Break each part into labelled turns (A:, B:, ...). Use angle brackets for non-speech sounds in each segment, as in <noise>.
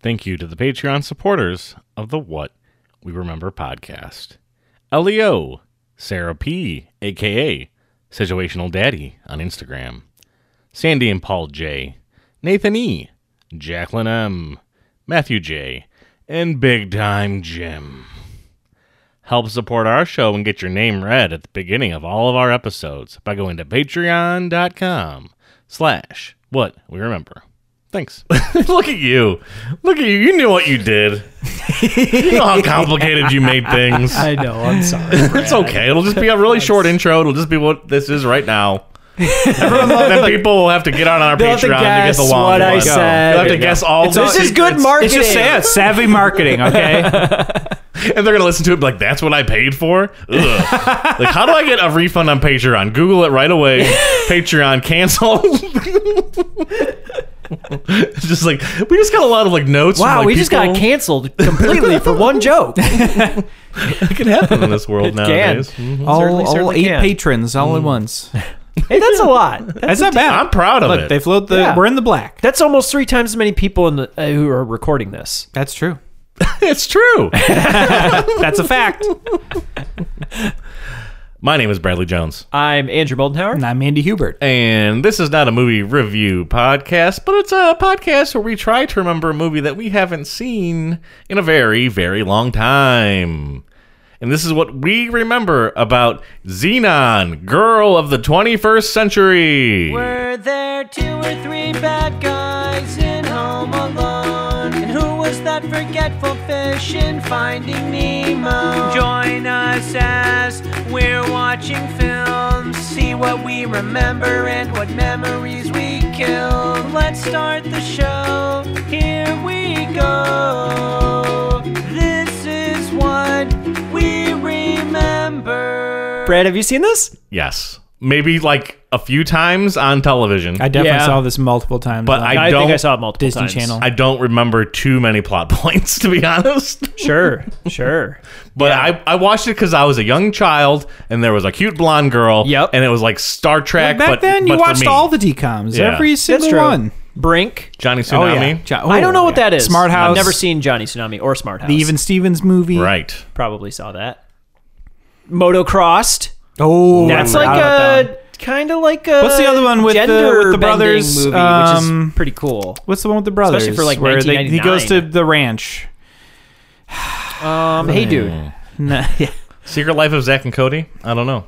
A: Thank you to the Patreon supporters of the What We Remember podcast Elio, E Sarah P., aka Situational Daddy on Instagram, Sandy and Paul J., Nathan E., Jacqueline M., Matthew J., and Big Time Jim. Help support our show and get your name read at the beginning of all of our episodes by going to patreon.com slash what we remember. Thanks. <laughs> Look at you. Look at you. You knew what you did. you know how complicated you made things. <laughs>
B: I know. I'm sorry.
A: It's okay. It'll just be a really short intro. It'll just be what this is right
B: <laughs>
A: now. Everyone, then people will have to get on our
B: They'll
A: Patreon to,
B: have to
A: get the
B: guess
A: long
B: what I
A: one.
B: said.
A: You'll have
B: There
A: to
B: you
A: guess all <laughs>
B: This is good marketing.
C: It's just yeah, savvy marketing. Okay,
A: and they're gonna listen to it and be like that's what I paid for. Ugh. like how do I get a refund on Patreon? Google it right away.
B: <laughs>
A: Patreon cancel. <laughs> It's just like we just got a lot of like notes.
B: Wow,
A: from, like,
B: we just got
A: people.
B: canceled completely for one joke. <laughs>
A: It can happen in this world nowadays.
C: all,
B: Certainly,
C: all
B: certainly
C: eight
B: can.
C: patrons all at <laughs> once.
B: Hey, that's a lot. <laughs> That's,
C: That's not bad.
A: I'm proud of
C: Look,
A: it.
C: they float the.
B: Yeah.
C: We're in the black.
B: that's almost three times as many people in the, uh, who are recording this.
C: That's true.
A: <laughs> It's true.
C: That's a fact.
A: My name is Bradley Jones.
B: I'm Andrew Moldenhauer.
C: and <laughs> I'm Andy Hubert.
A: And this is not a movie review podcast, but it's a podcast where we try to remember a movie that we haven't seen in a very, very long time. And this is what we remember about Xenon, Girl of the 21st Century.
B: Were there two or three bad guys in Home Alone? And who was that forgetful fish in Finding Nemo? Join us as we're watching films. See what we remember and what memories we kill. Let's start the show. Here we go. This is what we remember. Brad, have you seen this?
A: Yes. Maybe like a few times on television.
C: I definitely
B: Yeah.
C: saw this multiple times.
A: But
C: on
A: I-
B: I think
A: don't-
B: I saw it multiple
C: Disney
B: times.
C: Channel.
A: I don't remember too many plot <laughs> points, to be honest.
B: Sure, sure.
A: But I, I watched it because I was a young child and there was a cute blonde girl.
B: Yep.
A: And it was like Star Trek.
C: back
A: but,
C: then,
A: but
C: you
A: for
C: watched
A: me.
C: all the DComs,
A: Yeah.
C: every single
B: That's true.
C: one.
B: Brink.
A: Johnny Tsunami.
C: Oh, yeah. Jo- oh,
B: I don't know what
C: yeah.
B: that is.
C: Smart House.
B: I've never seen Johnny Tsunami or Smart House.
C: the Even Stevens movie.
A: Right.
B: probably saw that. Motocrossed.
C: Oh,
B: That's
C: I forgot
B: like
C: about that
B: a
C: one.
B: kind of like a
C: What's the other one with the- with the
B: gender-bending
C: brothers?
B: movie, which
C: Um,
B: is pretty cool.
C: What's the one with the brothers?
B: Especially for, like,
C: where they, he goes to
B: 1999.
C: the ranch.
B: Um, hey
C: Hmm.
B: dude, <laughs>
C: Nah, yeah.
A: Mm. Secret Life of Zack and Cody. I don't know.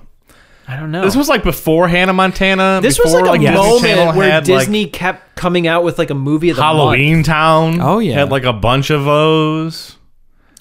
B: I don't know.
A: This was like before Hannah Montana.
B: Oh. This was
A: before,
B: like a
A: Disney Channel
B: moment where
A: had, like,
B: Disney kept coming out with like a movie of the month.
A: Halloween Town.
C: Oh, yeah.
A: had like a bunch of those.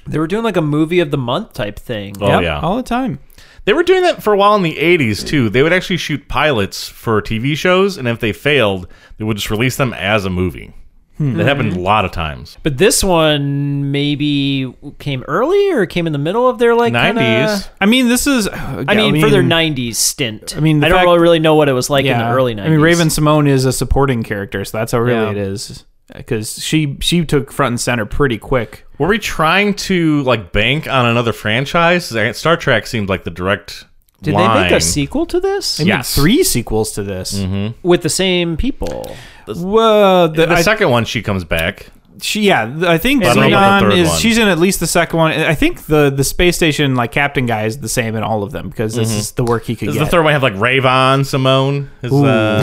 B: They were doing like a movie of the month type thing.
A: Oh
C: Yep,
A: yeah,
C: all the time.
A: they were doing that for a while in the '80s too. They would actually shoot pilots for TV shows, and if they failed, they would just release them as a movie. That happened a lot of times.
B: But this one maybe came early or came in the middle of their like kinda-
A: '90s.
C: I mean, this is.
B: I mean, for their '90s stint. I
C: mean,
B: mean,
C: the
B: I don't
C: fact-
B: really, really know what it was like in the early '90s.
C: I mean, Raven Simone is a supporting character, so that's how really
B: Yeah.
C: it is. Because she she took front and center pretty quick.
A: Were we trying to like bank on another franchise? Star Trek seemed like the direct.
B: Did they make
A: line.
B: a sequel to this
C: They made
A: Yes.
C: three sequels to this.
A: Mm-hmm.
B: with the same
C: <laughs>
B: people?
C: Whoa, the,
A: The
C: I-
A: second one, she comes back.
C: she, yeah, th- I think
A: But I don't know about the
C: Xenon
A: third
C: is
A: one.
C: she's in at least the second one. And I think the the space station like captain guy is the same in all of them because
A: Mm-hmm.
C: this is the work he could
A: Does
C: get.
A: the third one have like Ravon Simone? Is, uh,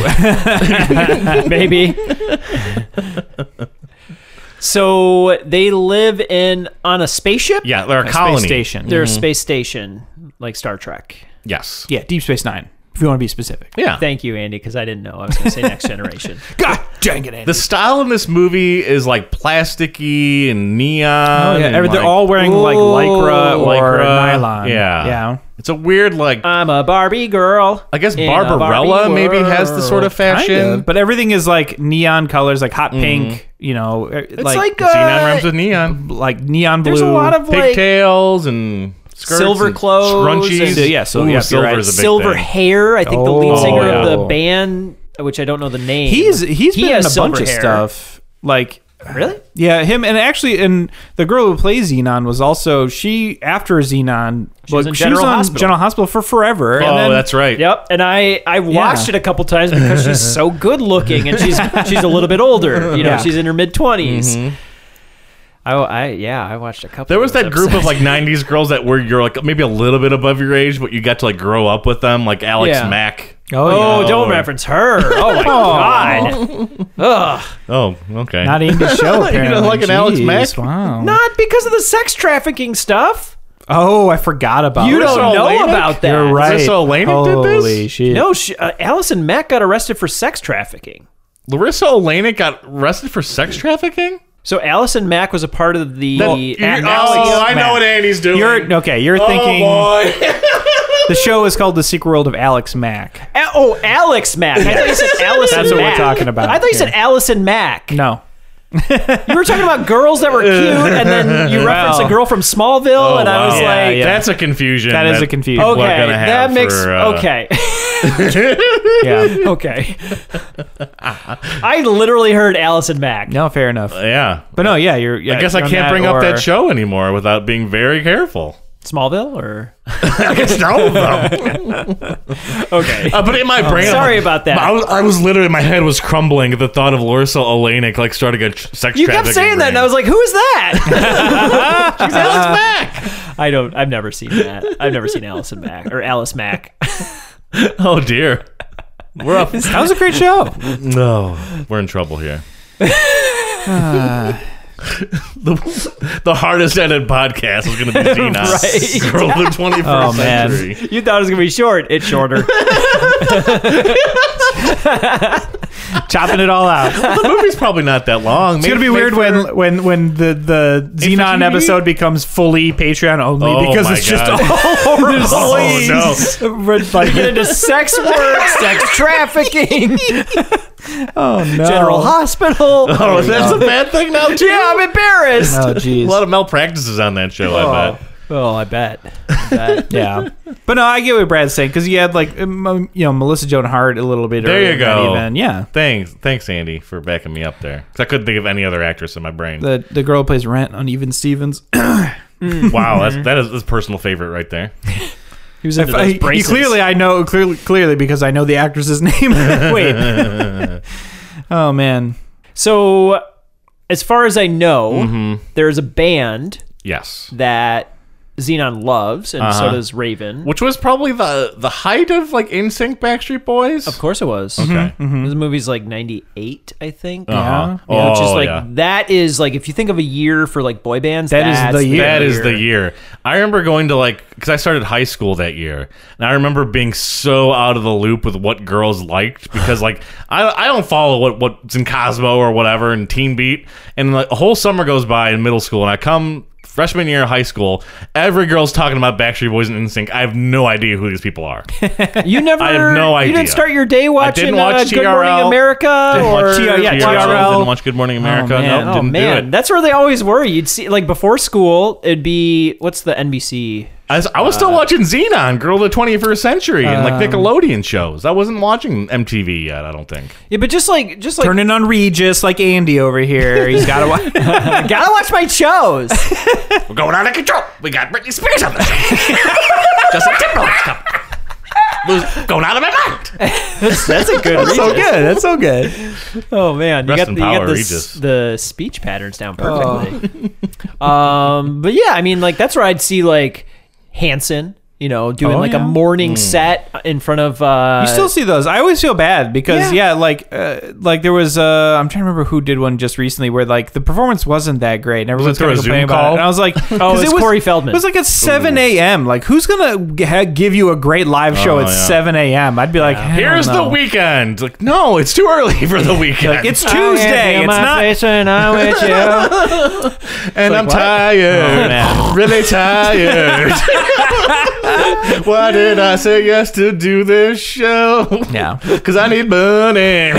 B: Maybe. <laughs> so they live in on a spaceship.
A: <laughs> yeah,
C: <laughs>
A: they're a,
C: Space
A: colony.
C: station.
B: they're a space station like Star Trek.
A: Yes.
C: yeah, Deep Space Nine. If you want to be specific.
A: Yeah.
B: Thank you, Andy, because I didn't know. I was going to say Next
C: <laughs>
B: Generation.
C: God dang it! Andy.
A: the style in this movie is like plasticky and neon.
C: Oh, yeah,
A: and,
C: every- they're
A: like,
C: all wearing like
B: Ooh,
C: lycra or
A: lycra.
C: nylon.
A: Yeah.
C: yeah.
A: It's a weird like.
B: I'm a Barbie girl.
A: I guess
B: in a Barbie
A: Barbarella maybe has the sort of
B: world.
A: fashion.
C: Kind of, but everything is like neon colors, like hot pink. You know, it's
B: Mm-hmm. It's like,
C: like
B: uh,
A: Xenon E rhymes with neon.
C: like neon blue.
B: there's a lot of like
A: Pigtails and skirts
B: Silver
A: and
B: clothes
A: scrunchies.
B: and-
C: Yeah, so,
A: Ooh,
C: yeah,
A: silver
C: you're right.
A: is a big
B: silver
A: thing.
B: hair. I think the
C: Oh,
B: lead singer
A: yeah.
B: of the band, which I don't know the name.
C: he's he's
B: he
C: been
B: has
C: in a bunch
B: silver
C: of
B: hair.
C: stuff. Like
B: Really?
C: yeah, him and actually, and the girl who plays Xenon was also she after Xenon. She
B: was in General
C: on
B: Hospital.
C: General Hospital for forever.
A: Oh,
C: and then,
A: that's <laughs> right.
B: Yep, and I I watched it a couple times because she's so good looking, and she's she's a little bit older. You know,
C: Yeah.
B: she's in her mid 20s I, I yeah, I watched a couple.
A: There was
B: those
A: that group of
B: episodes.
C: <laughs>
A: like '90s girls that were you're like maybe a little bit above your age, but you got to like grow up with them, like Alex
B: Yeah.
A: Mack.
B: Oh, don't reference her. Oh my
C: Oh.
B: god. Ugh.
A: Oh, okay.
B: e-
C: Not aimed at show, <laughs>
A: You
C: apparently.
A: don't like an Alex
C: Jeez,
A: Mack?
C: Wow.
B: Not because of the sex trafficking stuff.
C: Oh, I forgot about
B: You
C: it.
B: don't know
A: Olenek?
B: about that.
C: You're right.
A: Larissa Olenek did
C: Holy
A: this?
C: shit.
B: No, she, uh, Allison Mack got arrested for sex trafficking.
A: Larissa Olenek got arrested for sex trafficking.
B: So Allison Mack was a part of the.
A: You-
B: at-
A: oh, I know what Andy's doing.
C: You're okay. You're thinking
B: <laughs>
A: Oh boy.
C: the show is called The Secret World of Alex Mack.
B: A- oh, Alex Mack. I thought you said Allison.
C: That's what we're
B: Mack.
C: talking about
B: I thought you said
C: here.
B: Allison Mack.
C: No.
B: You were talking about girls that were cute, and
A: <laughs>
B: then you referenced
C: Wow.
B: a girl from Smallville,
A: Oh,
B: and I was
A: wow.
B: like,
C: yeah.
A: that's a confusion.
C: That is a confusion.
A: we're
B: okay,
A: gonna have
B: that makes
A: for, uh,
B: okay, <laughs>
C: Yeah.
B: okay. I literally heard Allison Mack.
C: No, fair
A: <laughs>
C: enough.
A: yeah.
C: But no, yeah, you're. Yeah,
A: I guess I
C: you're on
A: can't
C: that
A: bring up
C: or-
A: that show anymore without being very careful.
B: Smallville, or
A: <laughs> I guess no, though.
B: <laughs> okay. Um,
A: Uh, but in my brain, I'm
B: Sorry
A: like-
B: about that.
A: I was, I was literally, my head was crumbling at the thought of Larissa Olenek like starting a tr- sex.
B: You kept saying that, and I was like, "Who is
A: <laughs>
B: that?" <laughs>
A: like, Alex Mack.
B: I don't. I've never seen that. I've never seen Allison Mack or
A: <laughs>
B: Alice Mack.
A: Oh dear, we're <laughs> up.
C: That was a great show.
A: No, we're in trouble
B: <laughs>
A: here. the, the hardest edit podcast is going
B: <laughs>
A: to be Dina.
B: Right.
A: Girl
B: <laughs>
A: of the 21st
C: Oh, man.
A: century.
B: You thought it was gonna be short. It's shorter.
C: Chopping it all out. It's
A: The movie's probably not that long. It's
C: gonna be weird when when when the the Xenon
A: TV?
C: episode becomes fully Patreon only
A: Oh,
C: because
A: my
C: it's
A: God.
C: just all
A: <laughs> Oh, no.
C: no. like,
B: Get into sex work,
C: <laughs>
B: sex trafficking,
C: oh no.
B: General Hospital.
A: <laughs>
C: <laughs>
A: Oh, that's a bad thing now, too?
B: Yeah, I'm embarrassed.
C: Oh
A: A
C: jeez.
A: lot of malpractices on that show, I bet.
B: Oh, I bet.
C: <laughs> yeah. But no, I get what Brad's saying because you had like um, you know Melissa Joan Hart a little bit.
A: There
C: earlier
A: you
C: in that
A: go.
C: Even. Yeah.
A: Thanks, thanks, Andy, for backing me up there. 'Cause I couldn't think of any other actress in my brain.
C: The the girl who plays Rent on Even Stevens. <clears throat>
A: wow, that's that is his personal favorite right there.
B: He was into those
C: I- you
B: braces.
C: clearly, I know clearly, clearly because I know the actress's <laughs> name. Wait. oh man.
B: So, as far as I know,
A: Mm-hmm.
B: there's a band
A: Yes,
B: that Xenon loves, and so
A: Uh-huh.
B: does Raven.
A: which was probably the the height of like NSYNC, Backstreet Boys.
B: Of course, Mm-hmm. it was.
C: Mm-hmm.
A: Okay. Mm-hmm.
B: This movie's like '98, I think.
A: Uh-huh.
B: You know,
A: Oh,
B: which is like
A: yeah.
B: that is like if you think of a year for like boy bands,
C: That is
B: that's
C: the year.
A: That is the year. I remember going to like because I started high school that year, and I remember being so out of the loop with what girls liked because like <laughs> I I don't follow what what's in Cosmo or whatever and Teen Beat, and like a whole summer goes by in middle school, and I come freshman year of high school, every girl's talking about Backstreet Boys and NSYNC. I have no idea who these people are.
B: You
A: <laughs>
B: never.
A: I have no
B: You
A: idea.
B: didn't start your day watching
A: didn't watch
B: uh, Good Morning
A: TRL.
B: America
A: Didn't
B: or
A: watch
C: yeah, TRL.
A: Didn't watch Good Morning America.
C: man.
A: Nope,
B: Oh
A: didn't do
B: man,
A: it.
B: that's where they always were. You'd see like before school, it'd be what's the NBC?
A: I was, I was
C: Uh,
A: still watching Xenon, Girl of the 21st Century, and like
C: Um,
A: Nickelodeon shows. I wasn't watching MTV yet, I don't think.
B: Yeah, but just like just like
C: Turning on Regis like Andy over here. He's got to watch.
B: I gotta watch
A: <laughs>
B: my shows.
A: We're going out of control. We got Britney Spears on the show. <laughs> Justin Timberlake's coming. Lose- going out of my mind.
B: That's a good.
C: so good. That's <laughs> so good.
B: Oh man, you
A: Rest
B: got,
A: in
B: the, you
A: power,
B: got the,
A: Regis.
B: s- the speech patterns down
C: Oh. <laughs>
B: perfectly. um, but yeah, I mean, like that's where I'd see like Hanson, you know, doing
C: Oh,
B: like
C: yeah.
B: a morning
A: Hmm.
B: set in front of. Uh,
C: You still see those. I always feel bad because
B: Yeah.
C: yeah, like uh, like there was uh I'm trying to remember who did one just recently where like the performance wasn't that great and everyone's
A: through
C: kind
A: a
C: of
A: Zoom
C: complaining about
A: call?
C: it. And I was like,
B: <laughs>
C: oh,
B: it's Corey Feldman.
C: It was like at 7 a.m. Like who's gonna g- ha- give you a great live show
A: Oh,
C: at
A: yeah.
C: 7 a.m. I'd be like, I don't
A: Here's the
C: know.
A: weekend. Like, no, it's too early <laughs> for the weekend.
C: Like, it's Tuesday. It's not.
B: and I'm
A: <laughs>
B: with you.
A: and I'm
C: what? Oh,
A: tired. <gasps>
C: man.
A: really
C: <laughs>
A: tired. Why did I say yes to do this show? <laughs>
C: Yeah.
A: Because I need money.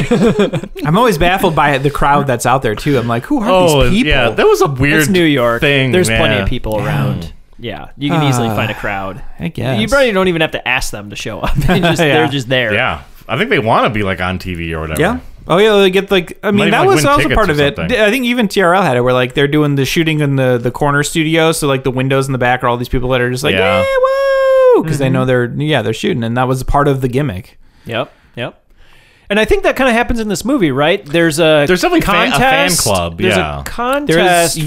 C: I'm always baffled by the crowd that's out there too. I'm like, who are <laughs> these people?
A: Oh, yeah, that was a weird
B: It's New York.
A: thing.
B: There's
A: yeah.
B: plenty of people around. Yeah, you can easily
C: Ah,
B: find a crowd.
C: I guess.
B: You probably don't even have to ask them to show up. <laughs>
C: <laughs>
B: They just,
C: Yeah.
B: They're just there.
A: Yeah, I think they want to be like on TV or whatever.
C: Yeah. Oh yeah, they get like I mean
A: even,
C: that
A: like,
C: was
A: win
C: that was a
A: tickets
C: part
A: or
C: of it.
A: something.
C: I think even TRL had it where like they're doing the shooting in the the corner studio, so like the windows in the back are all these people that are just like
A: Yeah.
C: yeah,
B: Mm-hmm.
C: woo, because they know they're yeah they're shooting, and that was part of the gimmick.
B: Yep. Yep. And I think that kind of happens in this movie, right? There's a
A: There's definitely fa- a fan
B: contest,
A: club,
B: There's
A: yeah.
B: a contest
C: There's-
B: to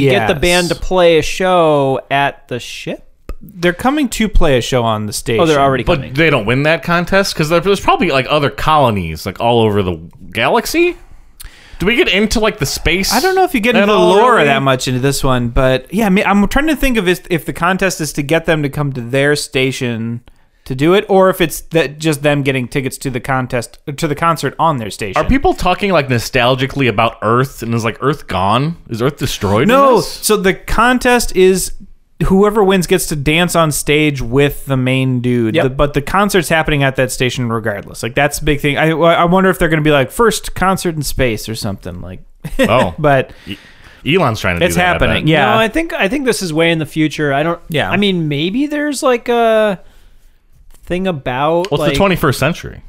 B: get
C: yes.
B: the band to play a show at the ship.
C: They're coming to play a show on the stage.
B: Oh, they're already coming.
A: But they don't win that contest because there's probably like other colonies like all over the galaxy. Do we get into like the space?
C: I don't know if you get
A: at
C: into the
A: all,
C: lore
A: really?
C: that much into this one, but yeah, I mean, I'm trying to think of if, if the contest is to get them to come to their station to do it, or if it's that just them getting tickets to the contest to the concert on their station.
A: Are people talking like nostalgically about Earth and is like Earth gone? Is Earth destroyed? in
C: no?
A: this?
C: <laughs> So the contest is whoever wins gets to dance on stage with the main dude.
B: Yep.
C: The- but the concert's happening at that station regardless. Like that's the big thing. I I wonder if they're going to be like first concert in space or something like.
A: Oh,
C: But
A: Elon's trying to.
C: It's
A: do that, I bet.
C: happening, yeah.
B: No, I think I think this is way in the future. I don't.
C: Yeah.
B: I mean, maybe there's like a thing about
A: Well, it's
B: like,
A: the 21st century.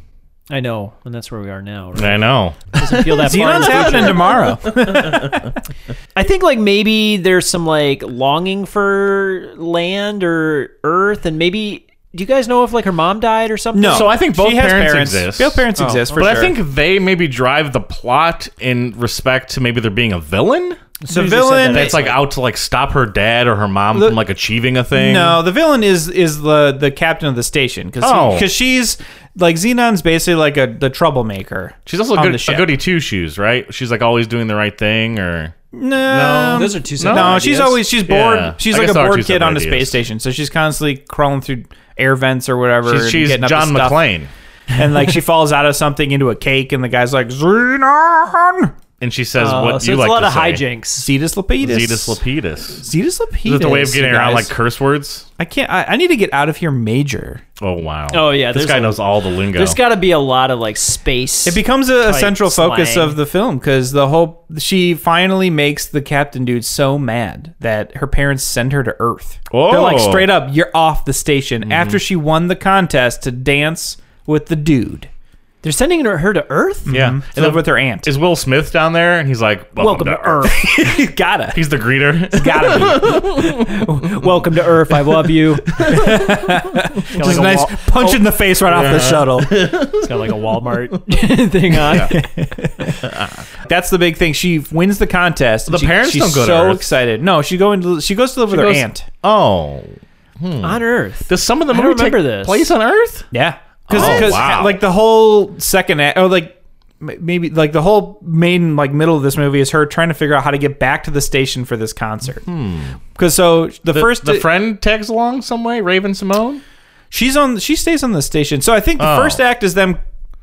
B: I know, and that's where we are now. Right?
A: I know.
B: Doesn't
A: <laughs>
B: feel that far. in the
C: Xenon's
B: future.
C: happening tomorrow.
B: I think like maybe there's some like longing for land or Earth, and maybe do you guys know if like her mom died or something?
C: No.
A: So I think
C: She
A: both
C: has
A: parents exist.
C: Both parents
B: Oh.
C: exist for
A: but
C: sure.
A: I think they maybe drive the plot in respect to maybe there being a villain
C: the
B: Susie said
C: villain.
B: that
A: that's like out to like stop her dad or her mom
C: The-
A: from like achieving a thing.
C: No, the villain is is the the captain of the station because
A: Oh.
C: she's like Xenon's basically like a the troublemaker.
A: she's also
C: on
A: a,
C: the
A: good, a
C: ship.
A: goody two shoes, right? She's like always doing the right thing, or
C: No,
B: Those are two
C: no,
B: separate ideas.
C: she's always she's bored.
A: Yeah.
C: She's
A: I
C: like
A: guess
C: a
A: there are
C: bored
A: two
C: kid
A: separate
C: on a
A: ideas.
C: space station, so she's constantly crawling through air vents or whatever.
A: she's,
C: and
A: she's
C: getting up to
A: John
C: stuff.
A: McClane,
C: and like
A: <laughs>
C: she falls out of something into a cake, and the guy's like Xenon,
A: and she says
B: Uh,
A: what
B: so
A: you
B: it's
A: like
B: a lot
A: to
B: of
A: say.
B: hijinks.
C: Zetus Lapidus,
A: Zetus Lapidus.
C: Zetus Lapidus.
A: Is it the way of getting
C: you
A: around like
C: guys.
A: curse words?
C: I can't. I, I need to get out of here, major.
A: Oh wow.
B: Oh, yeah,
A: This
B: there's
A: guy
B: a-
A: knows all the lingo.
B: There's got to be a lot of like space.
C: It becomes a, a
B: type
C: central focus
B: slang.
C: of the film because the whole she finally makes the captain dude so mad that her parents send her to Earth.
A: Oh. Mm-hmm.
C: They're like straight up, you're off the station after she won the contest to dance with the dude. Mm-hmm.
B: They're sending her, her to
A: <laughs>
B: Earth.
A: yeah. And
C: And
A: then
C: live with her aunt.
A: is Will Smith down there? And he's like,
B: Welcome to Earth.
C: You gotta,
A: He's the greeter.
C: gotta be
B: Welcome to Earth. I love you.
A: <laughs>
C: just
B: a
C: a nice
B: wall-
C: <laughs> punch in the face right off
A: <laughs>
C: the shuttle.
B: It's got like a Walmart <laughs> thing on.
C: That's the big thing. She wins the contest. and
A: The
C: she-
A: parents
C: she's
A: don't go to
C: so
A: Earth.
C: excited. No, she go into, she goes to live with her
A: goes-
C: aunt.
A: <laughs> Oh.
B: On Earth.
A: Does some of the
B: I don't
A: movie take
B: remember this.
A: place on Earth?
C: Yeah, because
A: Oh, wow.
C: like the whole second act, or like m- maybe like the whole main like middle of this movie is her trying to figure out how to get back to the station for this concert.
A: Hmm.
C: Because so the,
A: The,
C: first
A: the friend tags along some way, Raven Simone.
C: she's on she stays on the station. So I think the
A: Oh.
C: first act is them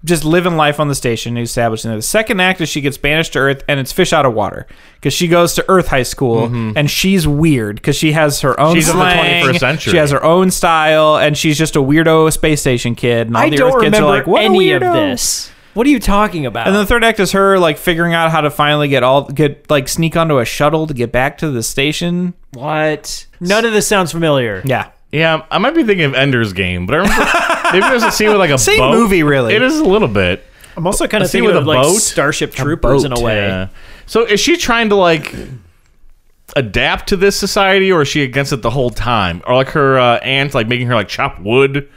C: just living life on the station, establishing there. The second act is she gets banished to Earth, and it's fish out of water because she goes to Earth High School, and she's weird because she has her own
A: Mm-hmm. She's of the
C: slang,
A: 21st century.
C: she has her own style, and she's just a weirdo space station kid. And all
B: I
C: the
B: don't
C: Earth kids
B: remember
C: are like, what a
B: any of
C: weirdo."
B: this. What are you talking about?
C: And then the third act is her like figuring out how to finally get all get like sneak onto a shuttle to get back to the station.
B: what? None of this sounds familiar.
C: Yeah.
A: Yeah, I might be thinking of Ender's Game, but I remember
C: <laughs>
A: maybe there's a scene with like a
C: Same
A: boat.
C: movie, really.
A: It is a little bit.
B: I'm also kind
A: A
B: of
A: scene
B: thinking
A: with
B: of
A: a
B: like
A: boat?
B: Starship Troopers in a way.
A: Yeah. So is she trying to like adapt to this society, or is she against it the whole time? Or like her uh, aunt, like making her like chop wood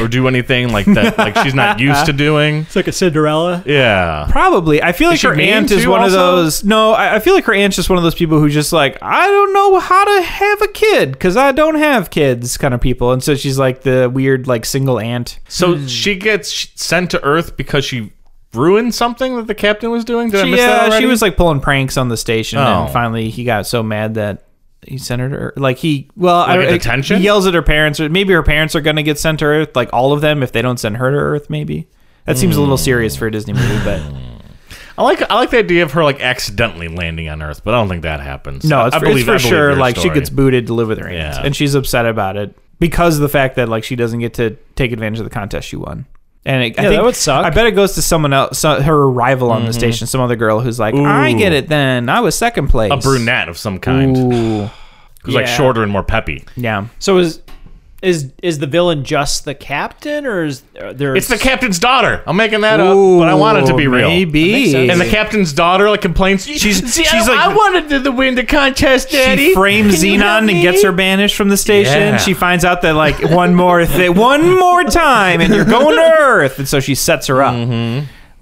A: or do anything like that, like she's not used to doing.
B: It's like a Cinderella.
A: Yeah.
C: Probably. I feel like
A: she
C: her
A: mean
C: aunt is
A: too,
C: one of
A: also?
C: those No, I, I feel like her aunt's just one of those people who just like, I don't know how to have a kid cuz I don't have kids kind of people. And so she's like the weird like single aunt.
A: So she gets sh- sent to Earth because she ruined something that the captain was doing. Did I miss that?
C: Yeah, she
A: already?
C: was like pulling pranks on the station
A: Oh.
C: and finally he got so mad that he sent her to Earth. Like he, well, I,
A: Like a
C: I-
A: detention?
C: He yells at her parents, or maybe her parents are going to get sent to Earth. Like all of them, if they don't send her to Earth, maybe that seems a little serious for a Disney
A: <laughs>
C: movie. But
A: I like I like the idea of her like accidentally landing on Earth, but I don't think that happens.
C: no,
A: I-
C: it's,
A: I
C: for,
A: believe-
C: it's for
A: I believe
C: sure.
A: your
C: Like she
A: story.
C: gets booted to live with her aunt,
A: Yeah.
C: and she's upset about it because of the fact that like she doesn't get to take advantage of the contest she won. And it, I
B: Yeah, that
C: think,
B: would suck.
C: I bet it goes to someone else, so- her rival on the station, some other girl who's like, "I
A: Mm-hmm. Ooh.
C: get it. Then I was second place."
A: a brunette of some kind,
C: Ooh.
A: who's like
B: Yeah.
A: shorter and more peppy.
C: Yeah.
B: So is is is the villain just the captain, or is are there?
A: It's the captain's daughter. I'm making that up, but I want it to be real.
C: Maybe.
B: sense.
A: And the captain's daughter like complains.
C: <laughs>
A: She's
C: she's like-
A: wanted to the- win the contest,
C: she frames
A: Can you help
C: Xenon and
A: me?"
C: gets her banished from the station.
A: Yeah.
C: She finds out that like one more thing, one more time, and you're going to Earth, and so she sets her up.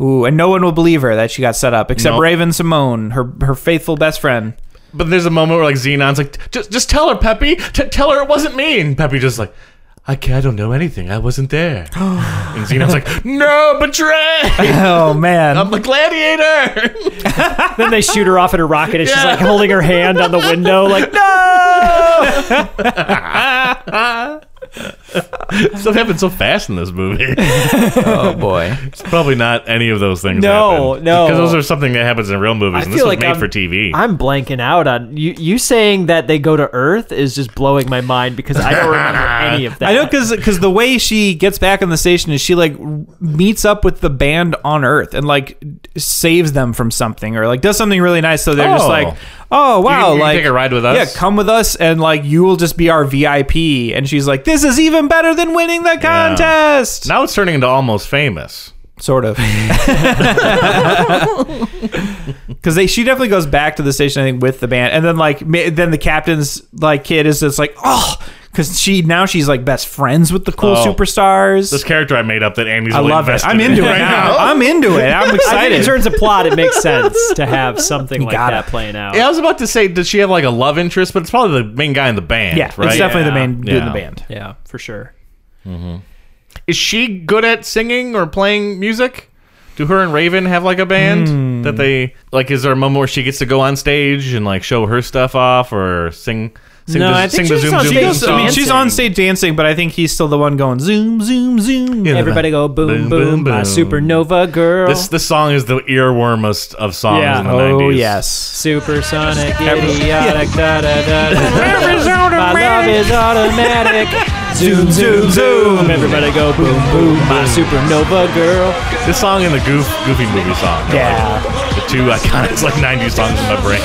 C: Ooh, and no one will believe her that she got set up except
A: Nope.
C: Raven Simone, her her faithful best friend.
A: But there's a moment where like Xenon's like, just just tell her, Peppy. T- tell her it wasn't me. And Peppy just like, I can't, I don't know anything. I wasn't
C: <gasps>
A: there. and Xenon's like, no, betray.
C: <laughs> Oh
A: <laughs>
C: man,
A: I'm the gladiator.
B: Then they shoot her off in a rocket, and she's
A: Yeah.
B: like holding her hand on the window, like
A: Stuff happened so fast in this movie.
C: oh boy.
A: It's probably not any of those things.
B: No,
A: happen.
B: no.
A: because those are something that happens in real movies. and this was made
B: I'm,
A: for TV.
B: I'm blanking out on you. You saying that they go to Earth is just blowing my mind because I don't
A: <laughs>
B: remember any of that.
C: I know because the way she gets back on the station is she like r- meets up with the band on Earth and like saves them from something or like does something really nice so they're just
A: Oh.
C: like oh wow
A: you can
C: like
A: take a ride with us?
C: yeah come with us and like you will just be our VIP and she's like this is even better than winning the contest
A: now it's turning into almost famous.
C: sort <laughs> of because they she definitely goes back to the station I think with the band and then like ma- then the captain's like kid is just like oh. Cause she now she's like best friends with the cool
A: Oh.
C: superstars.
A: This character I made up that Andy's
C: I
A: really
C: love it.
A: invested
C: I'm into
A: in
C: it
A: right
C: now. I'm into it.
A: <laughs>
B: I
C: I'm
B: think in
C: excited.
B: terms of plot, it makes sense to have something like
C: gotta.
B: that playing out.
A: Yeah, I was about to say, does she have like a love interest? But it's probably the main guy in the band.
C: Yeah,
A: right?
C: it's definitely the main dude in
A: Yeah.
C: the band.
B: Yeah, for sure.
A: Is she good at singing or playing music? Do her and Raven have like a band
C: Hmm.
A: that they like? Is there a moment where she gets to go on stage and like show her stuff off or sing? sing
B: No,
A: the,
B: I think
A: sing the
B: she's
A: zoom
B: on
A: zoom
B: stage
A: zoom
C: I mean,
A: song?
C: she's on stage dancing, but I think he's still the one going zoom, zoom, zoom.
A: Yeah.
B: Everybody go boom, boom,
A: Boom, boom, boom.
B: my supernova girl.
A: This this song is the earwormest of songs
B: Yeah.
A: in the
C: Oh
A: 90s.
C: yes.
B: <laughs> Supersonic, idiotic, da da da. <laughs> da. My love is automatic. Zoom, zoom, zoom. Everybody go boom, boom. My supernova girl.
A: This song and the goof goofy movie song. are,
B: Yeah.
A: like, the two iconic like '90s songs in my brain.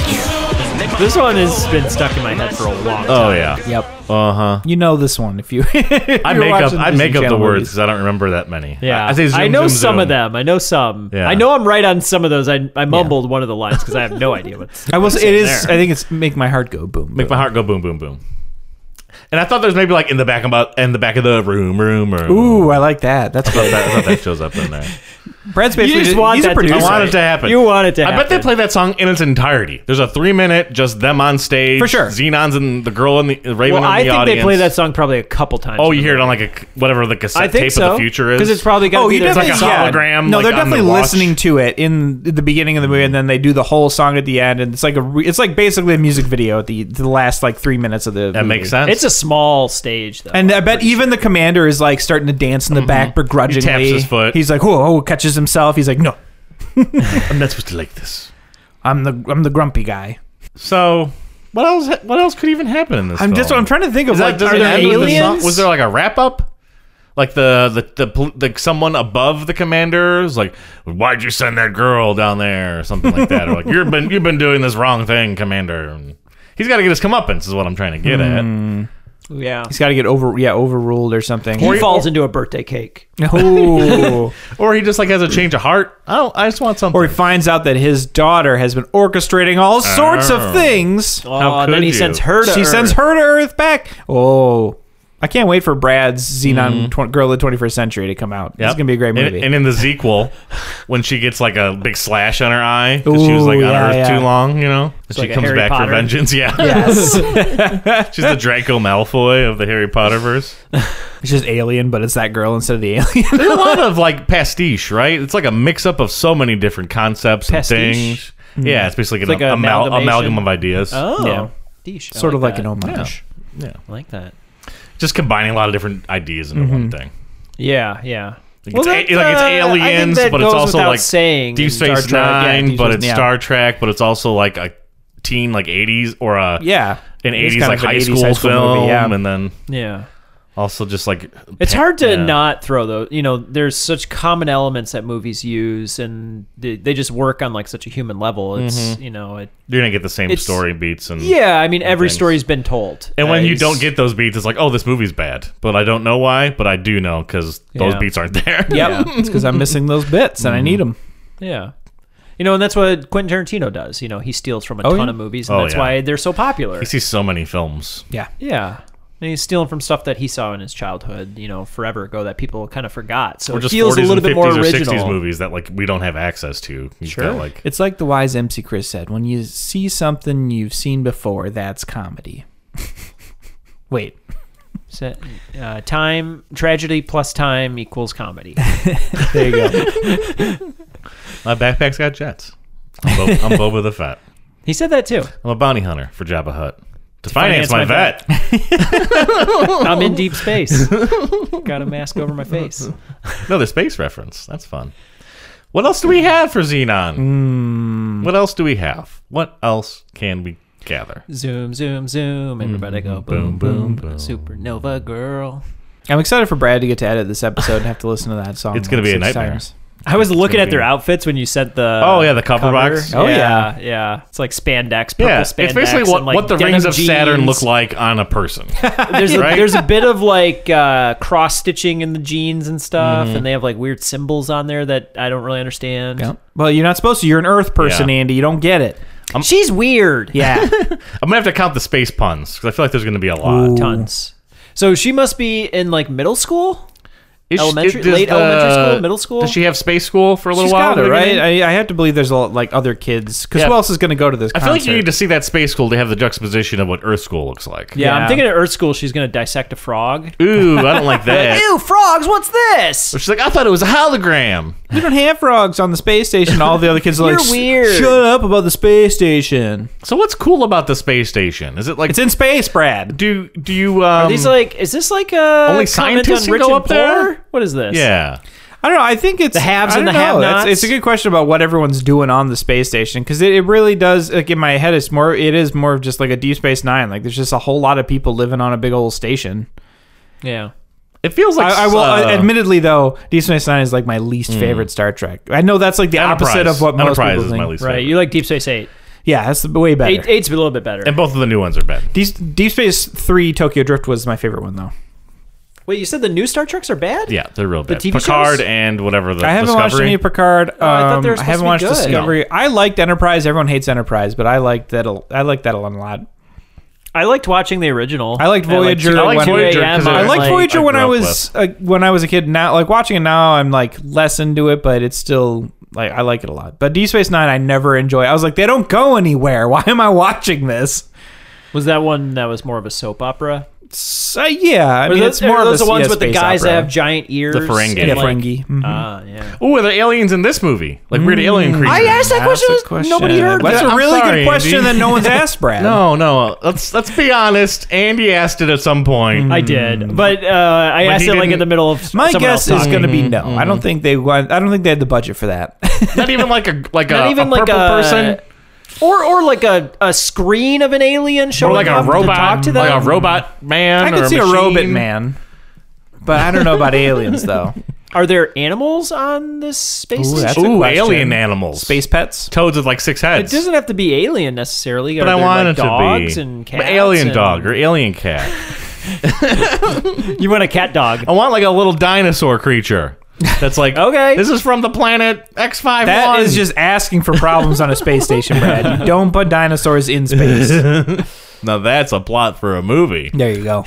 B: This one has been stuck in my head for a long time.
A: Oh yeah.
C: Yep.
A: Uh huh.
C: You know this one if you. <laughs>
A: I make up I make up the words because I don't remember that many.
B: Yeah,
A: I, I say zoom,
B: know
A: zoom,
B: some
A: zoom.
B: of them. I know some.
A: Yeah.
B: I know I'm right on some of those. I, I mumbled one of the lines because I have no idea
A: <laughs>
B: what's.
C: I was. It is.
B: there.
C: I think it's make my heart go boom.
A: Make my heart go boom, boom, boom. And I thought there's maybe like in the back about in the back of the room, room, room.
C: Ooh, I like that. That's
A: I
C: good.
A: thought, I thought that shows up in there.
C: Brad's
B: <laughs> You
C: basically.
B: just
C: he's
B: want that
C: a
B: to
C: producer.
A: I want
B: right.
A: it to happen.
B: You want it to
A: I bet they
B: happen.
A: play that song in its entirety. There's a three minute just them on stage
C: For sure.
A: Xenon's and the girl and the Raven and
B: Well, I
A: the
B: think
A: audience.
B: they play that song probably a couple times.
A: Oh, you hear it on like a whatever the cassette
B: I think
A: tape
B: so
A: of the future is
B: because it's probably got.
C: Oh, you
B: there's like
C: definitely
B: a
A: yeah.
B: song.
A: hologram,
C: No,
A: like,
C: they're
A: on the
C: definitely
A: watch.
C: listening to it in the beginning of the movie, and then they do the whole song at the end, and it's like a re- it's like basically a music video at the the last like three minutes of the.
A: that
C: movie.
A: makes sense.
B: It's a small stage though.
C: And I bet even the commander is like starting to dance in the back begrudgingly.
A: He taps his foot.
C: He's like, whoa, oh, catches himself. He's like, no,
A: I'm not supposed to like this.
C: I'm the I'm the grumpy guy.
A: So what else? What else could even happen in this?
C: I'm
A: film?
C: just I'm trying to think of
A: Is
C: like
A: that, does
C: are
A: it
C: there
A: end with the song?
C: aliens?
A: Was there like a wrap up? Like the the the, pol- the someone above the commanders, like why'd you send that girl down there or something like that, or like you've been you've been doing this wrong thing, commander. And he's got to get his comeuppance, is what I'm trying to get
C: Hmm.
A: at.
B: yeah,
C: He's got to get over yeah overruled or something.
B: he falls into a birthday cake.
C: <laughs> Ooh.
A: Or he just like has a change of heart. I don't. I just want something.
C: or he finds out that his daughter has been orchestrating all sorts
A: Oh.
C: of things.
A: How
B: oh, and then
A: could
B: he
A: you?
B: sends her. To
C: she
B: Earth.
C: sends her to Earth back. Oh, I can't wait for Brad's Xenon tw- Girl of the 21st Century to come out. It's
A: Mm-hmm. Yep.
C: gonna be a great
A: And-
C: movie.
A: And, in the sequel, when she gets like a big slash on her eye, 'cause she was
C: Ooh,
A: like on
C: yeah,
A: Earth
C: yeah.
A: too long, you know, and she
B: like a
A: comes
B: Harry
A: back
B: Potter.
A: for vengeance. Yeah,
C: <laughs>
A: <laughs>
C: yes,
A: she's the Draco Malfoy of the Harry Potter verse.
C: it's just alien, but it's that girl instead of the <laughs> alien.
A: There's a lot of like pastiche, right? It's like a mix up of so many different concepts and
B: Pastiche?
A: things.
C: Mm-hmm.
A: Yeah, it's basically an
B: like an
A: amal-
B: amalgamation.
A: amalgam of ideas.
B: Oh,
C: Yeah.
B: Deesh, I
C: sort of like
B: that.
C: an homage.
B: I like that.
A: Just combining a lot of different ideas into one
C: Mm-hmm.
A: thing.
B: Yeah, yeah. uh,
A: It's a- like it's aliens, but it's also like
B: saying
A: Deep
B: Star
A: Space
B: Trek, yeah,
A: Nine,
C: Deep
A: but
C: Space-
A: it's
C: yeah.
A: Star Trek, but it's also like a teen like 80s or a
C: Yeah,
A: an
C: It's
A: 80s
C: kind
A: like
C: of an
A: high,
C: 80s
A: school film,
C: movie, yeah.
A: and then
B: Yeah.
A: also just like
B: It's
A: pa-
B: hard to
A: yeah.
B: not throw those. You know, there's such common elements that movies use, and they, they just work on like such a human level. It's
A: Mm-hmm.
B: you know, it,
A: You're gonna get the same
B: It's-
A: story beats and
B: yeah. I mean, every
A: things.
B: story's been told,
A: And when
B: Uh,
A: you
B: it's-
A: don't get those beats, it's like, oh, this movie's bad. But I don't know why, but I do know because those
B: Yeah.
A: beats aren't <laughs> there.
C: Yep, <laughs> it's because I'm missing those bits and I need
A: Mm-hmm.
C: them.
B: <laughs> yeah. You know, and that's what Quentin Tarantino does. You know, he steals from a
C: Oh,
B: ton
C: yeah.
B: of movies, and
A: Oh,
B: that's
A: yeah.
B: why they're so popular.
A: I see so many films.
C: Yeah,
B: Yeah. And he's stealing from stuff that he saw in his childhood, you know, forever ago that people kind of forgot. So
A: Or
B: it
A: just
B: feels
A: 40s
B: a little
A: and
B: bit
A: 50s
B: more
A: or
B: original.
A: 60s movies that like we don't have access to. You've
B: Sure.
A: got, like
C: It's like the wise MC Chris said when you see something you've seen before, that's comedy. <laughs> Wait.
B: So, uh, time tragedy plus time equals comedy. <laughs>
C: There you go.
A: <laughs> my backpack's got jets. I'm,
B: <laughs>
A: Bo- I'm Boba the Fett.
B: he said that too.
A: I'm a bounty hunter for Jabba Hutt to,
B: finance
A: finance,
B: my
A: my vet.
B: I'm in deep <laughs> space. Got a mask over my face.
A: Another space reference. That's fun. What else do we have for Xenon?
C: Hmm.
B: Hmm.
A: What else do we have? What else can we gather?
B: Zoom, zoom,
A: Mm-hmm.
B: zoom. Everybody go boom, boom, boom. Supernova girl.
C: I'm excited for Brad to get to edit this episode and have to listen to that song.
A: It's gonna be
C: like
A: a
C: six
A: nightmare.
C: times.
B: I was looking
A: gonna
B: at their
A: be-
B: outfits when you sent the.
A: Oh, yeah, the cover box.
C: Oh,
B: yeah, yeah. It's like spandex, purple
A: Yeah, it's
B: spandex.
A: basically what,
B: and, like,
A: what the
B: denim
A: rings of Saturn
B: jeans.
A: look like on a
B: <laughs>
A: person.
B: There's a,
A: right?
B: there's a bit of like uh, cross stitching in the jeans and stuff,
A: Mm-hmm.
B: and they have like weird symbols on there that I don't really understand.
C: Yeah. Well, you're not supposed to. You're an Earth person,
A: Yeah.
C: Andy. You don't get it.
B: She's weird.
A: <laughs>
C: Yeah.
A: I'm gonna have to count the space puns because I feel like there's gonna be a lot.
B: tons. So she must be in like middle school.
A: Is she-
B: Elementary-
A: does
B: late elementary school, middle school?
A: Does she have space school for a little
C: She's
A: while?
C: got it,
A: maybe?
C: right? I, I have to believe there's a lot like other kids because
A: Yeah.
C: who else is going to go to this?
A: I feel like you need to see that space school to have the juxtaposition of what Earth school looks like.
B: Yeah,
C: Yeah.
B: I'm thinking at Earth school she's gonna dissect a frog.
A: Ooh, I don't
B: <laughs>
A: like that.
B: Ew, frogs! What's this?
A: She's like, I thought it was a hologram.
C: You don't have frogs on the space station. All the other
A: <laughs>
C: kids are like,
B: You're
C: "Sh-
B: weird."
C: Shut up about the space station.
A: So what's cool about the space station? Is it like
C: It's in space, Brad.
A: do do you um,
B: These like, is this like a
A: Only
B: comment
A: scientists
B: on
A: can
B: rich
A: go
B: and
A: up there?
B: poor? What is this?
A: yeah
C: I don't know. I think it's the
B: haves and the have-nots.
C: It's, it's a good question about what everyone's doing on the space station because it, it really does. Like in my head, it's more. It is more of just like a Deep Space Nine. Like there's just a whole lot of people living on a big old station.
B: yeah.
A: it feels like
C: I, I will
A: uh,
C: admittedly though, Deep Space Nine is like my least favorite Star Trek. I know that's like the
A: Enterprise.
C: opposite of what most
A: Enterprise
C: people
A: is
C: think.
A: my least
B: Right,
A: favorite.
B: you like Deep Space Eight.
C: Yeah, that's the way better.
B: Eight eight's a little bit better.
A: and both of the new ones are bad.
C: Deep, Deep Space Three Tokyo Drift was my favorite one though.
B: Wait, you said the new Star Treks are bad?
A: Yeah, they're real bad.
B: TV shows?
A: Picard and whatever the
C: I haven't watched
A: Discovery.
C: any Picard. Um,
B: Oh, I thought
C: I,
B: they were supposed to
C: haven't
B: be
C: watched
B: good.
C: Discovery. I liked Enterprise. Everyone hates Enterprise, but I liked that. a- I liked that a lot.
B: I liked watching the original.
C: I liked Voyager
B: I
C: I
B: liked
C: liked
B: 2
A: Voyager
B: AM,
A: 'cause it
B: I
C: I
A: was
B: liked
C: liked
A: like-
C: Voyager
A: I
C: when
A: grew
C: I
A: up
C: was uh, when I was a kid. Now, like watching it now, I'm like less into it, but it's still like I like it a lot. But Deep Space Nine, I never enjoy. I was like, they don't go anywhere. Why am I watching this?
B: Was that one that was more of a soap opera?
C: So, Uh, yeah, I
B: Or
C: mean,
B: those,
C: it's more
B: are
C: of
B: those
C: a,
B: the ones
C: yeah,
B: with the
C: space
B: guys
C: opera.
B: that have giant ears.
A: Ferengi.
B: and,
A: Yeah,
B: like-
C: Ferengi. Mhm.
B: Ah, yeah.
A: Ooh, are there aliens in this movie? Like
C: Mm.
A: weird alien creatures?
B: I asked that question.
C: That's a
B: was- Nobody heard
C: That's
B: that.
A: I'm
C: a really
A: sorry,
C: good question
A: Andy.
C: that
B: <laughs>
C: no one's asked, Brad.
A: No, no. Let's let's be honest. Andy asked it at some
C: Mm.
A: point.
B: I did, but uh, I asked
A: he
B: it like in
A: didn't-
B: the middle of
C: My
B: someone
C: guess
B: else
C: is
B: talking. Mm.
C: going to be no. I don't think they want. I don't think they had the budget for that. <laughs>
A: Not even like a like a,
B: not even
A: a
B: like
A: purple
B: a
A: person.
B: or or like a, a screen of an alien
A: Or
B: showing
A: like a
B: up
A: robot,
B: to talk to them.
A: like a robot man.
C: I
A: or
C: could see a
A: machine.
C: robot man, but I don't know about
B: <laughs>
C: aliens though.
B: Are there animals on this space?
C: Ooh,
B: station?
C: that's a
A: Ooh,
C: question.
A: alien animals.
C: Space pets.
A: toads with like six
B: It
A: heads.
B: doesn't have to be alien necessarily.
A: but I want
B: like
A: it
B: dogs
A: to be
B: and
A: But
B: cats.
A: alien
B: and-
A: dog or alien cat.
B: You want a cat dog?
A: I want like a little dinosaur creature. That's
C: <laughs>
A: like
B: Okay.
A: Oh. This is from the planet X five.
C: That is just asking for problems on a space station, Brad. You don't put dinosaurs
B: <laughs>
C: in space.
A: now that's a plot for a movie.
C: There you go.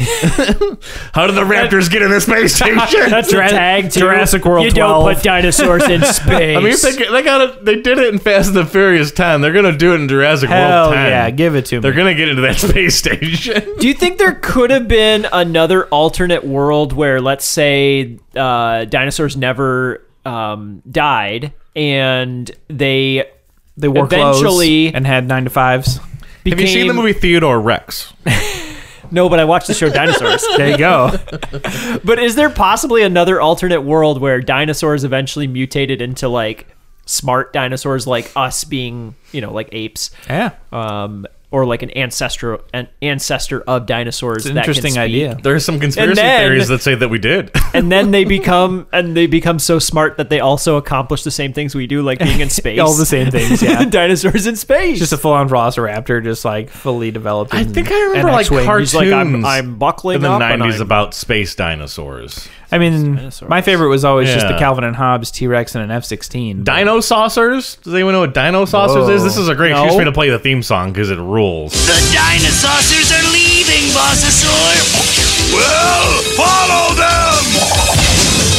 A: How did the Raptors get in the
B: <laughs>
A: space station?
B: <laughs> That's a tag to
C: Jurassic World
B: You
C: 12.
B: don't put
A: <laughs>
B: dinosaurs in space.
A: I mean, if they, get- they got it. They did it in Fast and the Furious Ten. They're gonna do it in Jurassic
C: Hell
A: World Ten.
C: yeah, give it to me.
A: They're gonna get into that <laughs> space station.
B: Do you think there could have been another alternate world where, let's say, uh, dinosaurs never um, died and they
C: they wore
B: Eventually-
C: clothes and had nine to fives.
B: became?
A: Have you seen the movie Theodore Rex?
B: No, but I watched the show Dinosaurs.
C: There you go.
B: but is there possibly another alternate world where dinosaurs eventually mutated into like smart dinosaurs, like us being, you know, like apes?
C: <laughs> Yeah,
B: um, or like an ancestor an ancestor of dinosaurs.
C: it's an
B: that can
C: interesting
B: speak.
C: idea.
A: There's some conspiracy
B: And then-
A: theories that say that we <laughs> did.
B: And then they become and they become so smart that they also accomplish the same things we do, like being in space.
C: All the same things.
B: <laughs>
C: Yeah,
B: dinosaurs in space.
C: just a full-on Velociraptor, just like fully developed.
A: I
C: and-
A: think I remember
C: an
A: like
C: X-wing.
A: cartoons
B: He's like I'm, I'm buckling
A: in the
B: up
A: '90s
B: And I'm,
A: about space dinosaurs,
C: I mean,
B: Dinosaurs.
C: my favorite was always just the
A: Yeah.
C: Calvin and Hobbes T Rex and an F sixteen.
A: dino saucers. Does anyone know what dino saucers
C: Whoa.
A: is? This is a great
C: No.
A: excuse for me to play the theme song because it rules.
D: The dinosaurs are leaving demonstrably? Well, follow them!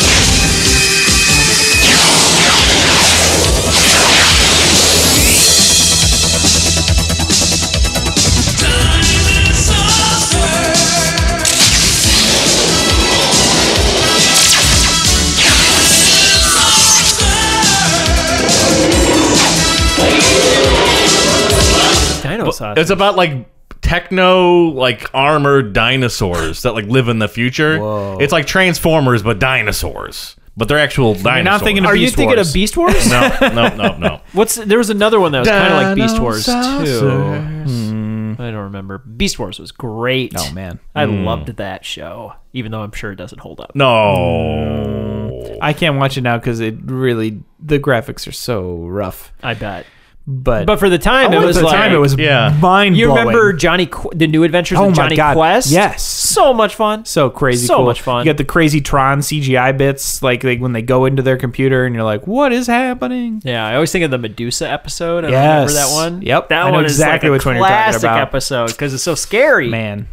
B: Dinosaurs.
A: It's about like techno like armored dinosaurs that like live in the future. It's like Transformers but dinosaurs. But they're actual dinosaurs.
C: not thinking of
B: Are you
C: Beast
B: thinking
C: Wars.
B: of Beast Wars?
A: No,
B: <laughs>
A: no, no, no.
B: What's there was another one that was kind of like Beast Wars too.
A: Dinosaurs.
B: Hmm. I don't remember. Beast Wars was great.
C: Oh man,
B: I loved that show, even though I'm sure it doesn't hold up.
A: No.
C: I can't watch it now because it really the graphics are so rough.
B: I bet.
C: But
B: But for the time,
C: Oh,
B: it was
C: at the
B: like
C: time it was
A: Yeah.
C: mind.
B: You remember Johnny Qu- the New Adventures
C: Oh
B: of
C: my
B: Johnny
C: God.
B: Quest?
C: Yes.
B: so much fun.
C: so crazy,
B: so
C: cool.
B: much fun.
C: You got the crazy Tron CGI bits, like, like when they go into their computer and you're like, what is happening?
B: Yeah, I always think of the Medusa episode. I don't
C: Yes.
B: remember that one.
C: Yep,
B: that
C: I know
B: one
C: exactly
B: is like a
C: which one you're talking
B: classic
C: about.
B: episode because it's so scary.
C: Man,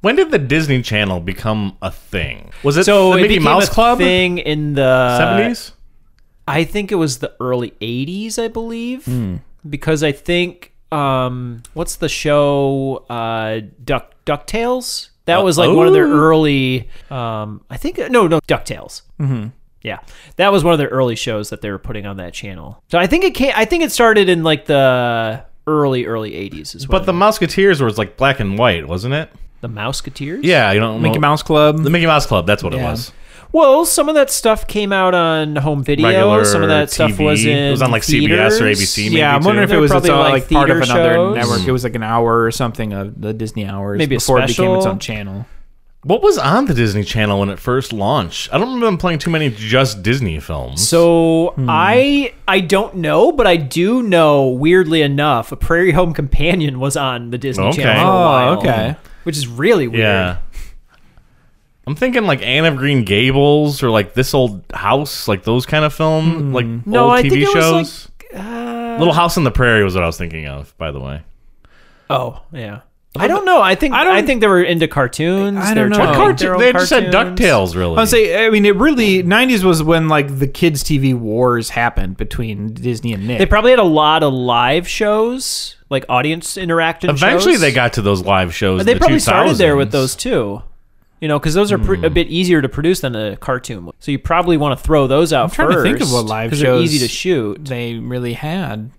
A: When did the Disney Channel become a thing? Was it
B: So
A: the
B: it
A: Mickey
B: became
A: Mouse
B: a
A: Club?
B: thing uh, in the
A: 70s?
B: I think it was the early '80s, I believe,
A: Hmm.
B: because I think um, what's the show uh, Duck Ducktales? That was like one of their
A: oh.
B: early. Um, I think no, no Ducktales. Mm-hmm. Yeah, that was one of their early shows that they were putting on that channel. So I think it came. I think it started in like the early early '80s as well.
A: But the Musketeers was like black and white, wasn't it?
B: the Mouseketeers.
A: Yeah, you don't
C: Mickey
A: know-
C: Mouse Club.
A: The Mickey Mouse Club, that's what it
C: Yeah.
A: was.
B: Well, some of that stuff came out on home video.
A: Regular
B: some of that stuff
A: TV.
B: was in.
A: It was on, like, CBS or
B: theaters.
A: ABC, maybe.
C: yeah, I'm
A: too.
C: wondering if it
B: They're
C: was its
B: probably
C: own,
B: like
C: like part of
B: theater
C: another
B: shows.
C: network. It was like an hour or something of the Disney hours
B: Maybe a
C: before it became its
B: special.
C: own channel.
A: What was on the Disney Channel when it first launched? I don't remember them playing too many just Disney films.
B: So
A: Hmm.
B: I I don't know, but I do know. Weirdly enough, a Prairie Home Companion was on the Disney
A: Okay.
B: Channel. For a
C: Oh,
B: while,
C: okay.
B: Which is really weird.
A: yeah. I'm thinking like Anne of Green Gables or like This Old House, like those kind of film,
C: Hmm.
A: like
B: No,
A: old
B: I
A: TV
B: think it was,
A: shows.
B: like, uh,
A: Little House on the Prairie was what I was thinking of, by the way.
B: Oh, yeah. I don't know. I think I,
C: don't-
B: think they were into cartoons.
C: I
B: They were
C: don't know.
B: trying to
C: What
B: make Oh, their own
A: They just said
B: cartoons.
A: DuckTales, really.
C: I would say, I mean, it really '90s was when like the kids' TV wars happened between Disney and Nick.
B: They probably had a lot of live shows, like audience interactive.
A: Eventually,
B: shows.
A: they got to those live shows. in
B: They
A: the
B: probably started there with
A: 2000s.
B: those too. You know, because those are
A: Hmm.
B: pre- a bit easier to produce than a cartoon. So you probably want to throw those out
C: trying to
B: first.
C: think of what live
B: 'cause they're
C: shows
B: easy to shoot.
C: they really had.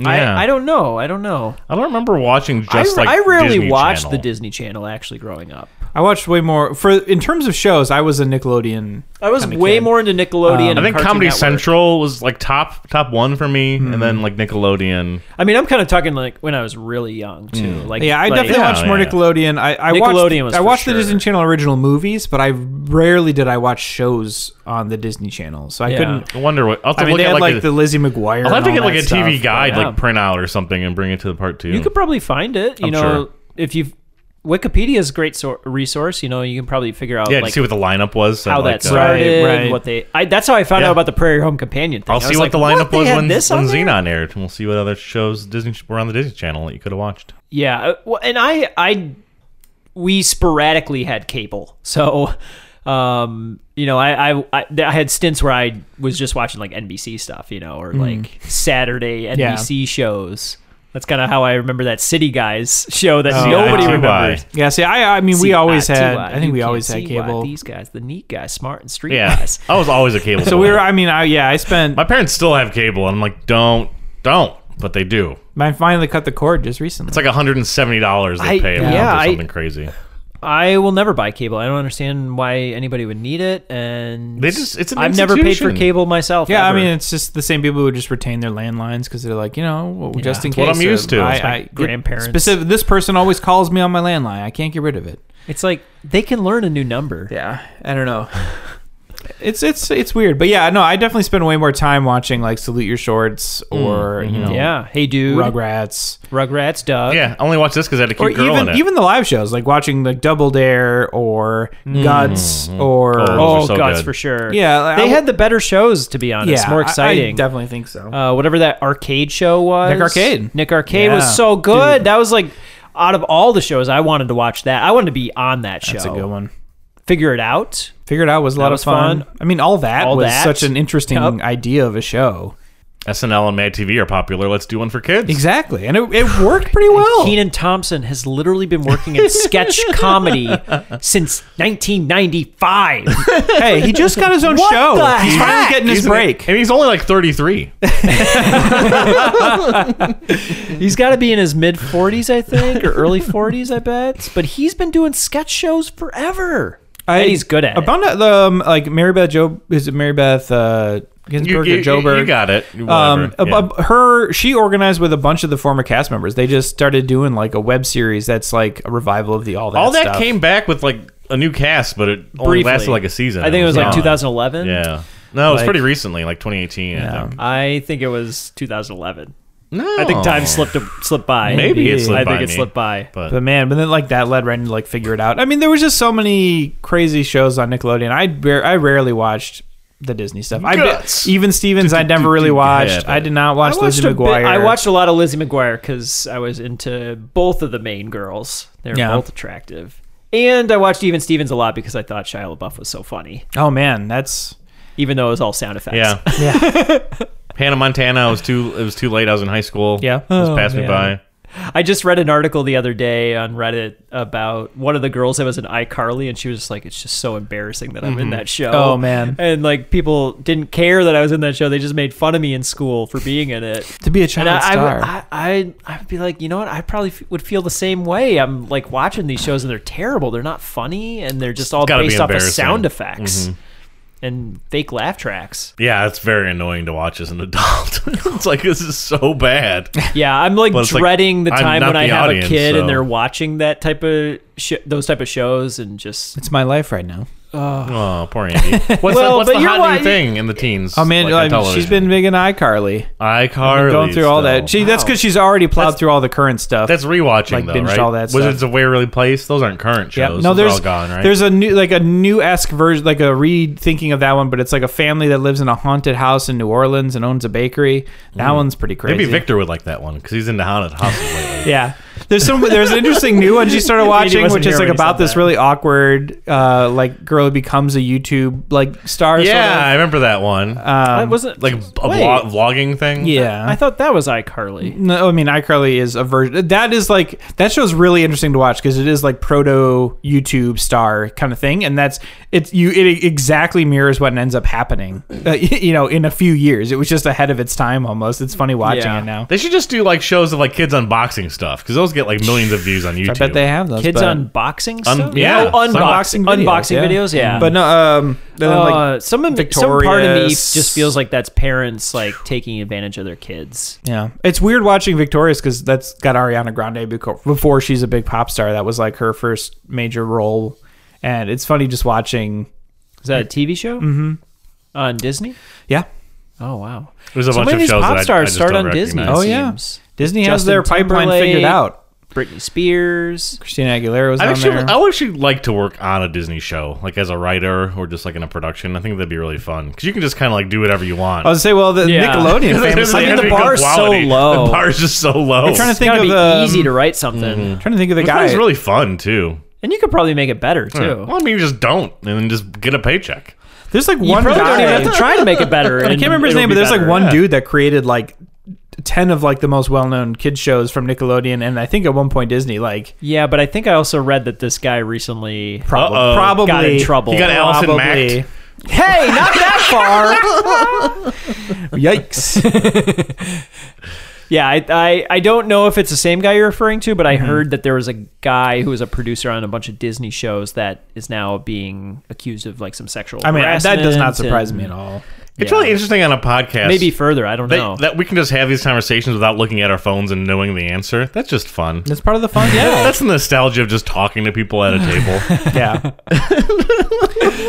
A: Yeah.
B: I, I don't know. I don't know.
A: I don't remember watching
B: I,
A: just like
B: I rarely
A: Disney
B: watched
A: Channel.
B: the Disney Channel actually growing up.
C: I watched way more for in terms of shows. I was a Nickelodeon.
B: I was
C: kinda
B: way
C: kid.
B: more into Nickelodeon. and
A: Um, I think
B: Cartoon
A: Comedy
B: Network.
A: Central was like top top one for me, and
C: Hmm.
A: then like Nickelodeon.
B: I mean, I'm kind of talking like when I was really young too. Like
C: Yeah, I
B: like-
C: definitely
A: Mm. Yeah,
C: watched more
A: yeah.
C: Nickelodeon. I, I
B: Nickelodeon
C: watched,
B: was
C: I
B: for
C: watched
B: sure.
C: the Disney Channel original movies, but I rarely did I watch shows on the Disney Channel, so I
B: Yeah.
C: couldn't.
A: I wonder what. I'll have to
C: Hmm. I mean,
A: look
C: they
A: at
C: had
A: like,
C: like,
A: a-
C: the Lizzie McGuire.
A: I'll have to
C: and
A: get
C: all
A: like a
C: that stuff,
A: TV
C: but-
A: guide,
B: yeah.
A: like printout or something, and bring it to the part two.
B: You could probably find it. You
A: I'm
B: know,
A: sure.
B: if you Wikipedia is a great so- resource. You know, you can probably figure out
A: yeah, to
B: like
A: see what the lineup was. and,
B: how
A: like,
B: that
A: uh,
B: started,
C: Right, right.
B: what they. I, that's how I found
A: Yeah.
B: out about the Prairie Home Companion thing.
A: I'll
B: I
A: see
B: was
A: what
B: like,
A: the lineup
B: They
A: was
B: had
A: when,
B: this on
A: when
B: there?
A: Xenon aired, and we'll see what other shows Disney were on the Disney Channel that you could have watched.
B: Yeah, uh, well, and I, I, we sporadically had cable, so, um, you know, I, I, I, I had stints where I was just watching like NBC stuff, you know, or
C: Mm.
B: like Saturday NBC shows. That's kind of how I remember that City Guys <laughs> show that nobody
A: yeah.
B: remembers.
C: Yeah, see, I, I mean, Oh, we always
A: uh,
B: CITY.
C: had. I
B: You
C: think we
B: can't
C: always had
B: see why
C: cable.
B: These guys, the neat guys, smart and street
A: Yeah,
B: guys.
A: <laughs> I was always a cable.
C: So we were. I mean, I yeah, I spent.
A: My parents still have cable, and I'm like, don't, don't, but they do.
C: I finally cut the cord just recently.
A: It's like 170 dollars
B: I-
A: they pay a month
B: yeah,
A: or
B: I-
A: something crazy.
B: I will never buy cable. I don't understand why anybody would need it, and
A: They just- it's an
B: I've never paid for
A: institution.
B: cable myself.
C: yeah, I
B: ever.
C: mean, it's just the same people who just retain their landlines because they're like, you know, well, just in
A: it's
C: case.
A: what I'm
C: uh,
A: used to.
C: I,
A: It's my
C: I-
B: grandparents.
C: Specific. This person always calls me on my landline. I can't get rid of it.
B: It's like they can learn a new number.
C: Yeah, I don't know. <laughs> It's it's it's weird, but yeah, no, I definitely spend way more time watching like Salute Your Shorts
A: Mm,
C: or
A: mm-hmm.
C: you know
B: Yeah. Hey, dude.
C: Rugrats
B: Rugrats, Doug.
A: Yeah, I only watched this because I had a cute
C: or
A: girl in
C: even
A: it.
C: even the live shows like watching like Double Dare or
A: Mm,
C: Guts
A: mm-hmm.
C: or
A: Those
B: Oh,
A: are so
B: Guts
A: good.
B: for sure.
C: Yeah, like,
B: they
C: I w-
B: had the better shows to be honest.
C: yeah,
B: more
C: I- I
B: exciting.
C: definitely think so.
B: uh, whatever that arcade show was.
C: Nick Arcade.
B: Nick Arcade
C: Yeah.
B: was so good.
C: Dude.
B: That was like. out of all the shows, I wanted to watch that. I wanted to be on that show.
C: That's a good one.
B: Figure it out.
C: Figured Out was a lot
B: was
C: of fun.
B: fun.
C: I mean, all that
B: All
C: was
B: That.
C: such an interesting
B: Yep.
C: idea of a show.
A: SNL and Mad TV are popular. Let's do one for kids.
C: Exactly. And <sighs> it, it worked pretty well.
B: Keenan Thompson has literally been working in sketch comedy since 1995.
C: <laughs> hey, he just got his own show.
B: the
C: He's finally
B: heck?
C: getting his
A: He's-
C: break.
A: And he's only like 33.
B: he's got to be in his mid 40s, I think, or early 40s, I bet. But he's been doing sketch shows forever.
C: I-
B: and he's good at it.
C: Upon the um, like Mary Beth Joe is it Mary Beth uh,
A: You,
C: Ginsburg
A: you,
C: or Joburg?
A: you got it. Whatever.
C: Um,
A: Yeah.
C: ab- ab- her she organized with a bunch of the former cast members. They just started doing like a web series that's like a revival of the all that.
A: All that
C: stuff.
A: came back with like a new cast, but it only
B: Briefly.
A: lasted like a season.
B: I think it was like
A: gone.
B: 2011.
A: Yeah. No, it was
C: Like-
A: pretty recently, like 2018. I think. Oh,
B: I think it was 2011.
A: No,
B: I think time slipped slipped by.
A: Maybe it slipped
B: I think
A: by
B: Oh. it
A: me.
B: slipped by.
A: But
C: But man, but then like that led right into like figure it out. I mean, there was just so many crazy shows on Nickelodeon. I bar- I rarely watched the Disney stuff. I
A: Guts.
C: even Stevens I never really watched.
A: yeah,
C: I did not watch Lizzie
B: a bit-
C: McGuire.
B: I watched a lot of Lizzie McGuire because I was into both of the main girls. They were
C: Yeah.
B: both attractive. And I watched Even Stevens a lot because I thought Shia LaBeouf was so funny,
C: Oh man, that's
B: even though it was all sound effects.
A: <laughs> yeah, Hannah Montana. I was too. It was too late. I was in high school.
C: Yeah.
A: it was
C: Oh,
A: passed me
C: man.
A: by.
B: I just read an article the other day on Reddit about one of the girls that was in iCarly, and she was just like, "It's just so embarrassing that I'm in that show."
C: Oh, man.
B: And like people didn't care that I was in that show; they just made fun of me in school for being in it.
C: to be a child
B: And I, I,
C: star.
B: would- I, I, I would be like, you know what? I probably f- would feel the same way. I'm like watching these shows and they're terrible. They're not funny and they're just all
A: gotta be
B: based off of
A: embarrassing.
B: sound effects and fake laugh tracks.
A: Yeah, it's very annoying to watch as an adult. <laughs> it's like this is so
C: <laughs>
A: bad.
B: Yeah, I'm like
A: But it's like,
B: dreading the
A: I'm
B: time
A: not
B: when I
A: the
B: have
A: audience,
B: a kid
A: so-
B: and they're watching that type of sh- those type of shows and just
C: it's my life right now.
A: oh, poor
C: <laughs>
A: Andy. What's the,
B: Well,
A: what's
B: but
A: the
B: you're
A: hot
B: wa-
A: new thing in the teens?
C: Oh man,
A: like, on
C: I mean, she's
A: television?
C: been big in iCarly.
A: iCarly
C: Going through all
A: still.
C: that. She that's because she's already plowed through all the current stuff.
A: That's rewatching
C: Like,
A: though,
C: binged
A: right?
C: all that stuff.
A: Wizards of Waverly Place. Those aren't current
C: Yeah,
A: shows.
C: no,
A: Those
C: there's
A: are all gone, right?
C: there's a new like a new esque version, like a rethinking of that one, but it's like a family that lives in a haunted house in New Orleans and owns a bakery.
B: Mm.
C: That one's pretty crazy.
A: Maybe Victor would like that one because he's into haunted houses
C: <laughs>
A: lately.
C: Yeah, there's some there's an interesting new one
B: <laughs>
C: she started watching,
B: wasn't
C: which is
B: here when
C: like
B: he
C: about
B: said
C: this
B: that.
C: really awkward uh like girl who becomes a YouTube like star.
A: yeah, I
C: sort
A: remember that one.
B: I
C: um,
B: wasn't
A: like a
B: wait.
A: vlog- vlogging thing.
C: of. Uh, yeah. Mm,
B: I thought that was iCarly.
C: No, I mean iCarly is a version that is like that show's really interesting to watch because it is like proto YouTube star kind of thing, and that's it's you it exactly mirrors what ends up happening, uh, <laughs> you know, in a few years. It was just ahead of its time almost. It's funny watching
B: Yeah.
C: it now.
A: They should just do like shows of like kids unboxing stuff because those get like millions of views on YouTube.
C: I bet they have those
B: Kids
C: but-
B: unboxing stuff.
A: yeah,
B: Oh, unboxing
C: unboxing videos,
B: unboxing videos. Yeah,
C: But no, um, then,
B: Uh,
C: like,
B: some of me- some part of me
C: Victorious.
B: just feels like that's parents like taking advantage of their kids.
C: Yeah, it's weird watching Victorious because that's got Ariana Grande beco- before she's a big pop star. That was like her first major role, and it's funny just watching.
B: Is that a TV show mm-hmm. on Disney?
C: Yeah,
B: Oh wow!
A: There's a
B: so
A: bunch
B: many
A: of
B: these
A: shows that I-
B: pop
A: I
B: stars
A: just
B: start
A: don't
B: on Disney.
A: recognize.
B: it
C: Oh, yeah.
B: seems.
C: Disney has
B: Justin
C: their pipeline
B: Timberlake,
C: figured out.
B: Britney Spears.
C: Christina Aguilera was
A: I
C: on
A: actually,
C: there.
A: I would actually like to work on a Disney show, like as a writer or just like in a production. I think that'd be really fun because you can just kind of like do whatever you want.
C: I was gonna say, well, the
B: Yeah.
A: <laughs>
C: Nickelodian famously.
B: I mean,
C: I'm
B: the
A: Everything
B: bar is so
A: quality.
B: low.
A: The bar is just so low.
C: I'm trying to
B: It's
C: think
B: gotta
C: of
B: be
C: the Mm-hmm.
B: easy to write something,
C: trying to think of the guy.
A: It's really fun too.
B: and you could probably make it better too.
A: Well, I mean, you just don't, and then just get a paycheck.
C: there's like
B: You
C: one
B: probably
C: guy.
B: don't even have to try to make it
C: <laughs>
B: better.
C: I can't remember his name, but there's like one
A: yeah.
C: dude that created like ten of like the most well-known kids shows from Nickelodeon, and I think at one point Disney. Like
B: Yeah, but I think I also read that this guy recently.
C: prob-
A: Uh-oh.
C: probably
B: Got in trouble.
A: He got Allison
C: Probably.
A: Mack.
C: Hey, not that far. Yikes.
B: Yeah, I, I I don't know if it's the same guy you're referring to, but
C: Mm-hmm.
B: I heard that there was a guy who was a producer on a bunch of Disney shows that is now being accused of like some sexual.
C: I mean, that does not surprise me at
B: all.
C: all.
A: It's really interesting on a podcast.
B: Maybe further, I don't
A: They-
B: know.
A: that we can just have these conversations without looking at our phones and knowing the answer. That's just fun.
C: That's part of the fun.
A: <laughs>
C: Yeah.
A: That's the nostalgia of just talking to people
B: <laughs>
A: at a table.
C: yeah.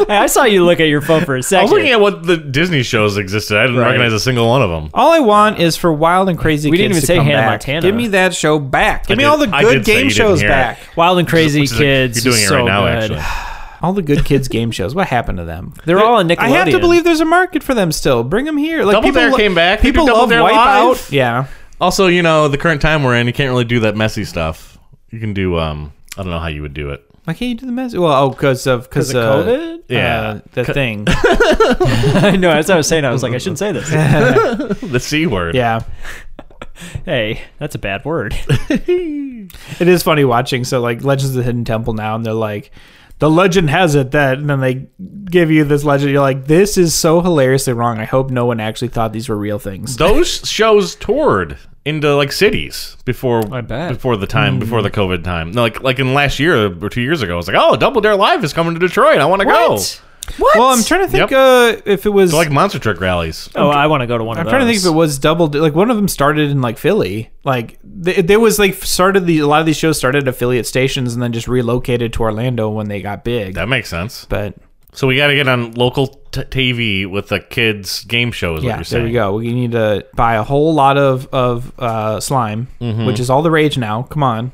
B: Hey, <laughs> I saw you look at your
C: <laughs>
B: phone for a
A: I
B: second.
A: was looking at what the Disney shows existed. I didn't recognize a single one of them.
C: All I want is for Wild and Crazy
B: We
C: Kids
B: didn't even
C: to
B: say
C: come
B: Hannah
C: back.
B: Montana.
C: Give me that show back. Give me
A: did-
C: all the
A: I
C: good
A: did say
C: game
A: you didn't
C: shows
A: hear
C: back.
B: Wild and Crazy
A: Which is a-
B: Kids.
A: You're doing
B: is
A: it right
B: so
A: now,
B: good.
A: actually.
C: All the good kids game shows. What happened to them?
B: They're all on Nickelodeon.
C: <laughs> I have to believe there's a market for them still. Bring them here. Like
A: Double
C: people
A: Dare
C: lo-
A: came back. They
C: People
A: did Double
C: love
A: Dare
C: Wipeout.
A: Live.
C: Yeah.
A: Also, you know, the current time we're in, you can't really do that messy stuff. You can do. Um, I don't know how you would do it.
C: Why can't you do the message? Well, oh, because of because
B: Is it COVID?
A: Yeah.
C: the <laughs> thing.
B: <laughs> I know. That's what I was saying. I was like, I shouldn't say this.
C: <laughs>
A: the C word.
C: yeah,
B: hey, that's a bad
C: <laughs>
B: word.
C: it is funny watching. So like Legends of the Hidden Temple now, and they're like, the legend has it that, and then they give you this legend. You're like, this is so hilariously wrong. I hope no one actually thought these were real
A: <laughs>
C: things.
A: Those shows toured into like cities before
B: I bet.
A: before the time before the COVID time. No, Like like in last year or two years ago, I was like, oh, Double Dare Live is coming to Detroit. I want to go.
B: What? What?
C: Well, I'm trying to think uh, if it was.
A: They're like monster truck rallies.
B: Oh, I want to go to one
C: I'm
B: of
C: trying to think if
B: those.
C: it was double. Like one of them started in like Philly. Like th- there was like started the a lot of these shows started at affiliate stations and then just relocated to Orlando when they got big.
A: That makes sense.
C: but
A: So we got to get on local t- TV with the kids game show. Is what
C: yeah,
A: you're
C: there
A: saying?
C: we go. We need to buy a whole lot of of uh, slime,
A: Mm-hmm.
C: which is all the rage now. Come on,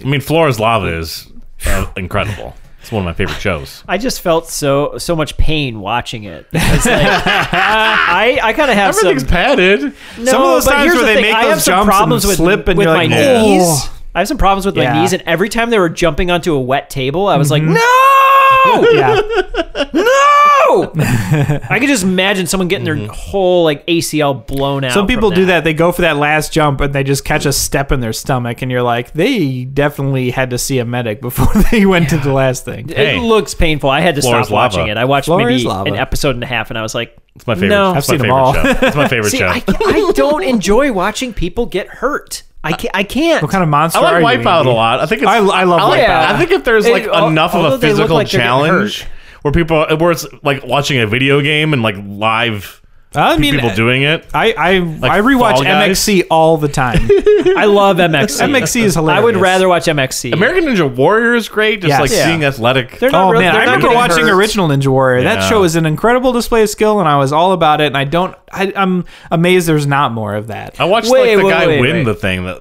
A: I mean, Flora's Lava is uh, incredible. It's one of my favorite shows.
B: I just felt so so much pain watching it. It's
C: <laughs>
B: like, I I kind of have some.
A: Everything's padded.
B: No,
C: Some of those
B: but
C: times
B: here's
C: where
B: the
C: they
B: thing.
C: make
B: I
C: those
B: have some
C: jumps and
B: problems with,
C: slip and
B: with
C: you're
B: my
C: like,
A: "No."
B: knees. I have some problems with
C: Yeah. Mm-hmm.
B: my knees, and every time they were jumping onto a wet table, I was like, no,
C: <laughs> yeah,
B: no. I could just imagine someone getting their whole like ACL blown out.
C: Mm-hmm.
B: from
C: some people do that. They go for that last jump and they just catch a step in their stomach, and you're like, they definitely had to see a medic before <laughs> they went to the last thing.
A: Hey.
B: It looks painful. I had to
A: Floor is
B: stop watching
A: lava.
B: it. I watched
C: Floor is
B: maybe
C: lava.
B: an episode and a half, and I was like,
A: It's my favorite.
B: No.
A: it's
C: I've seen
A: my
C: 'em
A: favorite
C: all.
A: Show. It's my favorite
B: <laughs> See,
A: show.
B: I, I don't enjoy watching people get hurt. I can't. I can't.
C: What kind of monster?
A: I like
C: are you,
A: Wipeout
C: Andy?
A: a lot. I think it's,
C: I- I love
A: like-
B: Wipeout.
A: I think if there's
B: Oh, It-
A: like
B: al-
A: enough
B: although
A: of a
B: they look
A: physical
B: like they're getting
A: challenge where people where it's like watching a video game and like live
C: I mean,
B: uh,
A: people doing it.
C: I I I
A: Fall
C: rewatch
A: Guys?
C: MXC all
A: <laughs>
C: the time.
B: I love MXC.
C: MXC is
B: I
C: hilarious.
B: would rather watch MXC.
A: American Ninja Warrior is great. Just
C: Yes.
A: like
C: Yeah.
A: seeing athletic.
B: They're
C: Oh
B: not real-
C: man,
B: they're
C: I
B: not
C: remember
B: getting
C: watching
B: hurt.
C: original Ninja Warrior.
A: Yeah.
C: That show is an incredible display of skill, and I was all about it. And I don't, I, I'm amazed there's not more of that.
A: I watched
B: Wait,
A: like the
B: wait,
A: guy
B: wait,
A: win
B: wait.
A: the thing that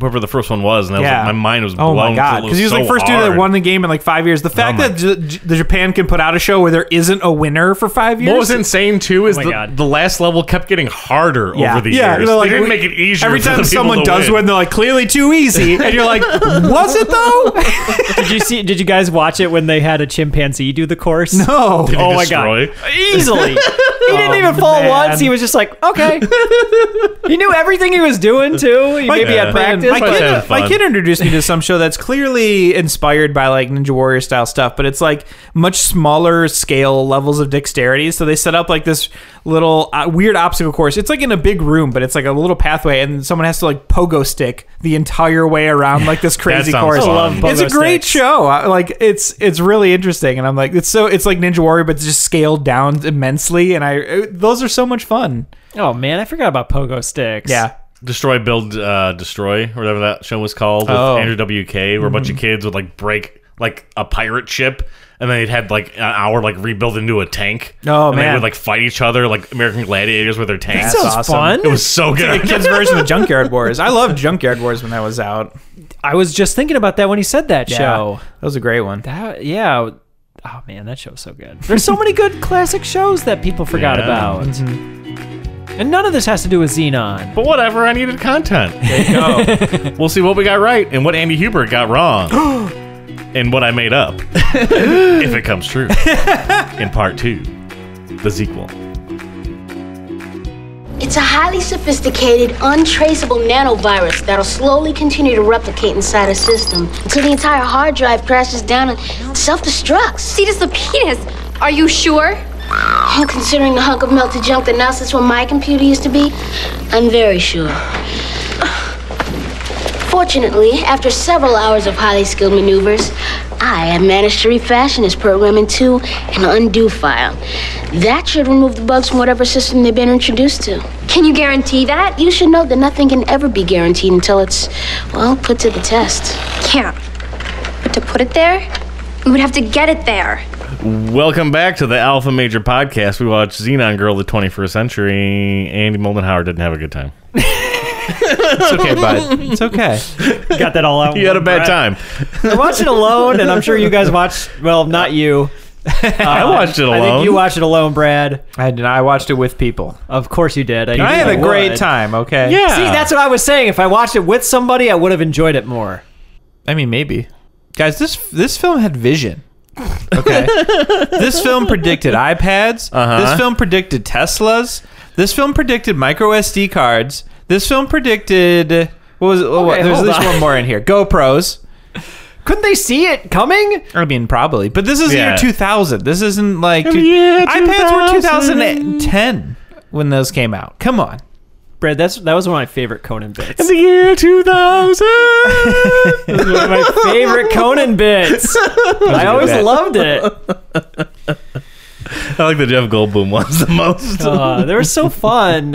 A: whoever the first one was, and I was
C: yeah,
A: like, my mind was blown.
C: oh my god,
A: because
C: he was like first dude that won the game in like five years. The fact
A: my-
C: that J- J- the Japan can put out a show where there isn't a winner for five years.
A: What was insane too is
B: my
A: the,
B: God.
A: the last level kept getting harder
C: Oh Yeah,
A: over the
C: yeah.
A: years.
C: they're like,
A: they didn't
C: we-
A: make it easier.
C: Every
A: for the
C: time
A: people
C: someone
A: to
C: does win. they're like clearly too easy, and <laughs> you're like, was it though? <laughs>
B: Did you see? Did you guys watch it when they had a chimpanzee do the course? No.
C: oh,
A: oh
B: my
A: destroy.
B: god! Easily,
C: <laughs>
B: he didn't even fall
C: man.
B: once. He was just like, okay. he knew everything he was doing too. He maybe
A: Yeah.
B: had practice.
A: Mike-
C: My
B: but-
A: Sounds
C: kid,
A: fun.
C: my kid introduced me to some show that's clearly inspired by like Ninja Warrior style stuff, but it's like much smaller scale levels of dexterity. So they set up like this little uh, weird obstacle course. It's like in a big room, but it's like a little pathway, and someone has to like pogo stick the entire way around like this crazy
A: sounds
C: course.
A: fun. I love
C: it's a
B: pogo
C: great
B: sticks.
C: show. I- Like it's it's really interesting, and I'm like it's so it's like Ninja Warrior, but it's just scaled down immensely. And I it- those are so much fun.
B: oh man, I forgot about pogo sticks.
C: Yeah.
A: Destroy, build, uh, destroy, or whatever that show was called with
C: Oh. Mm-hmm.
A: Andrew WK, where a bunch of kids would like break like a pirate ship, and then they'd had like an hour like rebuild into a tank.
C: Oh,
A: and they
C: man.
A: would like fight each other like American gladiators with their tanks.
B: That sounds
C: That's awesome.
B: fun.
A: it was
C: <laughs>
A: so good.
C: Kids version of Junkyard Wars. I loved Junkyard Wars when that was out.
B: I was just thinking about that when he said that show.
C: That was a great one.
B: That yeah. Oh man, that show's so good. There's so many good classic shows that people forgot
A: Yeah.
B: about. And none of this has to do with
A: <laughs>
B: Xenon.
A: But whatever, I needed content. we'll see what we got right and what Andy Huber got
C: <gasps>
A: wrong. and what I made
C: <laughs>
A: up. if it comes true. In part two, the sequel.
E: It's a highly sophisticated, untraceable nanovirus that'll slowly continue to replicate inside our system until the entire hard drive crashes down and self-destructs.
F: See, it is the penis. Are you sure?
E: And considering the hunk of melted junk that now sits where my computer used to be, I'm very sure. Fortunately, after several hours of highly skilled maneuvers, I have managed to refashion this program into an undo file. That should remove the bugs from whatever system they've been introduced to.
F: Can you guarantee that?
E: You should know that nothing can ever be guaranteed until it's, well, put to the test.
F: Can't. But to put it there, we would have to get it there.
A: Welcome back to the Alpha Major podcast. We watched Xenon Girl of the 21st Century. Andy Moldenhauer didn't have a good time.
C: <laughs> It's okay, bud. It's okay.
B: <laughs> Got that all out.
A: You had a bad time.
B: I watched it alone, and I'm sure you guys watched. Well, not you.
A: I watched it alone.
B: Uh, I think you watched it alone, Brad.
C: <laughs> I did. I watched it with people.
B: Of course you did. I,
C: I
B: knew
C: had
B: you
C: a great
B: would.
C: time. Okay.
A: yeah.
B: See, that's what I was saying. If I watched it with somebody, I would have enjoyed it more.
C: I mean, maybe. Guys, this this film had vision. Okay. this film predicted iPads.
A: Uh-huh.
C: This film predicted Teslas. This film predicted micro SD cards. This film predicted what was it? Oh, what- there's
B: hold
C: at least
B: on.
C: one more in here. GoPros.
B: Couldn't they see it coming?
C: I mean, probably, but this is the
A: Yeah.
C: year 2000. This isn't like two-
A: year
C: iPads were
A: 2000.
C: 2010 when those came out. Come on.
B: Brad, that's that was one of my favorite Conan bits.
A: The year
B: <laughs>
A: 2000.
B: one of my <laughs> favorite Conan
C: <laughs>
B: bits. I always
C: bit.
B: loved
C: <laughs>
B: it.
A: I like the Jeff Goldblum ones the most.
B: Uh, they were so fun.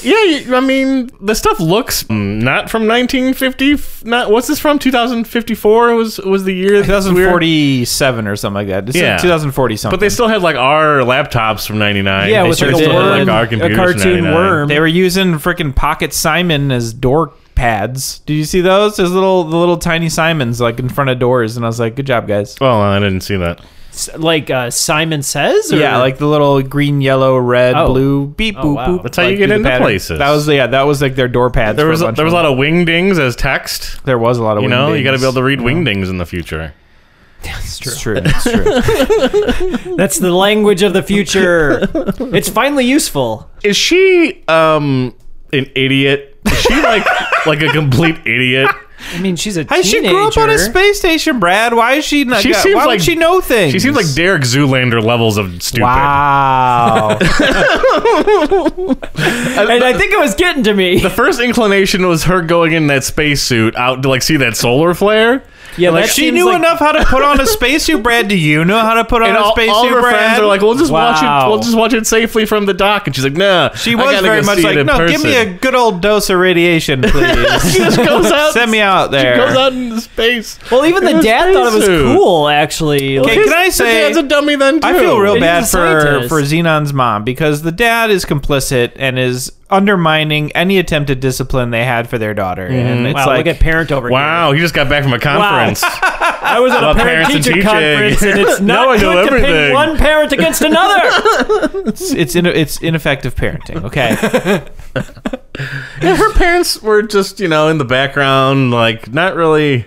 A: Yeah, you- I mean, the stuff looks mm, not from 1950. f- Not what's this from? 2054 was was the year. that we were-
C: 2047 or something like that. This is
A: Yeah.
C: 2040 something.
A: But they still had like our laptops from 99.
B: Yeah,
A: they
B: with
A: sure
B: like a
A: still had,
B: worm,
A: like our
B: a
A: computers from
B: cartoon
A: 99.
B: worm.
C: They were using freaking Pocket Simon as door pads. Did you see those? There's little the little tiny Simons like in front of doors, and I was like, good job, guys.
A: Oh, I didn't see that.
B: S- Like uh, Simon says? Or?
C: Yeah, like the little green, yellow, red,
B: Oh.
C: blue, beep,
B: Oh,
C: boop,
B: wow.
C: boop.
A: That's how
C: like,
A: you get
C: through the
A: into
C: pattern.
A: places.
C: That was yeah, that was like their door pads.
A: There
C: for
A: was
C: a
A: a,
C: bunch
A: there was a
C: of
A: lot
C: them.
A: of wingdings as text.
C: there was a lot of
A: You know, you got to be able to read
C: wing.
A: wingdings in the future.
C: It's true. It's true. It's true.
B: That's the language of the future.
C: <laughs>
B: it's finally useful.
A: Is she um an idiot? Is she like <laughs> like a complete idiot?
B: I mean, she's a
C: Hey, <laughs> she
B: teenager.
C: grew up on a space station, Brad. Why is she not?
A: She
C: got-
A: seems
C: why
A: like-
C: would she know things?
A: She seems like Derek Zoolander levels of stupid. <laughs>
C: Wow.
B: and I think it was getting to me.
A: The first inclination was her going in that spacesuit out to like see that solar flare.
B: yeah,
A: like,
B: that
C: she
B: seems
C: knew
B: like-
C: enough how to
A: <laughs>
C: put on a spacesuit, Brad. Do you know how to put on
A: And
C: a
A: all,
C: spacesuit,
A: all of her
C: Brad?
A: friends are like, "We'll just watch it.
B: Wow.
A: We'll just watch it safely from the dock." And she's like, "Nah."
C: she
A: I
C: was
A: gotta
C: very
A: go
C: much
A: see it
C: like,
A: in
C: no, give
A: person."
C: me a good old dose
A: <laughs>
C: of radiation,
A: She
C: please.
A: just goes
C: <laughs>
A: out.
C: Send me out there.
A: Goes out into space.
B: Well, even
A: in
B: the
A: a
B: dad thought it was
A: spacesuit.
B: cool, actually.
C: Okay,
B: Like,
C: can I
A: The
C: say?
A: dad's a dummy then too.
C: I feel real
B: He's
C: bad
B: a
C: for,
B: scientist.
C: for Xenon's mom because the dad is complicit and is undermining any attempt at discipline they had for their daughter.
A: Mm-hmm.
C: And it's
B: wow,
C: like,
B: look at parent over
A: Wow, he just got back from a conference.
B: here. I was at a
A: About
B: <laughs> parent
A: parents and
B: teacher
A: teaching.
B: conference, and it's
A: Now I
B: not
A: know
B: good to
A: everything.
B: pit one parent against another.
C: it's in, it's ineffective parenting.
A: <laughs>
C: Okay,
A: Yeah, <laughs> her parents were just, you know, in the background, like not really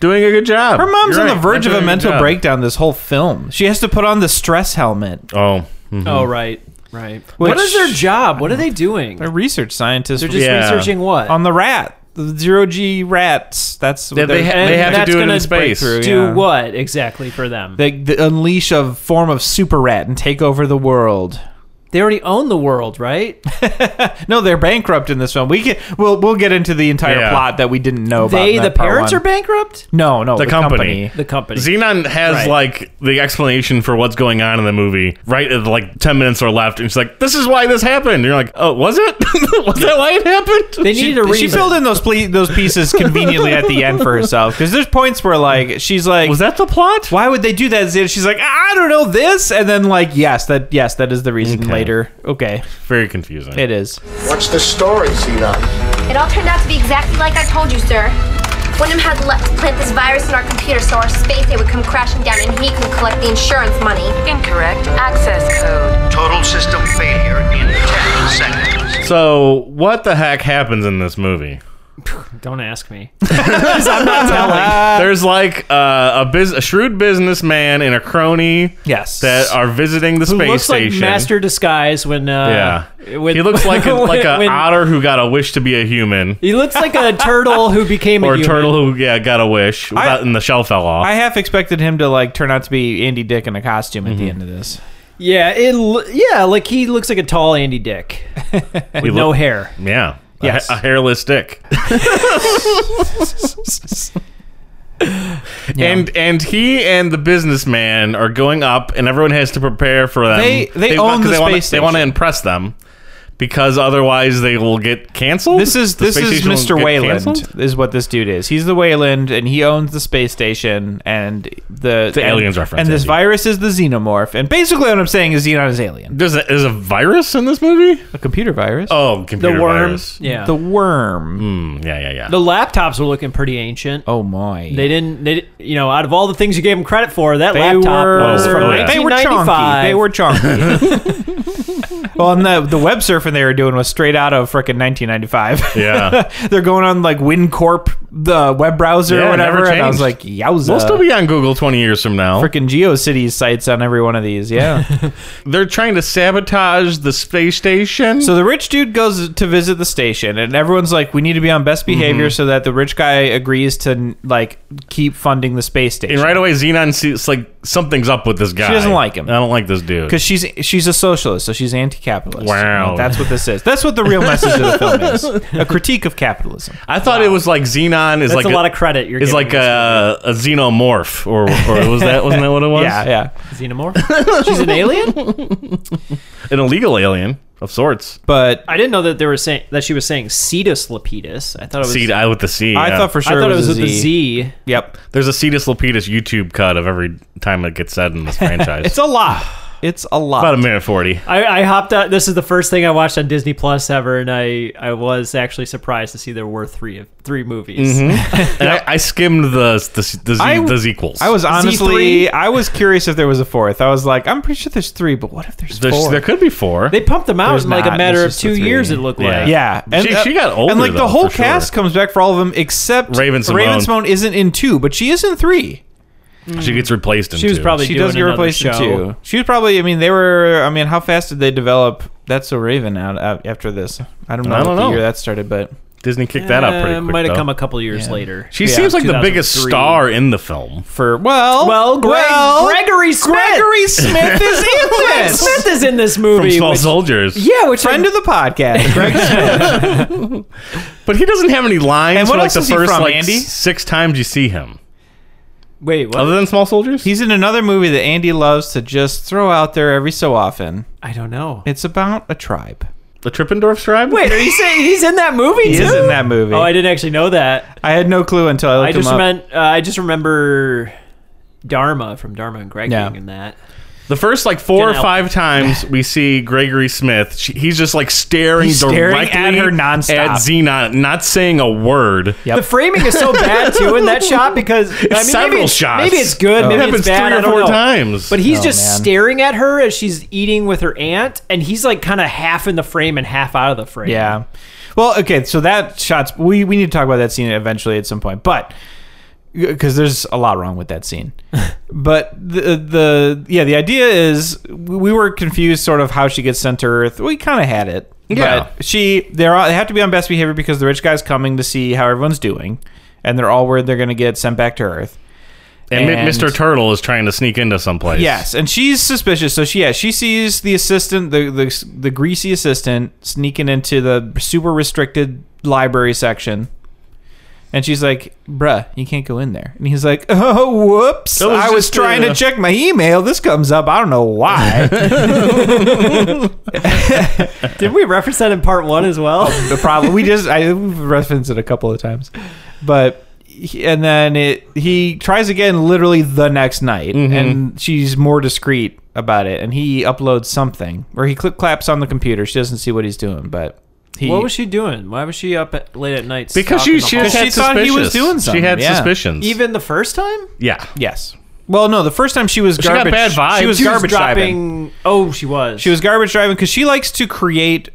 A: doing a good job.
C: her mom's
A: You're
C: on the
A: right,
C: verge
A: not
C: of a
A: doing good
C: mental
A: job.
C: breakdown. This whole film, she has to put on the stress helmet.
A: Oh, mhm.
B: oh, right, right.
C: Which-
B: what is their job? What are they doing?
C: A research scientist
B: They're just
A: Yeah.
B: researching what?
C: on the rat, the zero G rats. That's what
A: Yeah, they
C: they're-
A: ha- they have to
B: that's
A: do it in
B: gonna
A: space.
C: break through.
B: do
C: yeah.
B: what exactly for them?
C: They, they unleash a form of super rat and take over the world.
B: They already own the world, right?
C: No, they're bankrupt in this film. We can, we'll we'll get into the entire
A: Yeah.
C: plot that we didn't know about.
B: they,
C: in
B: the
C: that part
B: parents,
C: one.
B: are bankrupt.
C: no, no,
A: The
C: the,
A: company.
C: company.
B: The company.
A: Xenon has
B: Right.
A: like the explanation for what's going on in the movie right at like 10 minutes or left. And she's like, this is why this happened. And you're like, oh, was it? <laughs> was that why it happened?
B: they needed a
C: She
B: reason.
C: filled in those ple- those <laughs> pieces conveniently at the end for herself because there's points where like she's like,
A: was that the plot?
C: why would they do that? Zeta? She's like, I don't know this, and then like, yes, that yes, that is the reason later. Okay,
A: Very confusing.
C: it is.
G: What's the story, Xenon?
F: It all turned out to be exactly like I told you, sir. Wyndham had let us plant this virus in our computer so our space day would come crashing down and he can collect the insurance money.
H: Incorrect access code.
G: Total system failure in 10 seconds.
A: So, what the heck happens in this movie?
B: Don't ask <laughs> me. <laughs>
A: There's like uh, a, bus- a shrewd businessman and a crony
C: Yes,
A: that are visiting the space
B: looks
A: station.
B: like Master Disguise when
A: yeah,
B: uh, when-
A: he looks
B: <laughs>
A: like
C: <laughs>
A: a, like an
B: when-
A: otter who got a wish to be a human,
B: He looks like a turtle who became
A: or
B: a
A: a
B: human.
A: turtle who yeah got a wish without, and the shell fell off.
C: I half expected him to like turn out to be Andy Dick in a costume at
A: Mm-hmm.
C: the end
A: <laughs>
C: of this.
B: Yeah, it. l- Yeah, like he looks like a tall Andy Dick
A: We
B: with no
A: look-
B: hair.
A: Yeah. A
C: Yes.
A: ha- A, hairless dick. And and he and the businessman are going up, and everyone has to prepare for them.
C: They- they own
A: 'cause
C: the
A: they wanna,
C: space
A: They want to
C: station.
A: impress them because otherwise they will get canceled.
C: This is
A: The
C: this
A: space
C: is
A: station will
C: Mr.
A: get
C: Wayland
A: canceled?
C: is what this dude is. He's the Wayland and he owns the space station and the
A: The
C: and-
A: aliens reference,
C: And this
A: Andy.
C: virus is the xenomorph. And basically what I'm saying is Xenon is alien.
A: There's a, there's a virus in this movie.
C: A computer virus.
A: Oh, computer
B: The worm.
A: virus.
B: Yeah.
C: The
B: The,
C: worm.
A: Mm, yeah, yeah, yeah.
B: laptops were looking pretty ancient.
C: Oh my.
B: They didn't. They di- you know out of all the things you gave them credit for, that
C: They
B: laptop
C: were
B: was from
A: Oh, yeah.
C: they were
B: 1995.
C: chonky. They were chonky.
B: <laughs>
C: well, and the the web surfing they were doing was straight out of frickin' 1995. <laughs>
A: yeah.
C: They're going on like WinCorp the web browser
A: Yeah,
C: or
A: it
C: whatever.
A: never
C: And I was like,
A: changed.
C: yowza.
A: We'll still be on Google 20 years from now.
C: freaking GeoCities sites on every one of these. Yeah.
A: They're trying to sabotage the space station.
C: so the rich dude goes to visit the station, and everyone's like, "We need to be on best behavior so that the rich guy agrees to like keep funding the space station."
A: and right away, Xenon sees like something's up with this guy.
C: doesn't like him.
A: I don't like this dude.
C: Because she's she's a socialist, so she's anti-capitalist.
A: Wow.
C: Like, that's what this is. That's what the real message of the film is: a critique of capitalism.
A: I thought it was like Xenon is
B: That's
A: like
B: a lot of credit you're
A: is
B: giving
A: like a, a xenomorph or or was that wasn't that what it was?
C: Yeah, yeah.
B: Xenomorph. She's an alien.
A: an illegal alien of sorts.
C: But
B: I didn't know that they were saying that she was saying Cetus Lapidus. I thought it was.
A: Seed I with the C.
C: I
A: yeah.
C: thought for
B: I
C: sure
B: thought
C: it was, a
B: with the
C: Z.
B: Z.
C: Yep.
A: There's a Cetus Lapidus YouTube cut of every time it gets said in this franchise.
C: It's a lot. It's a lot.
A: about a minute forty.
B: I, I hopped on. This is the first thing I watched on Disney Plus ever, and I, I was actually surprised to see there were three of three movies.
C: Mm-hmm.
A: And I, I skimmed the the the, Z,
C: I-
A: the sequels.
C: I was honestly,
B: three?
C: I was curious if there was a fourth. I was like, I'm pretty sure there's three, but what if there's,
A: There's-
C: four?
A: there could be four.
B: <laughs> They pumped them out
C: There's
B: in like
C: not,
B: a matter
C: it's
B: of
C: just the
B: two
C: three.
B: years. It looked
A: Yeah.
B: like
C: yeah,
A: She- she got older,
C: and like
A: though,
C: the whole
A: for sure.
C: cast comes back for all of them except
A: Raven Simone.
C: Raven Simone isn't in two, but she is in three.
A: she gets replaced in
B: She was
A: two.
B: probably
C: She
B: doing
C: does get
B: another
C: replaced in
B: show.
C: two. She was probably, I mean, they were, I mean, how fast did they develop That's So Raven out, out after this? I don't know
A: I
C: what
A: don't
C: the
A: know.
C: year that started, but
A: Disney kicked that up pretty
B: Uh,
A: quick.
B: Might have
A: though.
B: come a couple years later.
A: she seems like the biggest
B: 2003.
A: star in the film.
C: for, well,
B: Well, Greg,
C: well,
B: Gregory Smith.
C: Gregory Smith
A: <laughs>
C: is in
B: Greg
C: this.
B: Smith is in this movie.
A: From Small
B: which-
A: Soldiers.
B: yeah, which
C: Friend of
A: <laughs>
C: the podcast, Greg
A: But he doesn't have any lines
C: And
A: for
C: what
A: like
C: else
A: the
C: is he
A: first
C: from,
A: like
C: Andy?
A: six times you see him.
B: wait, what?
A: Other than Small Soldiers?
C: He's in another movie that Andy loves to just throw out there every so often.
B: I don't know.
C: It's about a tribe.
A: the Trippendorf tribe?
B: Wait, are you saying he's in that movie
C: He
B: too?
C: is in that movie.
B: Oh, I
C: I,
B: didn't actually know that.
C: had no clue until I looked
B: I
C: him
B: just
C: up.
B: meant uh, I just remember Dharma from Dharma and Greg
C: Yeah.
B: being in that.
A: The first like four or
B: Janelle.
A: five
C: <laughs>
A: times we see Gregory Smith, she, he's just like staring
C: He's staring
A: directly
C: at her nonstop.
A: at Xenon, not saying a word.
C: Yep.
B: The framing is so bad too in that shot
C: <laughs>
B: because I mean,
A: several
B: maybe it's,
A: shots.
B: Maybe it's good.
A: it
B: maybe
A: happens
B: it's bad.
A: three
B: I
A: or
B: don't
A: four
B: know.
A: times.
B: But he's
C: Oh,
B: just
C: man.
B: staring at her as she's eating with her aunt, and he's like kind of half in the frame and half out of the frame.
C: Yeah. Well, okay, so that shots we we need to talk about that scene eventually at some point, but because there's a lot wrong with that scene. but the the yeah, the idea is we were confused sort of how she gets sent to Earth. We kind of had it.
A: Yeah.
C: But she they're all, they have to be on best behavior because the rich guy's coming to see how everyone's doing, and they're all worried they're going to get sent back to Earth.
A: and, mi-
C: and-
A: Mr. Turtle is trying to sneak into someplace.
C: Yes, and she's suspicious. So she yeah, she sees the assistant, the the, the greasy assistant sneaking into the super restricted library section. And she's like, "Bruh, you can't go in there." And he's like, <laughs> "Oh, whoops!
A: That was
C: I was
A: just,
C: trying
A: uh,
C: to check my email. This comes up. I don't
A: <laughs>
C: know why."
B: Did we reference that in part one as well?
C: the problem we just I we've referenced it a couple of times, but he- and then it he tries again literally the next night, and she's more discreet about it, and he uploads something or he clip claps on the computer. She doesn't see what he's doing, but he
B: what was she doing? Why was she up at, late at night?
A: Because she,
B: stalking the
A: she,
B: hall?
A: just had
C: She thought he was
A: suspicions.
C: doing something,
A: She had
C: yeah.
A: suspicions.
B: even the first time
A: yeah.
C: yes. Well, no, the first time she was
A: got
C: garbage.
A: bad vibes.
C: She was
A: She was
C: garbage driving.
B: dropping. Oh, she was.
C: She was garbage driving because she likes to create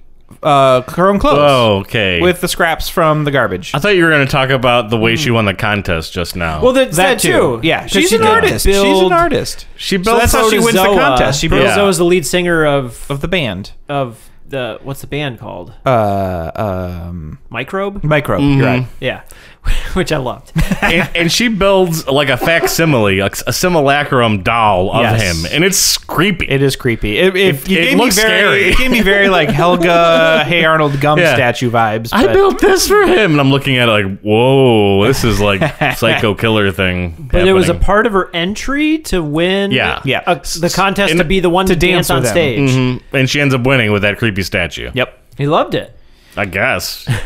C: uh, her own clothes
A: Oh, okay.
C: with Hmm. the scraps from the garbage.
A: I thought you were going to talk about the way she won the contest just now.
B: Well, that's that, too.
C: Yeah,
B: 'Cause
C: she's
B: she
C: an
B: did
C: artist. She's
B: build-
C: an artist.
A: she
C: So
A: built
C: that's how she wins the
B: Protozoa.
C: contest. She builds
A: Yeah.
B: Protozoa is the lead singer of
C: of the band.
B: of the what's the band called?
C: Uh, um,
B: Microbe.
C: microbe.
A: Mm-hmm.
C: You're right.
B: Yeah, <laughs> which I loved.
A: <laughs> and, and she builds like a facsimile, a, a simulacrum doll of
C: Yes.
A: him, and it's creepy.
C: It is creepy. It, it,
A: It- it
C: gave me
A: looks
C: very,
A: scary.
C: It gave me very like Helga, Hey Arnold Gum
A: Yeah.
C: statue vibes.
A: I
C: but-
A: built this for him, and I'm looking at it like, whoa, this is
C: <laughs>
A: like psycho killer thing.
B: But it was a part of her entry to win.
A: Yeah.
C: Yeah.
B: a- the contest
A: And
B: to be the one to
C: dance
B: dance, on
C: with them.
B: stage.
A: Mm-hmm. and she ends up winning with that creepy statue.
C: Yep.
B: He loved it.
A: I guess. <laughs>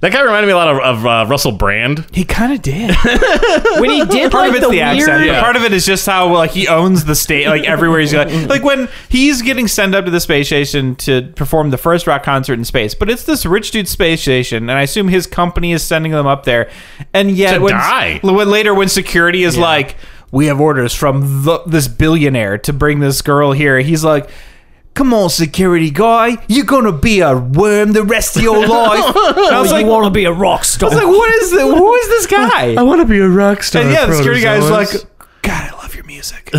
A: That guy reminded me a lot of, of uh, Russell Brand.
C: He kind of did. <laughs>
B: When he did like
C: Part of
B: the,
C: it's the,
B: weird,
C: accent.
A: Yeah.
C: But part of it is just how like he owns the state. Like everywhere he's going. Like when he's getting sent up to the space station to perform the first rock concert in space. But it's this rich dude's space station, and I assume his company is sending them up there. And yet,
A: To
C: when,
A: die.
C: when later when security is like, we have orders from the, this billionaire to bring this girl here. He's like. Come on, security guy, you're gonna be a worm the rest of your life. And I was like,
B: you want to be a rock star.
C: I was like, what is this? Who is this guy?
A: want to be a rock star.
C: And yeah, the security guy was like, God, I love
A: <laughs>
C: your music.
B: <laughs>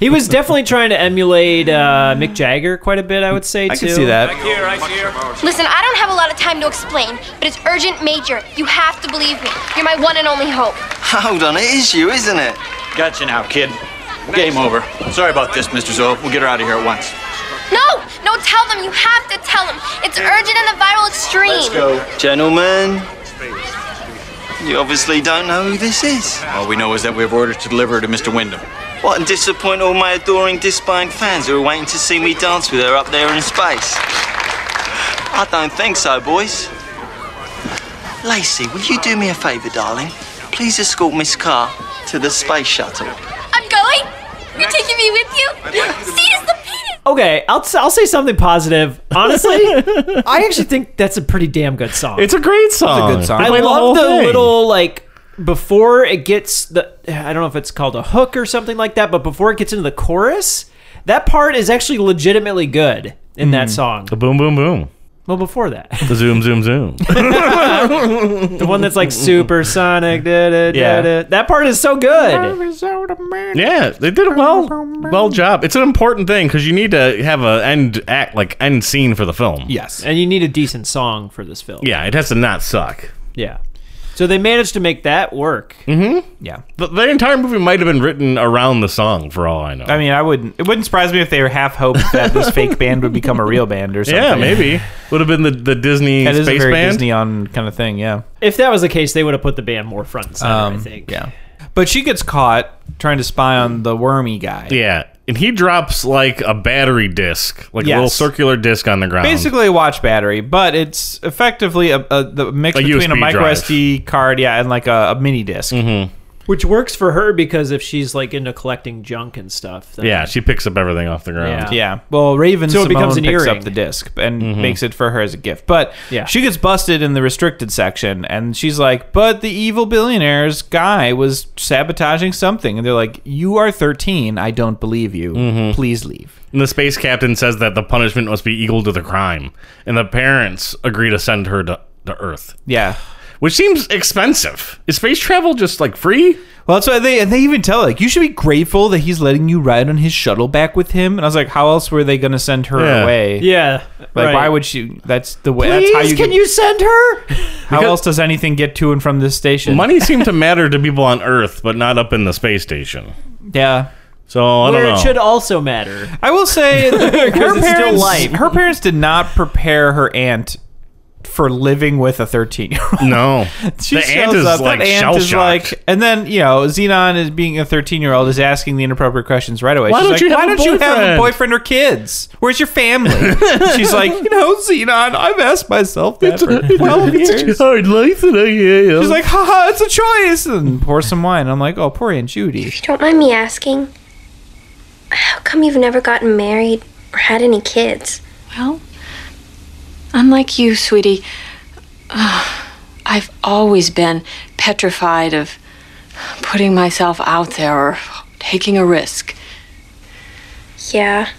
B: he was definitely trying to emulate uh, Mick Jagger quite a bit. I would say.
C: I
B: too.
C: can see that.
I: Here, I see her.
F: Listen, I don't have a lot of time to explain, but it's urgent, Major. You have to believe me. You're my one and only hope.
J: <laughs> Hold on, it is you, isn't it?
G: Gotcha now, kid. Game over. Sorry about this, Mr. Zoe. We'll get her out of here at once.
F: No! No, tell them. You have to tell them. It's urgent and the viral extreme.
J: Gentlemen, you obviously don't know who this is.
G: All we know is that we have orders to deliver her to Mr. Wyndham.
J: What, and disappoint all my adoring, Disbine fans who are waiting to see me dance with her up there in space? I don't think so, boys. Lacey, will you do me a favour, darling? Please escort Miss Carr to the space shuttle.
F: I'm going? You're taking me with you? See, it's the penis!
B: Okay, I'll I'll say something positive. Honestly, I actually think that's a pretty damn good song.
A: It's a great song.
C: good song.
B: I
A: play whole
B: love the
A: thing.
B: little like before it gets the I don't know if it's called a hook or something like that, but before it gets into the chorus, that part is actually legitimately good in that song.
A: Mm. The boom, boom, boom.
B: Well, before that, <laughs>
A: The zoom, zoom,
C: <laughs>
A: zoom.
B: the
A: <laughs>
B: one that's like supersonic, da, da, da, da. that part is so good.
A: yeah, they did a well, well job. It's an important thing because you need to have a end act, like end scene for the film. <laughs>
C: Yes.
B: And you need a decent song for this film.
A: Yeah, it has to not suck.
B: Yeah. So they managed to make that work.
A: Mm-hmm.
C: Yeah.
A: The, the entire movie might have been written around the song, for all I know.
C: I mean, I wouldn't. It wouldn't surprise me if they were half hoped
A: <laughs>
C: that this fake band would become a real band or something.
A: yeah, maybe would have been the the Disney
C: That is a
A: space
C: very
A: band.
C: Disney on kind of thing. Yeah.
B: If that was the case, they would have put the band more front and center, I
C: Um,
B: think.
C: Yeah. But she gets caught trying to spy on the wormy guy.
A: Yeah, and he drops like a battery disc, like a
C: Yes.
A: little circular disc on the ground.
C: Basically, a watch battery, but it's effectively a, a the mix
A: A
C: between a
A: USB
C: micro
A: drive.
C: SD card, yeah, and like a, a mini disk
B: Which works for her because if she's like into collecting junk and stuff, then
A: yeah, she picks up everything off the ground.
B: Yeah.
C: Yeah. Well, Raven
B: So it
C: Simone
B: becomes an
C: picks
B: earring.
C: up the disc and
B: Mm-hmm.
C: makes it for her as a gift. But
B: Yeah.
C: she gets busted in the restricted section, and she's like, "But the evil billionaire's guy was sabotaging something," and they're like, "You are 13. I don't believe you.
B: Mm-hmm.
C: Please leave."
A: And the space captain says that the punishment must be equal to the crime, and the parents agree to send her to, to Earth,
C: Yeah.
A: which seems expensive. Is space travel just like free?
C: Well, that's why they and they even tell like you should be grateful that he's letting you ride on his shuttle back with him. And I was like, how else were they going to send her
A: Yeah.
C: away?
B: Yeah.
C: Like,
B: right.
C: why would she? That's the way.
B: Please,
C: that's how you.
B: can
C: get-
B: you
A: <laughs>
B: send her?
C: How else does anything get to and from this station?
A: Money seemed to matter to people on Earth, but not up in the space station.
C: Yeah.
A: So I don't
B: Where
A: know.
B: it should also matter.
C: I will <laughs> say that her
B: it's still
C: parents,
B: life.
C: her parents did not prepare her aunt for living with a 13 year old.
A: no,
C: She
A: the
C: shows
A: ant is
C: up, that
A: like
C: aunt
A: shell
C: is
A: shocked.
C: like, and then you know, Xenon is being a 13 year old is asking the inappropriate questions right away.
A: Why don't
C: She's like,
A: you have
C: Why
A: a
C: don't you have a
A: boyfriend?"
C: boyfriend or kids? Where's your family?
A: <laughs>
C: She's like, you know, Xenon, I've asked myself
A: <laughs>
C: that for <laughs> 12 years.
A: hard life that I am.
C: She's like, haha, it's a choice, and pour some wine. I'm like, oh, poor Aunt
A: <laughs>
C: Judy.
F: If you don't mind me asking, how come you've never gotten married or had any kids?
K: Well, unlike you, sweetie, uh, I've always been petrified of putting myself out there or taking a risk.
F: Yeah.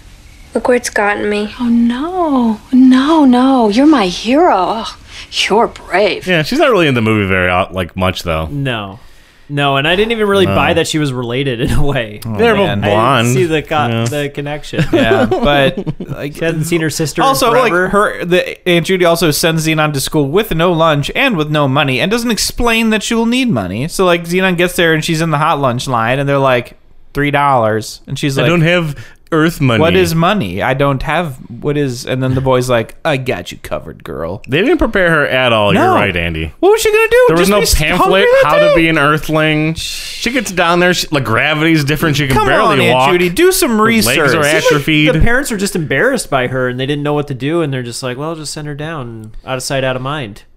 F: Look where it's gotten me.
K: Oh, no, no, no. You're my hero. Oh, you're brave.
A: yeah, she's not really in the movie very uh, like much though.
B: No. No, and I didn't even really buy that she was related in a way.
A: They're
C: man.
A: both
B: I didn't
A: Oh. blonde.
B: see the co-
A: Yeah.
B: the connection.
C: Yeah, but like,
B: She hasn't seen her sister. in
C: also like
B: forever.
C: her the aunt judy also sends xenon to school with no lunch and with no money and doesn't explain that she will need money so like xenon gets there and she's in the hot lunch line and they're like three dollars and she's
A: I don't
C: like
A: have Earth money.
C: what is money i don't have what is and then the boy's like i got you covered girl
A: They didn't prepare her at all. You're
C: No.
A: right, Andy.
C: what was she gonna do
A: There was
C: Just
A: no
C: be st-
A: pamphlet
C: hungry that
A: how to
C: day?
A: be an Earthling. She gets down there. She, like gravity's different. She can
C: come
A: barely
C: on aunt
A: walk.
C: judy do some
A: Her
C: research
A: Legs are
C: Seems like-
A: atrophied.
B: the parents are just embarrassed by her and they didn't know what to do and they're just like, well, just send her down, out of sight, out of mind. <laughs>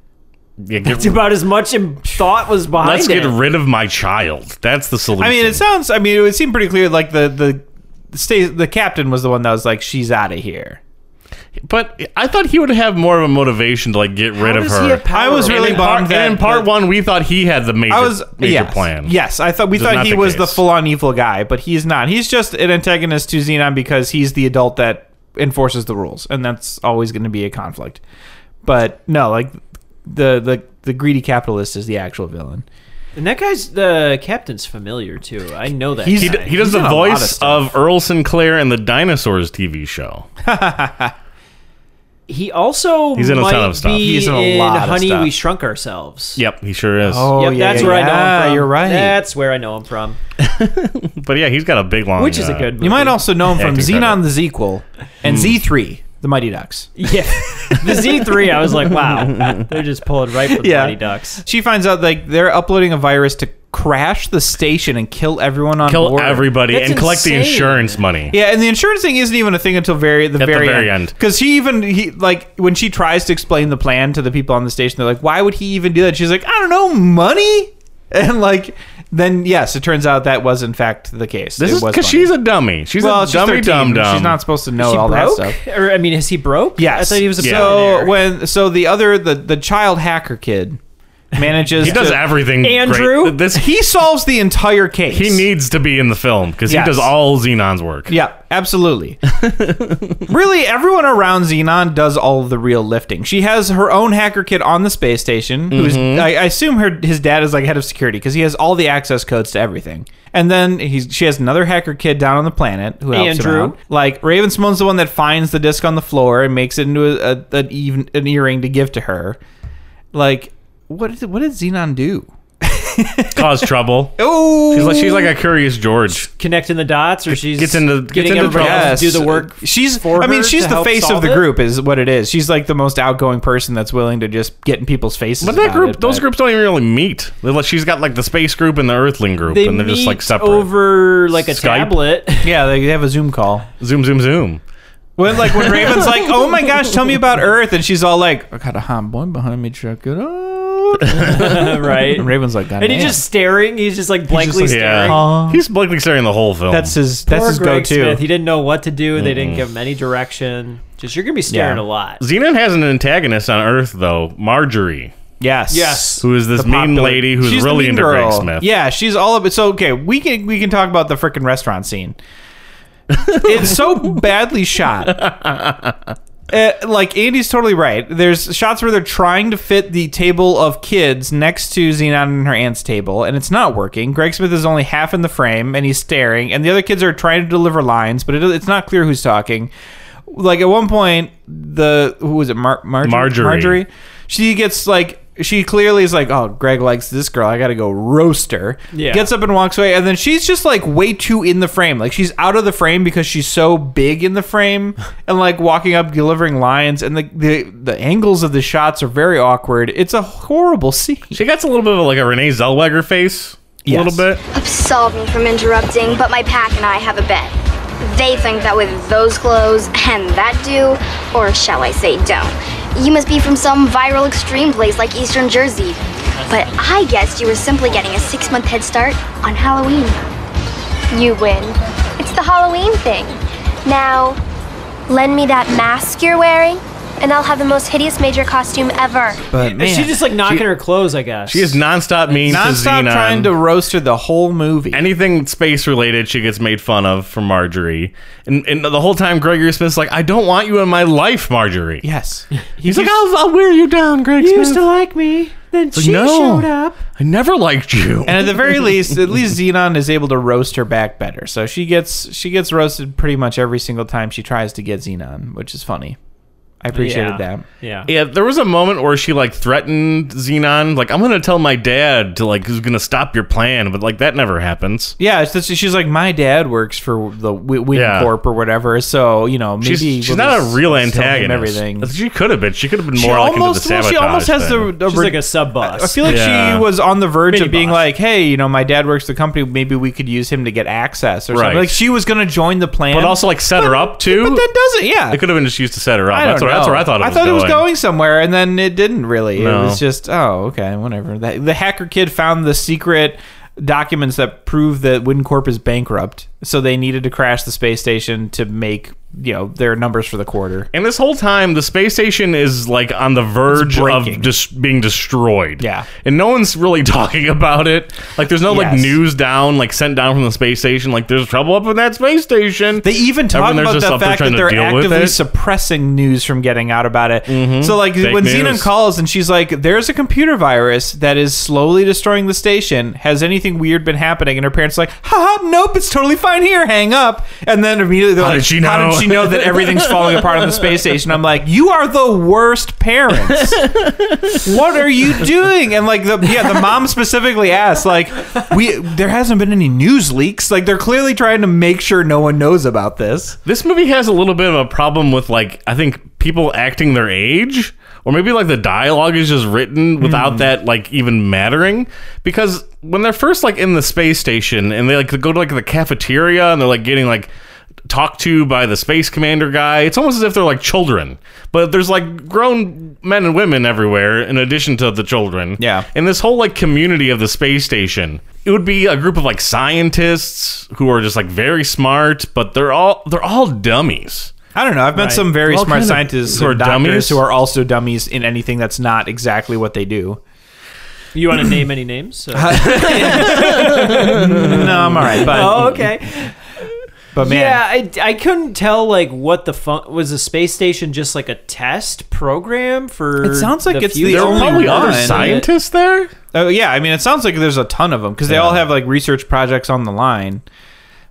A: Yeah, get-
B: It's about as much im- thought was behind
A: let's
B: it.
A: get rid of my child. That's the solution.
C: I mean, it sounds. I mean, it would seem pretty clear. Like the the the, sta- the captain was the one that was like, "She's out of here."
A: But I thought he would have more of a motivation to like get rid of
C: does he
A: her.
C: have power I was over really
A: And in part-
C: bummed that-
A: and in part
C: that-
A: one, we thought he had the major,
C: I was
A: major
C: yes,
A: plan.
C: Yes, I thought we
A: Which is
C: thought
A: not
C: he was the
A: case.
C: full on evil guy, but he's not. He's just an antagonist to Xenon because he's the adult that enforces the rules, and that's always going to be a conflict. But no, like the the the greedy capitalist is the actual villain.
B: And that guy's the captain's familiar too. I know that.
A: He's- he,
B: guy.
A: d- he does
B: He's
A: the
B: done a lot of
A: voice of,
B: stuff.
A: Earl Sinclair in the Dinosaurs TV show.
B: He also
A: He's in a
B: might
A: ton of stuff.
B: be
A: He's in a
B: in,
A: lot of
B: Honey
A: stuff.
B: We Shrunk Ourselves.
A: Yep, he sure is.
C: Oh.
B: yep, that's where I know him from.
C: You're right.
B: That's where I know him from.
A: But yeah, he's got a big long. uh,
B: Which is a good
C: You might also
A: <laughs>
C: know him from
A: acting credit.
C: Xenon the sequel
A: Hmm.
C: and Z three, the Mighty Ducks.
B: Yeah, <laughs> the Z three. I was like,
C: <laughs>
B: wow, they're just pulling right from the Mighty Ducks.
C: She finds out like they're uploading a virus to crash the station and kill everyone on
A: Kill
C: board.
A: everybody
C: That's
A: and collect the
C: insane.
A: insurance money.
C: Yeah, and the insurance thing isn't even a thing until very the,
A: At the
C: very,
A: very
C: end.
A: end.
C: Because he even he like when she tries to explain the plan to the people on the station, they're like, "Why would he even do that?" She's like, "I don't know, money." <laughs> And like, then yes, it turns out that was in fact the case.
A: This
C: It
A: is
C: was
A: because
C: money.
A: she's a dummy. She's
C: well,
A: a
C: she's
A: dummy
C: 13.
A: dum dum.
C: She's not supposed to know
B: Is he
C: Oh, all
B: broke?
C: that stuff.
B: Or I mean, is he broke?
C: Yes.
B: I thought he was a
C: so when so the other the the child
A: <laughs>
C: hacker kid manages
A: He does
C: to-
A: everything. great.
C: Andrew?
A: this
C: he solves the entire case.
A: he needs to be in the film because
C: Yes.
A: he does all Xenon's work.
C: Yeah, absolutely. really, everyone around Xenon does all of the real lifting. She has her own hacker kid on the space station, who's I, I assume her his dad is like head of security because he has all the access codes to everything. And then he's, she has another hacker kid down on the planet who helps
B: Andrew.
C: him out. Like Raven Simone's the one that finds the disc on the floor and makes it into a, a, an even an earring to give to her. Like, what is, what did Xenon do?
A: Cause
C: <laughs>
A: trouble.
C: Oh,
A: She's like she's like a curious George.
B: connecting the dots, or she's
A: Gets into- gets
B: getting
A: into
B: everybody
A: trouble.
B: else to do the work.
C: She's.
B: for
C: I mean,
B: her
C: she's
B: to
C: the
B: help
C: face of
B: solve
C: the
B: it?
C: group, is what it is. She's like the most outgoing person that's willing to just get in people's faces.
A: But that
C: about
A: group,
C: it,
A: those
C: but-
A: groups don't even really meet. They're like- she's got like the space group and the Earthling group,
B: They
A: and they're just like
B: meet
A: separate.
B: over like a
A: Skype? <laughs>
B: tablet.
C: Yeah, they they have a Zoom call.
A: Zoom, zoom, zoom.
C: When like when Raven's like, "Oh my gosh, tell me about Earth," and she's all like, "I got a hot boy behind me, check it out."
B: <laughs>
C: <laughs>
B: right?
C: And Raven's like, "God
B: And he's
C: damn."
B: just staring. He's just like blankly
C: like,
B: staring.
C: Aw.
A: He's blankly staring the whole film.
C: that's his that's
B: Poor
C: his
B: Greg
C: go-to.
B: Smith. He didn't know what to do. They didn't give him any direction. Just you're gonna be staring a
C: Yeah.
B: lot.
A: Xenon has an antagonist on Earth though, Marjorie,
C: Yes.
B: Yes.
A: who is this
C: The
A: mean
C: popular-
A: lady who's
C: She's the
A: really
C: mean
A: into
C: girl.
A: Greg Smith.
C: Yeah, she's all of it. So okay, we can we can talk about the freaking
A: <laughs>
C: restaurant scene. it's so badly shot. Uh, like Andy's totally right. There's shots where they're trying to fit the table of kids next to Xenon and her aunt's table, and it's not working. Greg Smith is only half in the frame, and he's staring, and the other kids are trying to deliver lines, but it, it's not clear who's talking. Like at one point, the who was it, Mar- Marjorie?
A: Marjorie.
C: Marjorie. She gets like she clearly is like, oh, Greg likes this girl. I gotta go roast her.
B: Yeah.
C: Gets up and walks away, and then she's just like way too in the frame. Like she's out of the frame because she's so big in the
B: <laughs>
C: frame, and like walking up, delivering lines, and the the, the angles of the shots are very awkward. It's a horrible scene.
A: She gets a little bit of like a Renee Zellweger face, a
C: Yes.
A: little bit.
F: Absolve me from interrupting, but my pack and I have a bet. They think that with those clothes and that do, or shall I say don't, you must be from some viral extreme place like Eastern Jersey. But I guessed you were simply getting a six month head start on Halloween. You win. It's the Halloween thing. Now, lend me that mask you're wearing, and I'll have the most hideous major costume ever.
C: But man,
B: She's just like knocking her clothes, I guess.
A: She is nonstop mean to
C: nonstop
A: Xenon.
C: trying to roast her the whole movie.
A: anything space related she gets made fun of from Marjorie. And, and the whole time Gregory Smith's like, I don't want you in my life, Marjorie.
B: <laughs>
C: yes,
A: He's like, I'll, I'll wear you down, Greg
B: "Oh, You
A: Smith.
C: <laughs>
B: used to like me. Then
A: Like,
B: she
A: no.
B: showed up.
A: I never liked you.
C: and at the very least, at least Xenon is able to roast her back better. So she gets she gets roasted pretty much every single time she tries to get Xenon, which is funny. I appreciated
B: Yeah.
C: that.
B: Yeah.
A: yeah, there was a moment where she like threatened Xenon, like, I'm gonna tell my dad to like who's gonna stop your plan, but like that never happens.
C: Yeah, it's just, she's like my dad works for the Wi- Win
A: Yeah.
C: Corp or whatever, so you know maybe
A: She's, she's
C: we'll
A: not a
C: just
A: real
C: sell him
A: antagonist.
C: Everything.
A: She could have been. She could have been
C: She
A: more like
C: almost
A: into the
C: well,
A: sabotage
C: she almost has
A: thing.
C: the, the
B: She's like a sub boss.
C: I feel like
A: Yeah.
C: she was on the verge of
B: Mini
C: being
B: boss.
C: like, "Hey, you know, my dad works for the company. Maybe we could use him to get access or
A: Right.
C: something." Like she was going to join the plan,
A: but also like set her up too.
C: but that doesn't. Yeah,
A: it could have been just used to set her up.
C: I
A: That's where,
C: don't know.
A: that's where I thought it
C: I
A: was
C: thought
A: going.
C: it was going somewhere, and then it didn't really.
A: No.
C: It was just, oh, okay, whatever. That, the hacker kid found the secret documents that prove that WinCorp is bankrupt. so they needed to crash the space station to make you know their numbers for the quarter.
A: And this whole time, the space station is like on the verge of
C: breaking.
A: just being destroyed.
C: Yeah.
A: and no one's really <laughs> talking about it. Like, there's no like
C: Yes.
A: news down, like sent down from the space station. Like, there's trouble up in that space station.
C: They even talk
A: Everyone there's
C: about
A: just
C: the
A: up there
C: fact
A: trying
C: that
A: to
C: they're
A: deal with
C: actively
A: it. Mm-hmm.
C: suppressing news from getting out about it. So like
A: Fake
C: when
A: news.
C: Xenon calls and she's like, "There's a computer virus that is slowly destroying the station. Has anything weird been happening?" And her parents are like, "Haha, nope, it's totally fine here. Hang up." And then immediately they're
A: How
C: like,
A: did she
C: "How
A: know?"
C: did she know that everything's falling apart on the space station?" I'm like, "You are the worst
B: <laughs>
C: parents. what are you doing?" And like the yeah, the mom specifically asked, like, "We there hasn't been any news leaks. Like they're clearly trying to make sure no one knows about this."
A: This movie has a little bit of a problem with like I think people acting their age, or maybe like the dialogue is just written without that like even mattering. Because when they're first like in the space station and they like go to like the cafeteria and they're like getting like talked to by the space commander guy, it's almost as if they're like children. But there's like grown men and women everywhere in addition to the children.
C: Yeah.
A: And this whole like community of the space station, it would be a group of like scientists who are just like very smart, but they're all they're all dummies.
C: I don't know. I've met
A: Right.
C: some very
A: All
C: smart
A: kind of-
C: scientists
A: who
C: or
A: are
C: doctors
A: dummies?
C: who are also dummies in anything that's not exactly what
B: <laughs>
C: they do.
B: You want to name any <laughs> names?
C: No, I'm all right, but
B: oh, okay.
C: but man,
B: Yeah, I, I couldn't tell like what the fun was. The space station just like a test program for.
C: It sounds like
B: the
C: it's the
B: future?
C: only
A: Probably other
C: one.
A: scientists there?
C: oh yeah. I mean, it sounds like there's a ton of them because they all have like research projects on the line.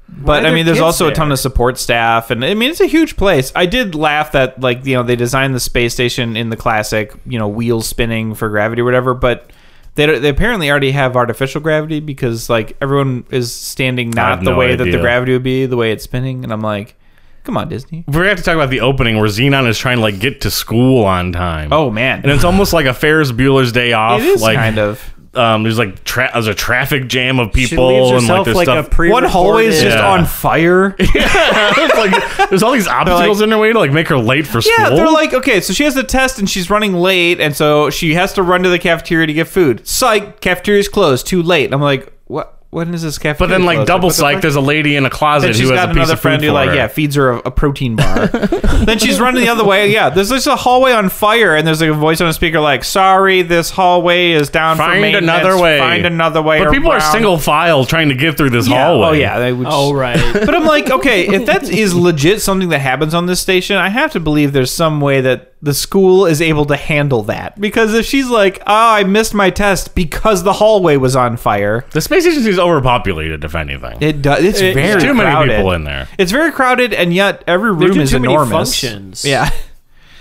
C: But
B: are
C: I
B: there
C: mean, there's
B: kids
C: also a
B: there?
C: ton of support staff, and I mean, it's a huge place. I did laugh that like you know they designed the space station in the classic you know wheels spinning for gravity or whatever, but. They, don't- they apparently already have artificial gravity because like everyone is standing
A: have
C: not the
A: no
C: way that
A: idea.
C: the gravity would be the way it's spinning and i'm like come on disney
A: We're gonna have to talk about the opening where Xenon is trying to like get to school on time.
C: Oh man,
A: And it's almost like a Ferris Bueller's day off.
C: it is
A: like
C: kind of.
A: um there's like tra- there's a traffic jam of
B: She leaves
A: people and like
B: herself
A: there's
B: like
A: stuff
B: a pre.
C: One hallway is just
A: Yeah. <laughs>
C: on fire. <laughs>
A: It's like there's all these obstacles in her way to like make her late for school.
C: Yeah, they're like, okay, so she has the test and she's running late, and so she has to run to the cafeteria to get food. Psych, cafeteria's closed, too late. I'm like, what? When is this
A: but
C: cafeteria?
A: then like
C: closed?
A: double
C: What the
A: psych,
C: fuck?
A: there's a lady in a
C: Then
A: closet who
C: she's
A: has
C: got
A: a piece
C: another
A: of food
C: friend who
A: for
C: like
A: her.
C: yeah feeds her a, a protein
A: <laughs>
C: bar. then she's running the other way. Yeah, there's just a hallway on fire, and there's like a voice on a speaker like, "Sorry, this hallway is down for
A: Find
C: maintenance.
A: another way.
C: Find another way."
A: But people are
C: around."
A: single file trying to get through this
C: Yeah.
A: hallway.
C: Oh yeah, they would
B: <laughs> Oh right.
C: But I'm like, okay, if that is legit something that happens on this station, I have to believe there's some way that the school is able to handle that. Because if she's like, oh, I missed my test because the hallway was on fire,
A: The space agency is overpopulated, if anything.
C: it does. It's
B: It's
C: very
A: too many
C: crowded.
A: people in there.
C: It's very crowded, and yet every
B: They
C: room
B: do
C: is
B: too
C: enormous.
B: many functions. <laughs>
C: Yeah,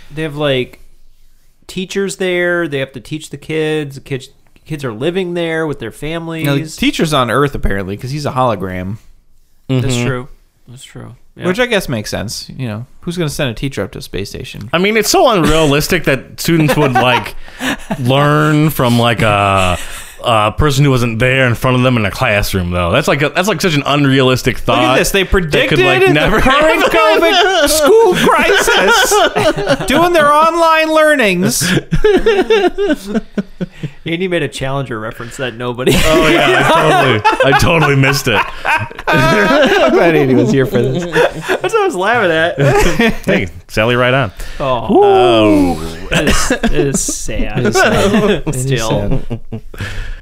B: they have like teachers there. They have to teach the kids. The kids kids are living there with their families.
C: You know, the teacher's on Earth apparently because he's a hologram,
B: That's true. That's true. Yeah.
C: which I guess makes sense. You know, who's going to send a teacher up to a space station?
A: I mean, it's so unrealistic that students would
C: <laughs>
A: like learn from like a, a person who wasn't there in front of them in a classroom, though. That's like a, that's like such an unrealistic thought.
C: Look at this. They predicted
A: Uh, could, like, never <laughs>
C: the current COVID school crisis doing their online learnings.
B: Andy made a Challenger reference that nobody. <laughs>
A: Oh yeah,
C: <laughs>
A: I totally, I totally missed it.
C: I'm glad Andy was here for this.
B: That's what I was laughing at. <laughs>
A: Hey, Sally, right on.
B: Oh, it is, it is sad. <laughs> Still,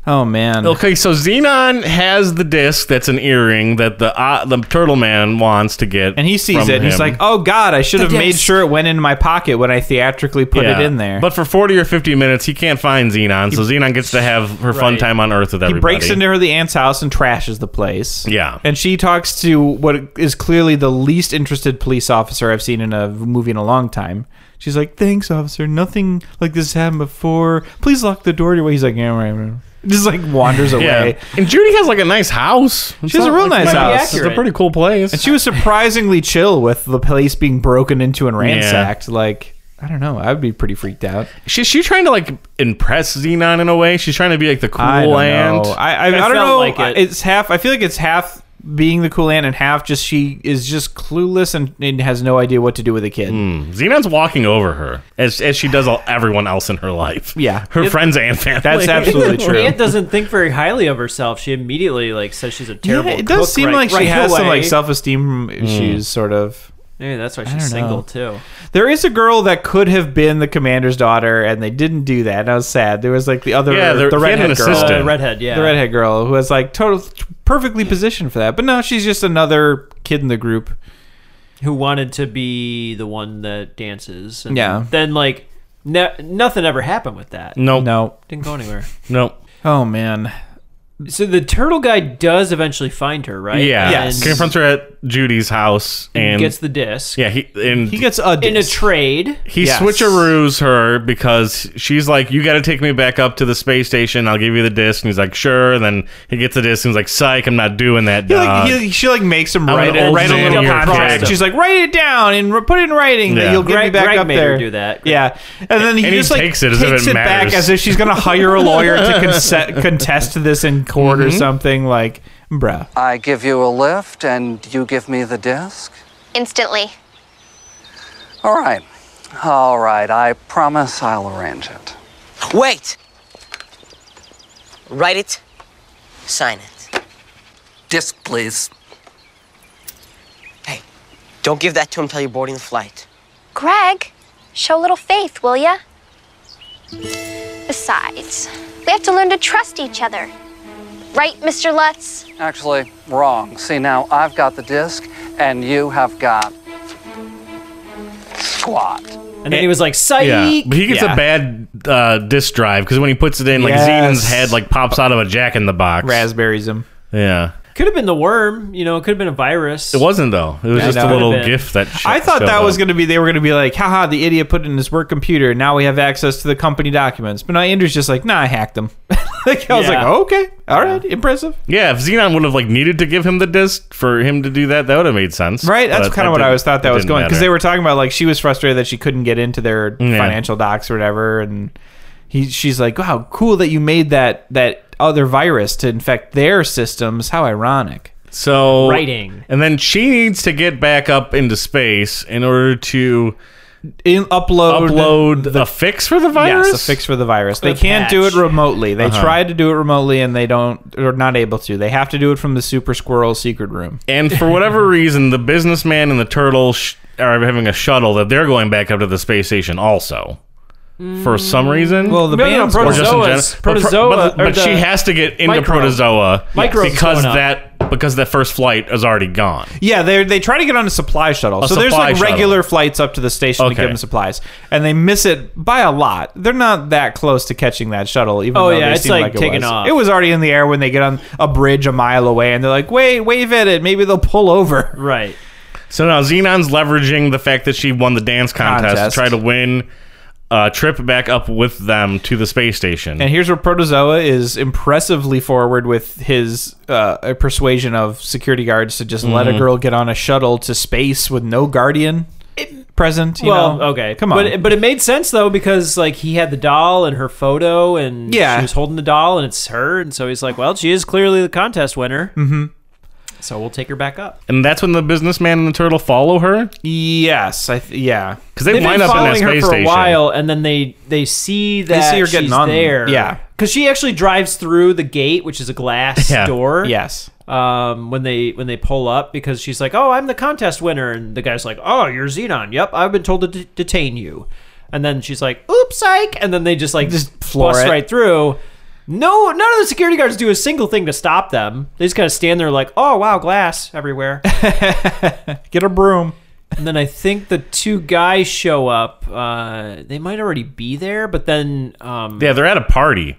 C: Oh, man.
A: Okay, so Xenon has the disc that's an earring that the uh, the Turtle Man wants to get,
C: And he sees
A: from
C: it and he's
A: him.
C: like, oh, God, I should have made
B: disc.
C: sure it went in my pocket when I theatrically put
A: Yeah.
C: it in there.
A: But for forty or fifty minutes, he can't find Xenon, so Xenon gets to have her fun
B: Right.
A: time on Earth with
C: he
A: everybody.
C: breaks into her the aunt's house and trashes the place.
A: Yeah.
C: And she talks to what is clearly the least interested police officer I've seen in a movie in a long time. She's like, "Thanks, officer. Nothing like this has happened before. Please lock the door to your way." He's like, "Yeah, right." <laughs> right." Just like wanders
A: yeah,
C: away.
A: and Judy has like a nice house.
C: She has a real nice
B: might be
C: house.
A: It's a
B: accurate.
A: pretty cool place.
C: And she was surprisingly chill with the place being broken into and ransacked. Like, I don't know. I would be pretty freaked out.
A: She's she trying to like impress Xenon in a way. She's trying to be like the cool
C: I don't
A: aunt.
C: know. I, I, I
B: It
C: don't
B: felt
C: know.
B: like it.
C: It's half. I feel like it's half being the cool aunt and half just she is just clueless and, and has no idea what to do with a kid.
A: Xenon's walking over her as, as she does all, everyone else in her life.
C: Yeah.
A: Her friends and family. <laughs>
B: Aunt doesn't think very highly of herself. She immediately like says she's a terrible.
C: Yeah, it does
B: cook
C: seem
B: right-
C: like she
B: right
C: has some
B: away.
C: like self esteem issues, sort of.
B: Maybe that's why
C: I
B: she's
C: don't
B: single
C: know.
B: too.
C: There is a girl that could have been the commander's daughter, and they didn't do that. And I was sad. There was like the other,
A: Yeah, there-
C: the
A: he had
C: redhead
A: an
C: girl,
A: assistant.
B: The redhead, yeah.
C: the redhead girl who was like total perfectly positioned for that. But no, she's just another kid in the group.
B: Who wanted to be the one that dances? And
C: Yeah. Mm.
B: Then like, ne- nothing ever happened with that.
A: No.
C: No.
B: Didn't go anywhere.
A: No.
C: Oh man.
B: So the turtle guy does eventually find her, right?
A: Yeah.
B: And
A: Confronts her at Judy's house and
B: gets the disc.
A: Yeah, he and
C: He gets a
B: in a trade.
A: He
B: Yes.
A: switcheroos her because she's like, "You got to take me back up to the space station. I'll give you the disc." And he's like, "Sure." And then he gets the disc and he's like, "Psych, I'm not doing that."
C: He, like,
A: dog."
C: he, she like makes him
A: I'm
C: write
A: an
C: a,
A: old
C: write a
A: man
C: little
A: here,
C: contract.
A: Jack.
C: She's like, write it down and re- put it in writing
A: Yeah.
C: that you'll get me
B: Greg-
C: back
B: Greg
C: up
B: made
C: there.
B: her do that.
C: Yeah, and then he
A: And he
C: just
A: takes
C: like
A: it as if
C: takes
A: it
C: it back
A: matters.
C: as if she's gonna hire a
A: <laughs>
C: lawyer to conse- contest this in court
A: Mm-hmm.
C: or something. Like, bruh.
L: I give you a lift and you give me the disc?
F: Instantly.
L: All right. All right. I promise I'll arrange it.
M: Wait! Write it, sign it.
L: Disc, please.
M: Hey, don't give that to him till you're boarding the flight.
F: Greg, show a little faith, will ya? Besides, we have to learn to trust each other. Right, Mr. Lutz?
L: Actually, wrong. See, now I've got the disc and you have got squat.
B: And then he was like, "Psych."
A: Yeah, but he gets a bad uh, disc drive because when he puts it in, like
C: Yes.
A: Xenon's head like pops out of a jack in the box.
C: Raspberries him.
A: Yeah,
B: Could have been the worm. You know, it could have been a virus.
A: it wasn't though. It was
C: Yeah,
A: just
C: no.
A: a little
C: Could've been.
A: gift that sh-
C: I thought
A: showed
C: that was
A: up.
C: going to be they were going to be like, haha, the idiot put it in his work computer. Now we have access to the company documents. But now Andrew's just like, nah, I hacked him. <laughs> like I was
A: Yeah.
C: like, okay, all right, impressive.
A: Yeah, if Xenon would have like needed to give him the disc for him to do that, that would have made sense.
C: Right, that's
A: But
C: kind of what I
A: didn't-
C: always thought that
A: it
C: was
A: didn't
C: going because
A: matter.
C: they were talking about like she was frustrated that she couldn't get into their
A: Yeah.
C: financial docs or whatever, and he she's like, "Wow, cool that you made that that other virus to infect their systems. How ironic."
A: So
B: Writing.
A: and then she needs to get back up into space in order to
C: in, upload
A: upload the, fix for the virus.
C: Oh, Yes, a fix for the virus. They
A: The
C: can't do it
A: patch.
C: remotely. They
A: Uh-huh.
C: tried to do it remotely and they don't. They're not able to. They have to do it from the Super Squirrel secret room.
A: And for
C: <laughs>
A: whatever reason, the businessman and the turtle sh- are having a shuttle that they're going back up to the space station also. For some reason, well,
C: Mm. the No, no, band's
A: Or just in
C: protozoas.
A: general- but pro-
C: Protozoa,
A: but,
C: or
A: but she
C: the
A: has to get into
C: microbe.
A: protozoa
C: Microbe's
A: because
C: going up.
A: that because the first flight is already gone.
C: Yeah, they they try to get on a supply shuttle.
A: A
C: so there's
A: supply
C: like
A: shuttle.
C: regular flights up to the station to
A: Okay.
C: give them supplies, and they miss it by a lot. They're not that close to catching that shuttle. Even
B: Oh,
C: though
B: yeah,
C: they
B: it's,
C: seem
B: like,
C: it
B: taken
C: was.
B: off.
C: It was already in the air when they get on a bridge a mile away, and they're like, "Wait, wave at it. Maybe they'll pull over."
B: <laughs> Right.
A: So now Xenon's leveraging the fact that she won the dance contest,
C: Contest.
A: to try to win a trip back up with them to the space station.
C: And here's where Protozoa is impressively forward with his uh, persuasion of security guards to just let a
B: Mhm.
C: girl get on a shuttle to space with no guardian present. You
B: well,
C: know?
B: okay,
C: come on.
B: but but it made sense though because like he had the doll and her photo, and
C: Yeah.
B: she was holding the doll, and it's her, and so he's like, well, she is clearly the contest winner,
C: Mhm.
B: so we'll take her back up.
A: And that's when the businessman and the turtle follow her.
C: Yes, I th- yeah,
A: because they
B: They've
A: wind
B: been
A: up in that
B: following
A: space
B: her for a
A: station.
B: while, and then they they see
C: They
B: that
C: see her getting
B: she's
C: on-
B: there,
C: yeah.
B: because she actually drives through the gate, which is a glass
C: <laughs> Yeah.
B: door.
C: Yes.
B: Um, when they when they pull up, because she's like, "Oh, I'm the contest winner," and the guy's like, "Oh, you're Xenon. Yep, I've been told to d- detain you." And then she's like, "Oops, psych!" And then they just like just
C: floor
B: bust
C: it.
B: right through. No, none of the security guards do a single thing to stop them. They just kind of stand there like, "Oh wow, glass
A: <laughs>
B: everywhere."
C: Get a broom.
B: And then I think the two guys show up. Uh, they might already be there, but then um,
A: Yeah, they're at a party.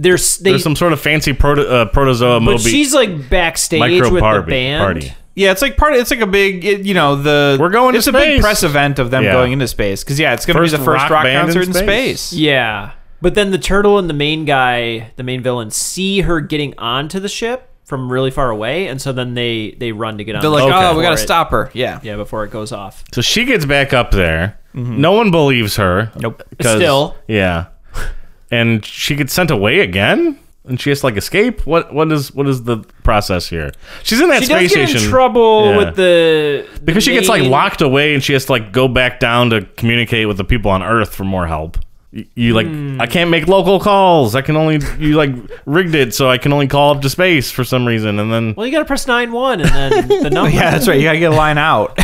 B: there's they,
A: There's some sort of fancy proto, uh, protozoa
B: but
A: mobi.
B: she's like backstage
A: Micro
B: with the
A: Barbie
B: band.
A: party.
C: Yeah, it's like part. It's like a big, it- you know, the we're going.
A: to
C: It's a big
A: space.
C: press event of them
A: Yeah.
C: going into space because yeah, it's going to be
A: First
C: the first
A: rock
C: rock,
A: band in
C: concert in
A: space.
C: space.
B: Yeah, but then the turtle and the main guy, the main villain, see her getting onto the ship from really far away, and so then they they run to get on.
C: They're
B: the
C: like,
B: ship
C: "Oh, we
B: before
C: gotta
B: it-
C: stop her."
A: "Oh."
C: Yeah,
B: yeah, before it goes off.
A: so she gets back up there. No one believes her. Nope.
B: Mm-hmm. Still.
A: Yeah. And she gets sent away again. and she has to like escape. What what is what is the process here? She's in that
B: she
A: space
B: does get
A: station.
B: in trouble
A: Yeah.
B: with the
A: because she gets like
B: main-
A: locked away and she has to like go back down to communicate with the people on Earth for more help. You, you like
B: Hmm.
A: I can't make local calls. I can only you like rigged it so I can only call up to space for some reason, and then
B: Well, you got to press nine one and
A: <laughs>
B: then the number.
C: yeah, that's right. You gotta get a line out.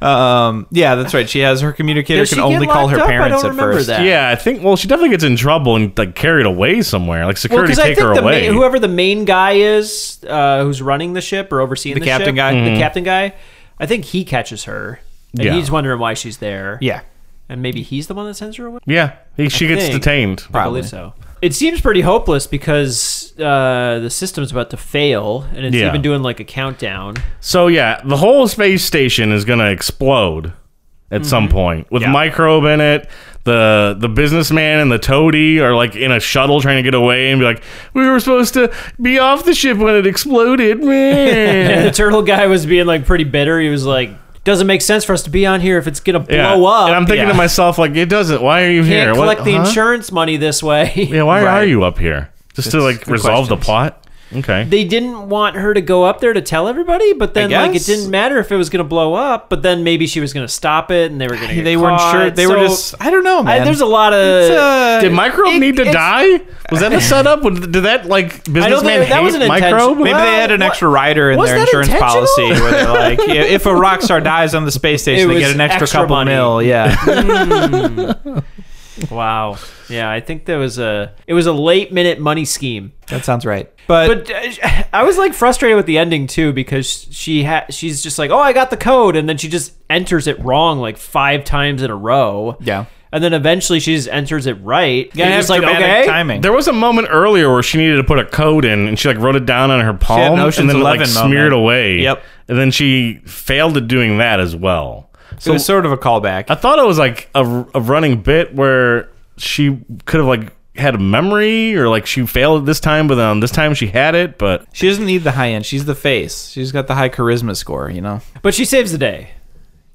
C: um, yeah, that's right. She has her communicator
B: Does
C: can
B: she get
C: only call her
B: locked up? I
C: parents
B: don't
C: at
B: remember
C: first.
B: that.
A: yeah, I think well she definitely gets in trouble and like carried away somewhere. Like
B: Well,
A: security
B: because I
A: take
B: think
A: her
B: the
A: away.
B: main, whoever the main guy is, uh, who's running the ship or overseeing the,
C: The captain
B: ship,
C: guy?
B: the
C: Mhm.
B: captain guy, I think he catches her, and
A: Mm-hmm. Yeah.
B: he's wondering why she's there.
C: Yeah.
B: and maybe he's the one that sends her away.
A: yeah, he, she
B: I
A: gets
B: think.
A: detained.
B: I believe so. It seems pretty hopeless because uh, the system's about to fail, and it's
A: Yeah.
B: even doing like a countdown.
A: So yeah, the whole space station is gonna explode at
B: Mm-hmm.
A: some point with microbe in it. The the businessman and the toady are like in a shuttle trying to get away and be like, we were supposed to be off the ship when it exploded, man.
B: <laughs> And the turtle guy was being like pretty bitter. He was like, "Doesn't make sense for us to be on here if it's gonna blow
A: Yeah.
B: up."
A: And I'm thinking
B: Yeah.
A: to myself, like, it doesn't. Why are you
B: can't
A: here? What-
B: collect the
A: huh?
B: insurance money this way.
A: Yeah, why are you up here? Just to
B: That's
A: like
B: good
A: resolve the
B: questions.
A: plot? Okay.
B: <laughs> They didn't want her to go up there to tell everybody, but then like it
C: guess.
B: didn't matter if it was going to blow up. But then maybe she was going to stop it, and they were going to.
C: They weren't sure. They were just. I don't know, man.
B: there's a lot of.
C: It's, uh,
A: Did microbe
B: it-
A: need to
B: it's-
A: die? Was
B: <laughs>
A: that the setup? Would- Did that like businessman
B: that was
A: hate
B: an intention-
A: microbe?
C: Maybe they had an extra rider in
B: was
C: their
B: that
C: insurance
B: intentional?
C: policy
B: <laughs>
C: where they're like, yeah, if a rock star dies on the
B: It
C: space station, they
B: was
C: get an extra,
B: extra
C: couple
B: money. <laughs>
C: mil. Yeah,
B: wow. Yeah, I think there was a. It was a late minute money scheme.
C: that sounds right. But,
B: But uh, <laughs> I was like frustrated with the ending too because she ha- she's just like, "Oh, I got the code," and then she just enters it wrong like five times in a row.
C: yeah,
B: And then eventually she just enters it right.
C: Gotta
B: and
C: have
B: it's like,
C: dramatic
B: okay,
C: timing.
A: There was a moment earlier where she needed to put a code in, and she like wrote it down on her
C: had an
A: palm,
C: Ocean's
A: and then it, like
C: Eleven moment.
A: smeared away.
C: Yep.
A: And then she failed at doing that as well.
C: so it was sort of a callback.
A: I thought it was like a, a running bit where she could have like had a memory, or like she failed this time, but um, this time she had it. But
C: She doesn't need the high end. She's the face. She's got the high charisma score. You know.
B: But she saves the day.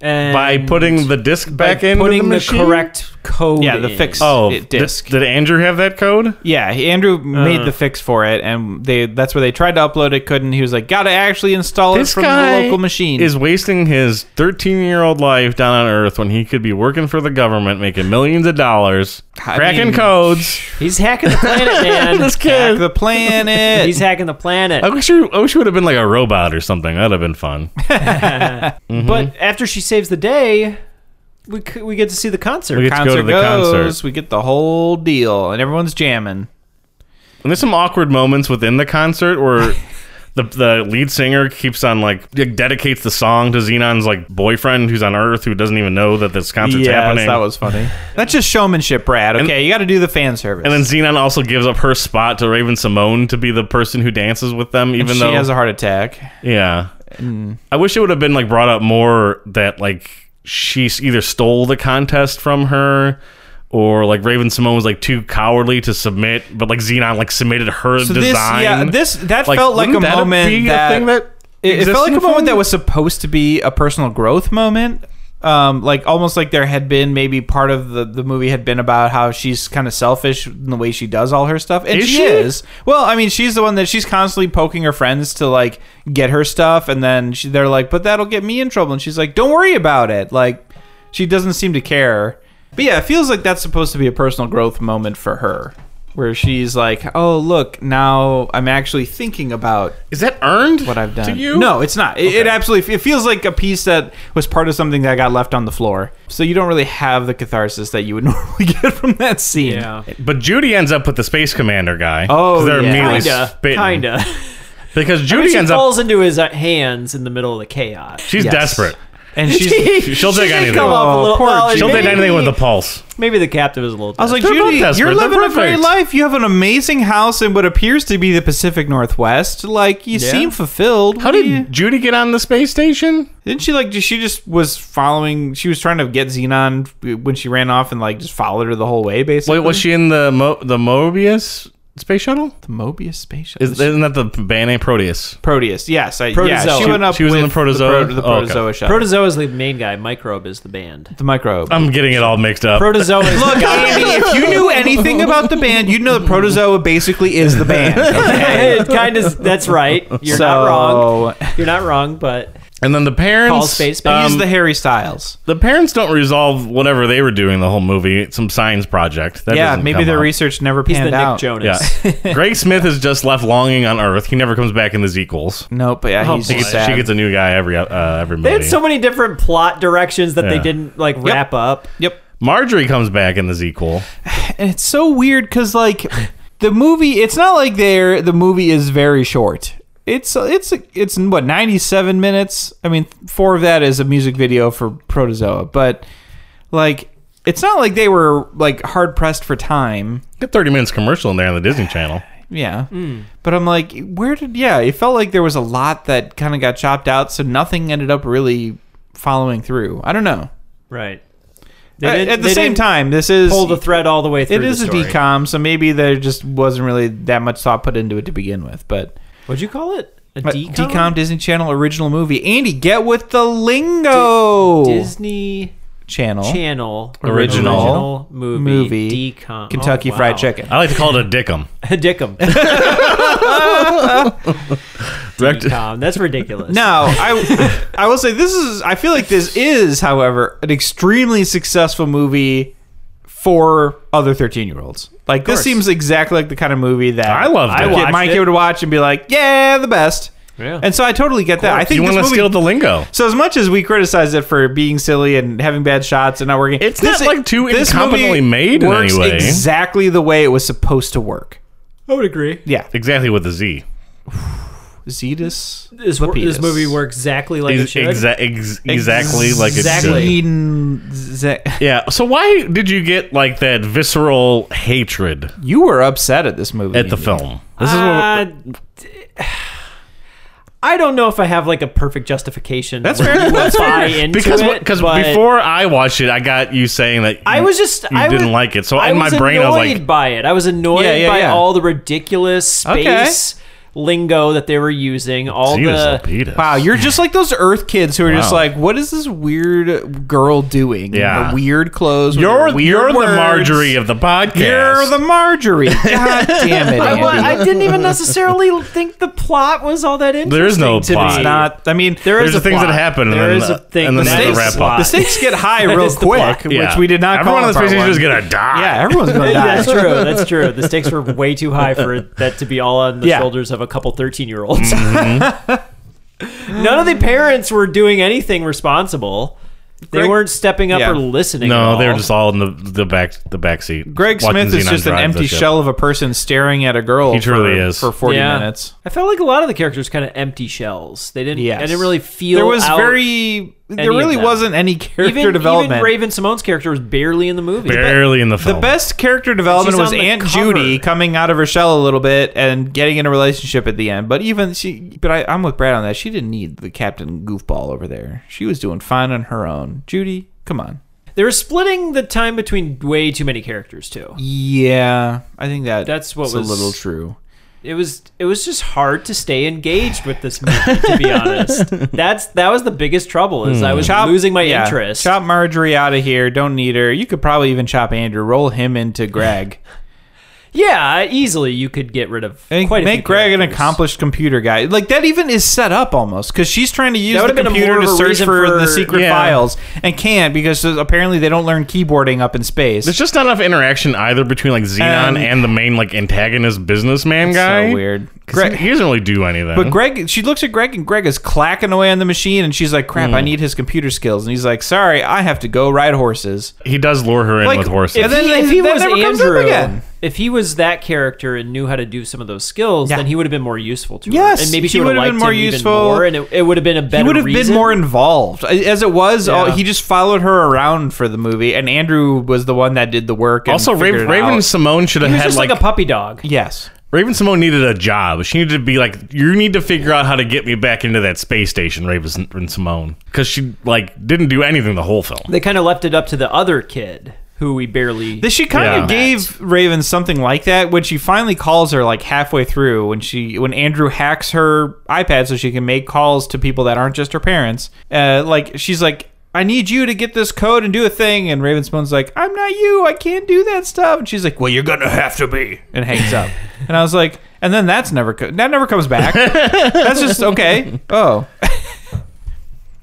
B: And
A: by putting the disc
B: by
A: back in,
B: putting the,
A: machine?
B: correct code.
C: Yeah, the
B: in.
C: fix
A: Oh,
C: it-
A: did-
C: disc.
A: Did, Andrew have that code?
C: Yeah, Andrew
A: Uh.
C: made the fix for it, and they that's where they tried to upload it, couldn't. He was like, "Gotta actually install it from the local machine."
A: is wasting his 13 year old life down on Earth when he could be working for the government, making millions of dollars,
C: I
A: cracking
C: mean-
A: codes.
B: He's hacking the planet, man.
A: this
C: Hack
A: kid. <laughs>
C: the planet.
B: He's hacking the planet.
A: I wish you, I wish you would have been like a robot or something. That'd have been fun.
B: But after she saves the day, we c- we get to see the concert.
A: We get to go to the concert.
C: We get the whole deal, and everyone's jamming.
A: And there's some awkward moments within the concert
C: <laughs>
A: where the the lead singer keeps on like like, dedicates the song to Xenon's like boyfriend who's on Earth who doesn't even know that this concert's
C: Yes,
A: happening.
C: that was funny. That's just showmanship, Brad. Okay, you got to do the fan service.
A: and then Xenon also gives up her spot to Raven Simone to be the person who dances with them, even
C: she
A: though
C: has a heart attack.
A: Yeah.
C: Mm.
A: I wish it would have been like brought up more that like she s- either stole the contest from her or like Raven Simone was like too cowardly to submit, but like Xenon like submitted her
C: So this,
A: design.
C: yeah, this that felt like a
A: wouldn't that
C: moment
A: be a
C: that,
A: thing that
C: it, it
A: exists
C: felt like
A: in
C: a moment
A: film?
C: that was supposed to be a personal growth moment. Um, like almost like there had been maybe part of the, the movie had been about how she's kind of selfish in the way she does all her stuff, and
A: Is
C: she,
A: she?
C: is. Well, I mean, she's the one that she's constantly poking her friends to like get her stuff, and then she, they're like, "But that'll get me in trouble," and she's like, "Don't worry about it." Like, she doesn't seem to care. But yeah, it feels like that's supposed to be a personal growth moment for her, where she's like, "Oh, look, now I'm actually thinking about
A: Is that earned?
C: what I've done.
A: to you?
C: No, it's not. It, it absolutely it feels like a piece that was part of something that got left on the floor. So you don't really have the catharsis that you would <laughs> normally get from that scene.
B: Yeah.
A: But Judy ends up with the space commander guy.
C: Oh,
A: 'cause they're
C: yeah.
A: immediately
B: Kinda,
A: spitting.
B: kinda.
A: Because Judy
B: she
A: ends
B: falls
A: up.
B: into his uh, hands in the middle of the chaos.
A: She's
C: Yes.
A: desperate.
C: And
A: <laughs>
C: she's
A: She'll
B: <laughs>
A: take
B: did
A: anything.
B: Come off a
C: Oh,
B: little,
C: poor
B: well,
C: Judy.
A: She'll take
B: maybe-
A: anything with a pulse.
B: Maybe the captain was a little.
C: I was like,
A: They're both
C: Judy,
A: desperate.
C: you're
A: They're
C: living a great
A: perfect.
C: life. You have an amazing house in what appears to be the Pacific Northwest. Like you
B: Yeah.
C: seem fulfilled.
A: How
C: What
A: did
C: do you-
A: Judy get on the space station?
C: Didn't she like? She just was following. She was trying to get Xenon when she ran off and like just followed her the whole way. Basically,
A: Wait, was she in the Mo- the Mobius Space shuttle?
C: The Mobius space shuttle.
A: Is, isn't that the Bane Proteus?
C: Proteus, yes. I, Yeah,
A: Protozoa.
C: she went up
A: She was in
C: with
A: the Protozoa?
C: The, pro- the
A: Oh, okay.
C: protozoa shuttle.
B: Protozoa is the main guy. Microbe is the band.
C: the microbe.
A: I'm getting it all mixed up.
B: Protozoa <laughs> is
C: Look,
B: the guy.
C: Andy, <laughs> if you knew anything about the band, you'd know that Protozoa basically is the <laughs> band.
B: it <laughs> kind of. That's right. You're not
C: So-
A: um,
B: wrong. You're not wrong, but
A: And then the parents. um,
B: Call space space. He's the
C: Harry Styles.
A: The parents don't resolve whatever they were doing the whole movie. It's some science project. That
C: yeah,
A: doesn't
C: maybe
A: come
C: their
A: up.
C: research never
B: He's the
C: panned
B: Nick
C: out.
B: Jonas.
A: Yeah. Greg Smith is just left longing on Earth. He never comes back in the sequels.
C: Nope. Yeah,
B: he's
A: Oh, she, gets,
B: sad.
A: she gets a new guy every uh, every movie.
B: <laughs> they had so many different plot directions that they
A: Yeah.
B: didn't like wrap up.
C: Yep.
A: Marjorie comes back in the sequel.
C: and it's so weird because like the movie it's not like they're the movie is very short it's it's it's what 97 minutes i mean four of that is a music video for protozoa but like it's not like they were like hard pressed for time
A: Get 30 minutes commercial in there on the Disney Channel.
C: yeah
B: Hmm.
C: but i'm like where did yeah it felt like there was a lot that kind of got chopped out so nothing ended up really following through i don't know
B: Right.
C: At-
B: didn't-
C: at the
B: they
C: same
B: didn't
C: time this is
B: pull the thread all the way through.
C: it is
B: the
C: a
B: story.
C: decom, so maybe there just wasn't really that much thought put into it to begin with. But
B: What'd you call it? A
C: but
B: decom.
C: decom Disney Channel original movie. Andy, get with the lingo.
B: Disney
C: Channel
B: Channel
A: Original.
B: original movie,
C: Oh. Movie.
B: decom
C: Kentucky
B: Oh,
C: Fried
B: wow. <laughs>
C: Chicken.
A: I like to call it a dickum.
C: <laughs>
B: Dickum.
A: Direct-
B: Tom, that's ridiculous.
A: <laughs>
C: No, I I will say this is I feel like this is, however, an extremely successful movie for other 13 year olds. Like this
B: course.
C: seems exactly like the kind of movie that
A: I loved
C: I
A: it.
C: get my
B: watched
C: kid
B: it.
C: would watch and be like, "Yeah, the best."
B: Yeah.
C: And so I totally get that. I
A: you
C: think this
A: want to
C: movie-
A: steal the lingo.
C: So as much as we criticize it for being silly and having bad shots and not working,
A: It's not, like, too
C: this
A: incompetently
C: movie
A: made in any
C: works
A: way.
C: Exactly the way it was supposed to work.
B: I would agree.
C: Yeah,
A: Exactly with the Z.
C: Zetus.
B: This, wor- this movie works exactly like it
A: Ex-
B: should.
A: exa- ex- exactly like it's
B: Exactly.
A: Yeah. So why did you get like that visceral hatred
C: You were upset at this movie
A: at the film? This is
B: Uh, d- I don't know if I have like a perfect justification. That's fair. That's buy into
A: because
B: it,
A: because
B: but
A: before I watched it, I got you saying that
B: I
A: you-
B: was just
A: you
B: I
A: didn't
B: was-
A: like it. So in my
B: was
A: brain, I was like,
B: annoyed by it. I was annoyed
C: Yeah, yeah,
B: by
C: yeah.
B: all the ridiculous
C: Okay.
B: space lingo that they were using. All
A: Zeus
B: the
A: Lapidus.
C: Wow, you're just like those Earth kids who are just
A: Wow.
C: like, what is this weird girl doing? in
A: Yeah.
C: her weird clothes. with her
A: You're
C: weird
A: you're the
C: words.
A: Marjorie of the podcast.
C: You're
A: <laughs>
C: the Marjorie. God damn it,
B: I,
C: Andy.
B: wa- I didn't even necessarily think the plot was all that interesting.
A: There is no
B: to
A: plot.
B: Me.
C: It's not. I mean, there
A: There's
C: is
A: the things that
B: plot.
A: happen, and
B: There
A: then
B: is
A: the,
B: a thing
A: and then
B: that
A: there's
B: is
A: the wrap up.
B: plot.
C: the stakes
A: <laughs>
C: get high
B: That
C: real
B: is the
C: quick,
B: plot.
A: Yeah.
C: which we did not.
A: Everyone
C: call
A: on this
C: in
A: space
C: part
A: is just
C: one.
A: gonna die.
C: Yeah, everyone's
B: <laughs>
C: gonna die.
B: That's true. That's true. The stakes were way too high for that to be all on the
C: Yeah.
B: shoulders of a couple 13 year olds.
C: Mm-hmm.
B: <laughs> None of the parents were doing anything responsible. They
C: Greg-
B: weren't stepping up
C: Yeah.
B: or listening. at
A: No,
B: all.
A: they're just all in the the back the back seat.
C: Greg
A: watching
C: Smith is
A: Xenon
C: just an
A: drive
C: empty
A: the ship.
C: shell of a person staring at a girl.
A: He truly
C: for,
A: is.
C: for forty
B: Yeah.
C: minutes.
B: I felt like a lot of the characters kind of empty shells. They didn't.
C: Yes.
B: I didn't really feel.
C: there was
B: out-
C: very
B: any
C: there
B: of
C: really
B: them.
C: wasn't any character
B: even,
C: development.
B: Even Raven Simone's character was barely in the movie.
A: barely in the
C: the
A: film.
C: best character development
B: She's
C: was
B: on the
C: Aunt
B: cover.
C: Judy coming out of her shell a little bit and getting in a relationship at the end. But even she, but I, I'm with Brad on that. She didn't need the Captain Goofball over there. She was doing fine on her own. Judy, come on.
B: They were splitting the time between way too many characters too.
C: Yeah, I think that
B: That's what
C: is
B: was-
C: a little true.
B: It was it was just hard to stay engaged with this movie. to be honest, that's that was the biggest trouble. Is I was losing my
C: Hmm. yeah,
B: interest.
C: Chop Marjorie out of here. Don't need her. You could probably even chop Andrew. Roll him into Greg.
B: Yeah, easily you could get rid of
C: And
B: quite a few
C: make Greg an
B: characters.
C: accomplished computer guy. Like that even is set up almost because she's trying to use
B: That
C: the
B: would've been a
C: computer
B: more
C: to
B: of a
C: search
B: reason
C: for, the
B: for-
C: secret
A: Yeah.
C: files and can't because there's- apparently they don't learn keyboarding up in space.
A: There's just not enough interaction either between like Xenon
C: Um,
A: and the main like antagonist businessman guy.
C: so weird.
A: 'Cause he-
C: Greg-
A: he doesn't really do anything.
C: But Greg, she looks at Greg and Greg is clacking away on the machine and she's like, "Crap,
B: Hmm.
C: I need his computer skills." And he's like, "Sorry, I have to go ride horses."
A: he does lure her in
C: Like,
A: with horses.
C: if
B: If he-
C: then
B: if he
C: that
B: was
C: never comes up
B: Andrew,
C: again.
B: if he was that character and knew how to do some of those skills,
C: Yeah.
B: then he would have been more useful to
C: Yes,
B: her. and maybe
C: he
B: she would have
C: would've
B: liked
C: been more
B: him
C: useful.
B: even more, and it, it would have been a better.
C: he would have been
B: reason.
C: more involved. As it was, all-
B: Yeah.
C: he just followed her around for the movie, and Andrew was the one that did the work. And
A: also,
C: figured
A: Raven,
C: it
A: Raven
C: out.
A: Simone should have
B: He was
A: had
B: just like,
A: like,
B: a puppy dog.
C: yes,
A: Raven Simone needed a job. She needed to be like, you need to figure out how to get me back into that space station, Raven Simone, because she like didn't do anything the whole film.
B: They kind of left it up to the other kid who we barely.
C: That she kind of gave Raven something like that when she finally calls her like halfway through when she when Andrew hacks her iPad so she can make calls to people that aren't just her parents. Uh, like she's like, I need you to get this code and do a thing, and Raven Spoon's like, I'm not you, I can't do that stuff. And she's like, Well, you're gonna have to be, and hangs up. and I was like, and then that's never co- that never comes back. that's just okay. Oh. <laughs>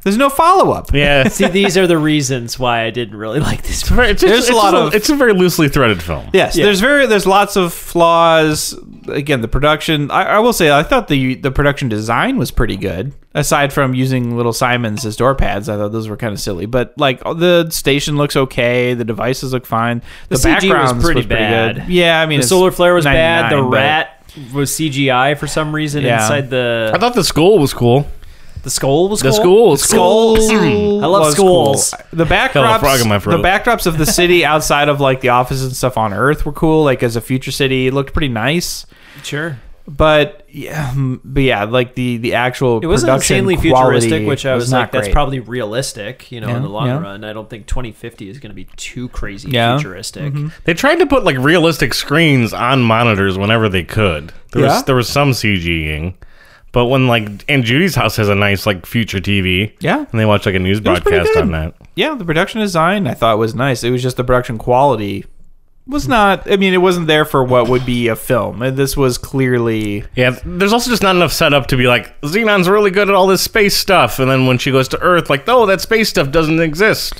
C: There's no follow up. <laughs>
A: Yeah.
B: <laughs> See, these are the reasons why I didn't really like this. Movie.
A: It's, it's- it's It's a very loosely threaded film.
C: Yes, there's very there's lots of flaws. Again, the production. I, I will say, I thought the the production design was pretty good. Aside from using little Simons as door pads, I thought those were kind of silly. But like the station looks okay, the devices look fine.
B: The, CG was
C: backgrounds
B: pretty
C: was
B: bad.
C: good. Yeah, I mean,
B: the
C: it's
B: solar flare was bad. The
C: 99, but-
B: rat was CGI for some reason
C: Yeah.
B: inside the.
A: I thought the school was cool.
B: the skull was
A: The
B: cool?
A: school, school.
B: <clears throat> I love
C: was
B: skulls.
C: cool. The
A: Got a frog in my
C: backdrops,
A: throat.
C: the backdrops of the city outside of like the offices and stuff on Earth were cool. Like as a future city, it looked pretty nice.
B: Sure.
C: But yeah, mm, but yeah, like the the actual
B: It was
C: production
B: insanely
C: quality
B: futuristic, which I was,
C: not
B: like, that's
C: great.
B: probably realistic, you know,
C: Yeah,
B: in the long
C: yeah.
B: run. I don't think 2050 is going to be too crazy
A: Yeah.
B: futuristic.
C: Mm-hmm.
A: They tried to put like realistic screens on monitors whenever they could. There
B: Yeah.
A: was there was some CGing, but when like and Judy's house has a nice like future TV,
C: Yeah.
A: and they watch like a news
C: was pretty
A: broadcast
C: good.
A: on that.
C: yeah, the production design I thought was nice. It was just the production quality was not. I mean, it wasn't there for what would be a film. And This was clearly
A: Yeah, there's also just not enough setup to be like Xenon's really good at all this space stuff, and then when she goes to Earth, like oh that space stuff doesn't exist.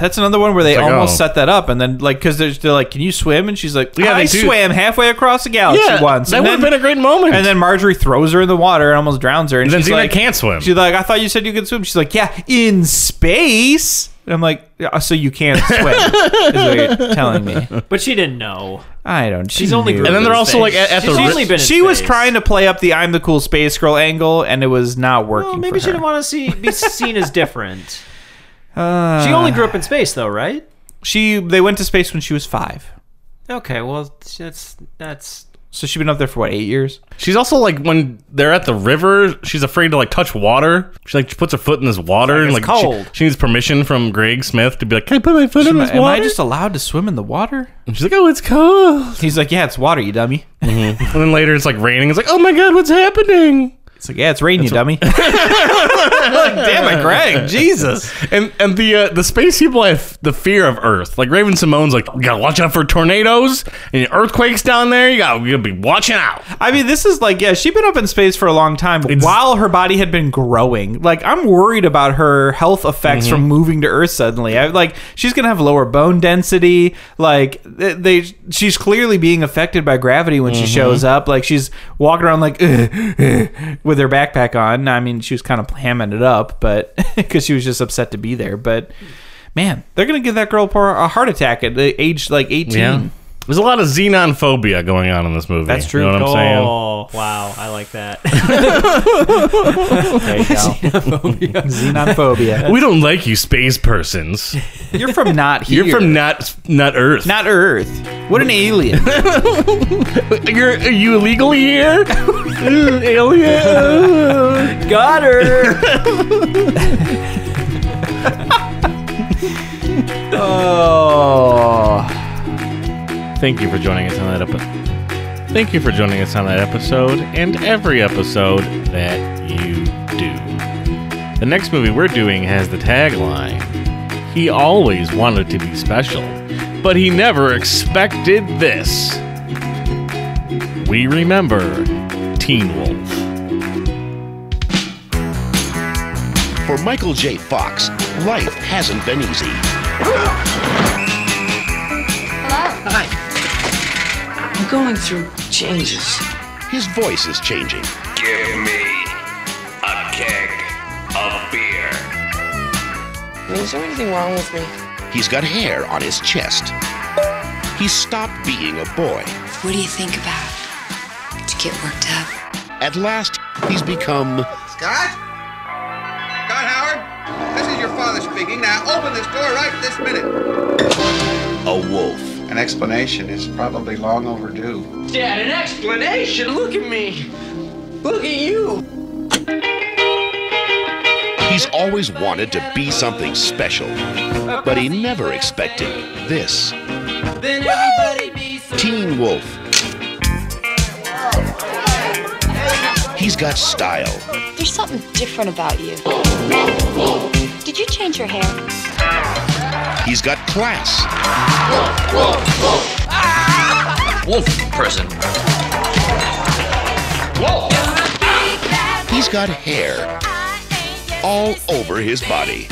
C: That's another one where they
A: It's like,
C: almost
A: oh.
C: set that up, and then like because they're, they're like, "Can you swim?" And she's like,
A: Yeah,
C: "Yeah,
A: they
C: I
A: do.
C: swam halfway across the galaxy
A: Yeah,
C: once."
A: that
C: And
A: would've
C: then-
A: been a great moment.
C: And then Marjorie throws her in the water and almost drowns her. And,
A: And then
C: she's
A: Xena
C: like,
A: can't swim.
C: She's like, "I thought you said you could swim." She's like, "Yeah, in space." And I'm like, "Yeah, "So
A: <laughs>
C: you can't swim?" is what you're telling me?
B: But she didn't know.
C: I don't.
B: She's
C: she
B: only
C: knew.
B: grew And then they're in also, space. like, at- at She's the- only been in
C: she was
B: space.
C: trying to play up the "I'm the cool space girl" angle, and it was not working.
B: Well, maybe
C: for
B: she
C: her.
B: didn't want to see be seen as
C: <laughs>
B: different.
C: Uh,
B: She only grew up in space, though,
C: <laughs>
B: right?
C: She they went to space when she was five,
B: Okay, well, that's that's
C: so she'd been up there for what eight years.
A: She's also like when they're at the river, she's afraid to like touch water. She like puts her foot in this water and
C: It's
A: like she-
C: cold.
A: She, needs permission from Greg Smith to be like, "Can I put my foot in this
C: Am I
A: water?"
C: just allowed to swim in the water? <laughs>
A: and she's like, "Oh, it's cold."
C: He's like, "Yeah, it's water, you dummy."
A: and then later it's like raining. It's like, "Oh my god, what's happening?"
C: It's like, "Yeah, it's raining, you dummy." <laughs> Damn it, Greg! Jesus.
A: And and the uh, the space people have the fear of Earth. Like Raven Simone's like, "You gotta watch out for tornadoes and earthquakes down there. You gotta, you gotta be watching out."
C: I mean, this is like, yeah, she'd been up in space for a long time while her body had been growing. Like, I'm worried about her health
A: Mm-hmm.
C: effects from moving to Earth suddenly. I, like, she's gonna have lower bone density. Like, th- they, she's clearly being affected by gravity when
A: Mm-hmm.
C: she shows up. Like, she's walking around like <laughs> "Ugh, ugh," with her backpack on. I mean, she was kind of hamming it up, but <laughs> because she was just upset to be there. But man, they're gonna give that girl a heart attack at the age like 18.
A: Yeah. There's a lot of xenon phobia going on in this movie.
C: That's true.
A: You know what I'm saying?
B: Oh wow, I like that.
C: There you go. Xenophobia.
A: We don't like you, space
C: <laughs>
A: persons.
C: You're from not here.
A: <laughs> You're from not not Earth.
C: not Earth. What an alien.
A: You're are you illegal
C: <laughs>
A: here? <laughs> Mm, alien.
B: <laughs> Got
C: <laughs>
B: her.
C: oh.
A: Thank you for joining us on that episode. Thank you for joining us on that episode and every episode that you do. The next movie we're doing has the tagline He always wanted to be special, but he never expected this. We remember Teen Wolf.
N: For Michael J. Fox, life hasn't been easy.
K: Hi. I'm going through changes.
N: His voice is changing.
D: Give me a keg of beer.
N: Is there anything wrong with me? He's got hair on his chest. He stopped being a boy.
K: What do you think about to get worked up?
N: At last, he's become
O: Scott? Scott Howard? This is your father speaking. Now open this door right this minute.
N: a wolf.
O: An explanation is probably long overdue.
M: Dad, an explanation? Look at me. Look at you.
N: He's He's always wanted to be something special, but he never expected this.
M: Then everybody be
N: Teen Wolf. He's got style.
P: There's something different about you. Did you change your hair?
N: He's got class.
J: Wolf person.
N: He's got hair all over his body.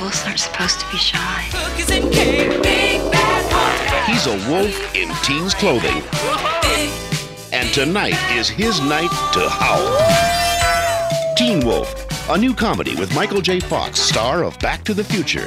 P: Wolves aren't supposed to be shy.
N: He's a wolf in teens clothing. And tonight is his night to howl. Teen Wolf, a new comedy with Michael J. Fox, star of Back to the Future.